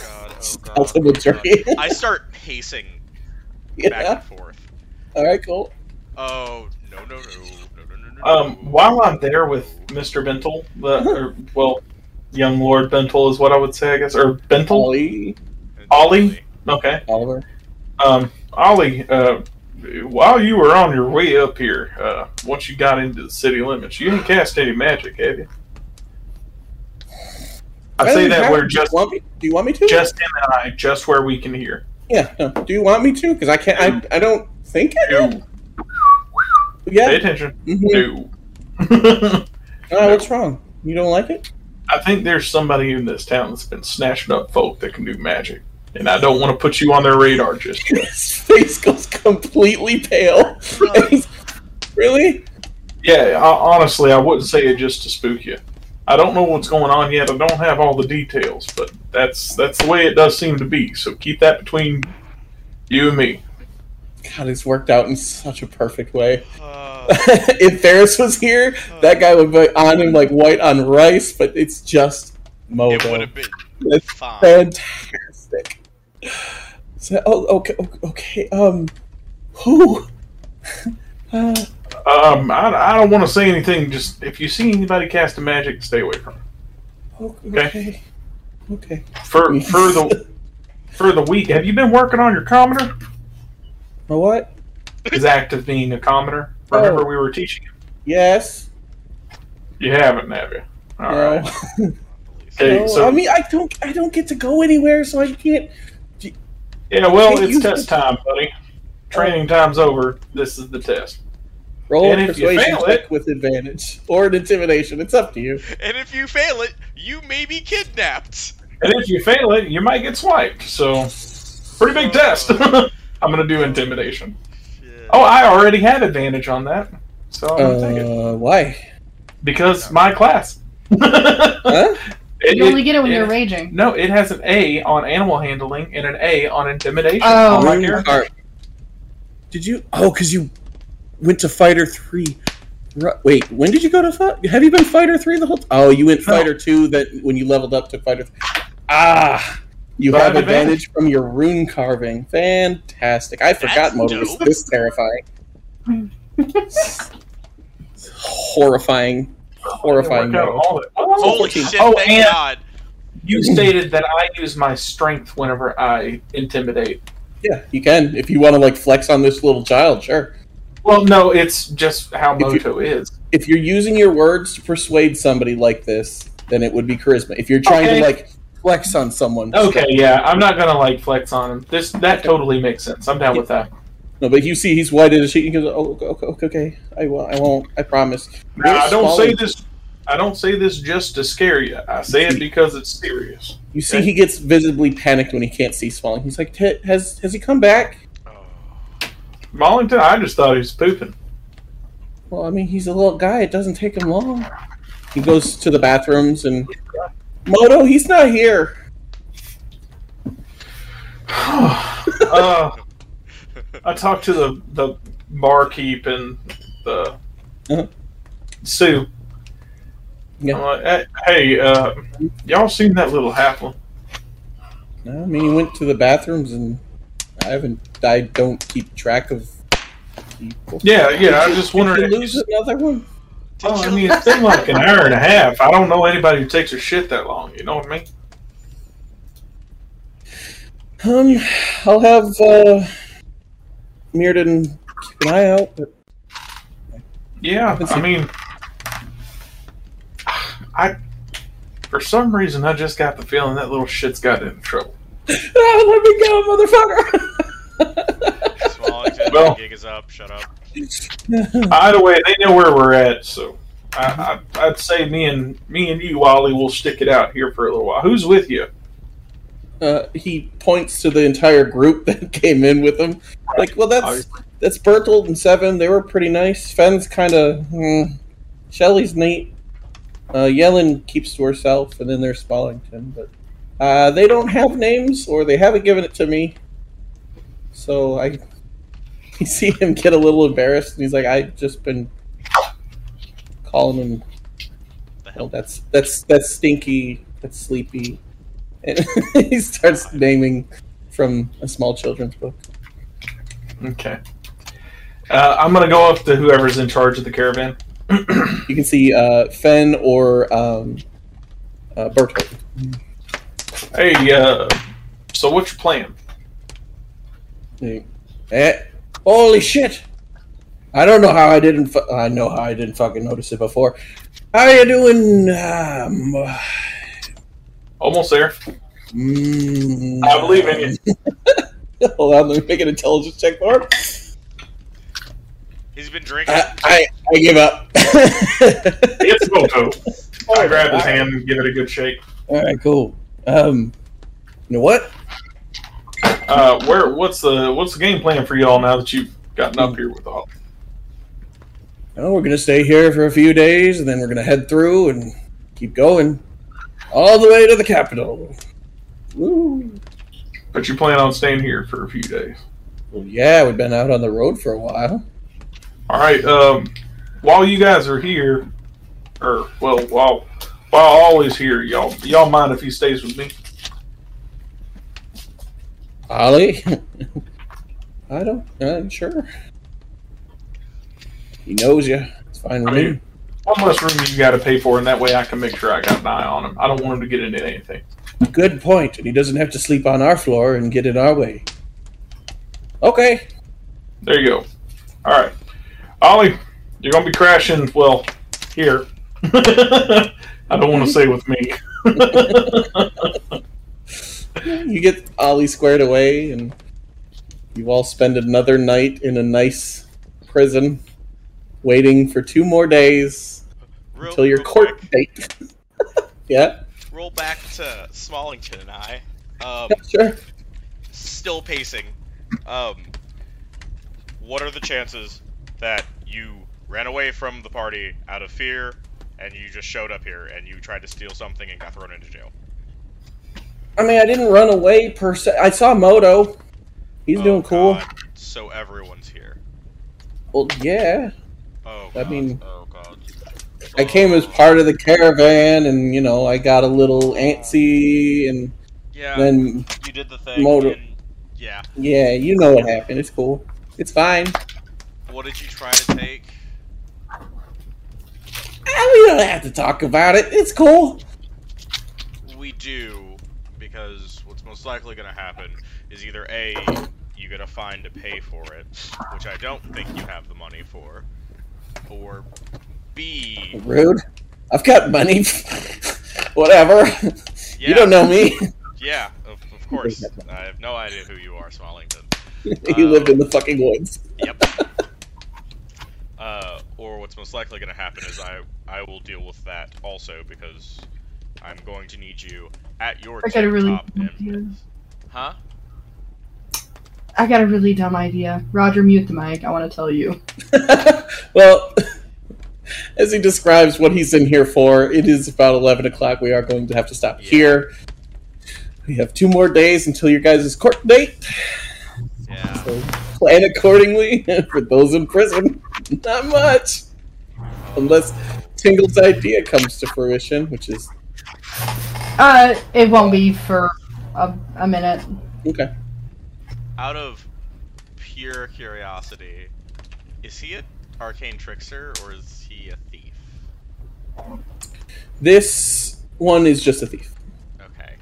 god. I'll tell the oh god. jury. I start pacing back Yeah. and forth. Alright, cool. Oh, no, no, no. No, no, no, no. Um, while I'm there with Mr. Bentel, the or, well, young Lord Bentel is what I would say, I guess, or Bentel. Ollie. Ollie? Okay. Oliver. Um, Ollie, uh, while you were on your way up here, uh, once you got into the city limits, you didn't cast any magic, have you? I say that we're where just Do you want me, do you want me to? just him and I, just where we can hear. yeah. no. Do you want me to? Because I can't. I, I don't think I do. Do pay Yeah. attention. mhm. Do. Alright, Ah, what's wrong? You don't like it? I think there's somebody in this town that's been snatching up folk that can do magic, and I don't want to put you on their radar just yet. His face goes completely pale. And he's, really? Yeah, I, honestly, I wouldn't say it just to spook you. I don't know what's going on yet. I don't have all the details, but that's that's the way it does seem to be. So keep that between you and me. God, it's worked out in such a perfect way. Uh, if Ferris was here, that guy would be on him like white on rice, but it's just it would Moto. have been Fine. Fantastic. So, oh, okay, okay, okay. Um, who? uh, Um, I, I don't want to say anything. Just if you see anybody cast a magic, stay away from it. o- Okay. okay. Okay. For for the for the week, have you been working on your commoner? My what? His act of being a commoner. Remember, we were teaching him. Yes. You haven't, have you? All no. right. Okay, No, so I mean, I don't, I don't get to go anywhere, so I can't. yeah, well, Hey, it's you- test time, buddy. Training time's over. This is the test. Roll And a if you persuasion fail check with advantage or an intimidation. It's up to you. And if you fail it, you may be kidnapped. And if you fail it, you might get swiped. So, pretty big test. I'm gonna do intimidation. Shit. Oh, I already had advantage on that, so I'm gonna take it Uh, why? because my class. It- Huh? You only get it when it- you're raging. No, it has an A on animal handling and an A on intimidation. Oh. on my You character. are- Did you? Oh, because you went to Fighter Three. Ru- Wait, when did you go to fight? Have you been Fighter Three the whole? T- oh, you went No. Fighter Two. That when you leveled up to Fighter. Th- ah, you But I have have advantage, from your rune carving. Fantastic! I forgot That's Motor was dope. this terrifying. horrifying, horrifying. It worked out Moto. all the- oh, Holy fourteen. shit, Oh, thank and- God. You stated that I use my strength whenever I intimidate. Yeah, you can if you want to like flex on this little child. Sure. Well, no, it's just how If you- Moto is. if you're using your words to persuade somebody like this, then it would be charisma. If you're trying Okay. to like flex on someone, Okay, yeah, I'm not gonna like flex on him. This that totally makes sense. I'm down with that. no, but you see he's white as a sheet. He goes, "Oh, okay, okay, okay, okay. I will, I won't. I promise." Now, I don't Swallowed. say this. I don't say this just to scare you. I say it because it's serious. You see, he gets visibly panicked when he can't see Smalling. He's like, "T- "Has has he come back?" Oh, Mollington, I just thought he was pooping. Well, I mean, he's a little guy. It doesn't take him long. He goes to the bathrooms and Moto, he's not here. uh, I talked to the the barkeep and the Uh-huh. Sue. Yeah. I'm like, "Eh, hey, uh, y'all seen that little halfling? No, I mean, he went to the bathrooms and I haven't. I don't keep track of people. Yeah, yeah. I was just Did wondering. you lose another one? Did Oh, I you- mean, it's been like an hour and a half. I don't know anybody who takes a shit that long. You know what I mean? Um, I'll have uh, Mirrodin keep an eye out. But Yeah, Let's I see. mean, I for some reason I just got the feeling that little shit's got in trouble. ah, let me go, Smallington, Well- gig is up. Shut up. motherfucker! Either way, they know where we're at, so I, I, I'd say me and me and you, Ollie, will stick it out here for a little while. Who's with you? uh, he points to the entire group that came in with him. Like, well, that's that's Bertold and Seven. They were pretty nice. Fenn's kind of. Hmm. Shelly's neat. Uh, Yellen keeps to herself, and then there's Spallington, but uh, they don't have names, or they haven't given it to me. So I, you see him get a little embarrassed, and he's like, "I've just been calling him. The Well, hell? that's that's that's stinky. That's sleepy." And he starts naming from a small children's book. Okay. Uh, I'm gonna go up to whoever's in charge of the caravan. You can see uh, Fenn or um, uh, Bertolt. Hey, uh, so what's your plan? Eh, holy shit! I don't know how I didn't. Fu- I know how I didn't fucking notice it before. How you doing? Um, Almost there. mm, I believe in Hold on, let me make an intelligence check for him. He's been drinking. I, I, I give up. It's Moto. I grab his hand and give it a good shake. All right, cool. Um, you know what? Uh, where? What's the what's the game plan for y'all now that you've gotten up here with all? Oh, we're gonna stay here for a few days, and then we're gonna head through and keep going all the way to the capital. Woo! But you plan on staying here for a few days. Well, yeah, we've been out on the road for a while. All right. Um, while you guys are here, or well, while while Ollie's here, y'all y'all mind if he stays with me? Ollie? I don't. Uh, sure. He knows you. It's fine with I me. mean, one less room you got to pay for, and that way I can make sure I got an eye on him. I don't want him to get into anything. Good point, and he doesn't have to sleep on our floor and get in our way. Okay. There you go. All right, Ollie, you're gonna be crashing. Well, here. I don't want to say with me. You get Ollie squared away, and you all spend another night in a nice prison, waiting for two more days Real, until your real court quick, date. yeah, roll back to Smallington and I. Um, sure. still pacing. Um, what are the chances that you ran away from the party out of fear and you just showed up here and you tried to steal something and got thrown into jail? I mean, I didn't run away per se. I saw Moto. He's Oh, doing cool. God. So everyone's here. Well, yeah. Oh, I God. mean- oh, God. I came as part of the caravan, and you know, I got a little antsy, and Yeah, then you did the thing. Motor- and- yeah. yeah, you know what happened. It's cool. It's fine. What did you try to take? Ah, we don't have to talk about it. It's cool. We do, because what's most likely going to happen is either A, you get a fine to pay for it, which I don't think you have the money for, or B, Rude. I've got money. Whatever. yeah, You don't know me. yeah, of, of course. I have no idea who you are, Smallington. you Uh, lived in the fucking woods. Yep. uh, or what's most likely going to happen is I I will deal with that also because I'm going to need you at your I got a really top good idea. end. Huh? I got a really dumb idea. Roger, mute the mic. I want to tell you. well, as he describes what he's in here for, it is about 11 o'clock. We are going to have to stop Yeah. here. We have two more days until your guys' court date. Yeah. So plan accordingly for those in prison. Not much. Unless Tingle's idea comes to fruition, which is Uh, it won't be for a, a minute. okay. Out of pure curiosity, is he an arcane trickster or is he a thief? This one is just a thief. Okay.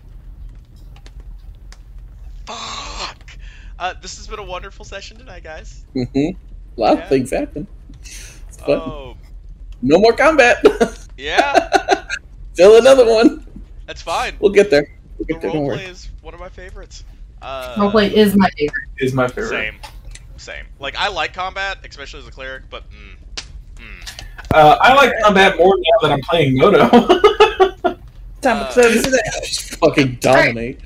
Fuck. Uh, this has been a wonderful session tonight, guys. hmm A lot Yeah. of things happen. It's fun. Oh, No more combat. yeah. Still another one. That's fine. We'll get there. We'll The get there. Don't worry. roleplay is one of my favorites. Uh, Roleplay is my favorite. Is my favorite. Same. Same. Like, I like combat, especially as a cleric, but mm, mm. Uh, I like combat more now that I'm playing Moto. Time Uh, to close it out. Just fucking dominate.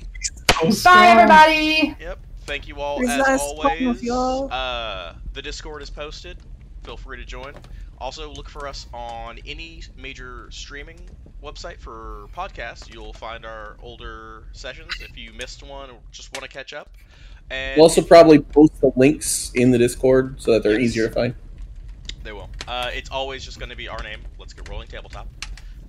Bye, everybody. Yep. Thank you all, It was as nice talking with always. y'all. Uh, the Discord is posted. Feel free to join. Also, look for us on any major streaming website for podcasts. You'll find our older sessions if you missed one or just want to catch up. And We'll also probably post the links in the Discord so that they're Yes. easier to find. They will. Uh, it's always just going to be our name. Let's get rolling tabletop.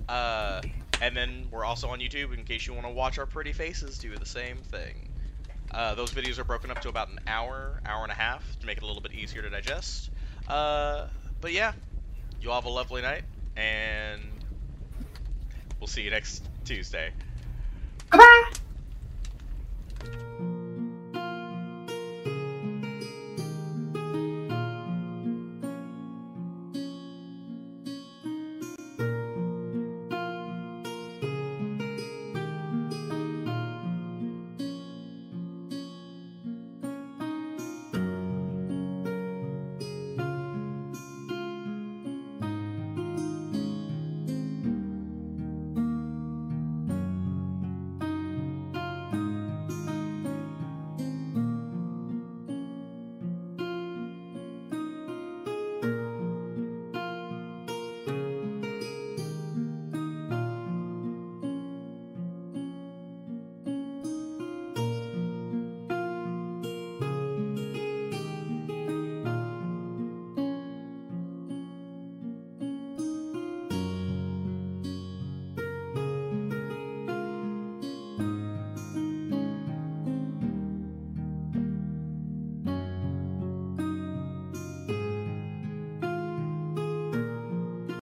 Uh, and then we're also on YouTube in case you want to watch our pretty faces do the same thing. Uh, those videos are broken up to about an hour, hour and a half to make it a little bit easier to digest. Uh, but yeah, you all have a lovely night, and we'll see you next Tuesday. Bye.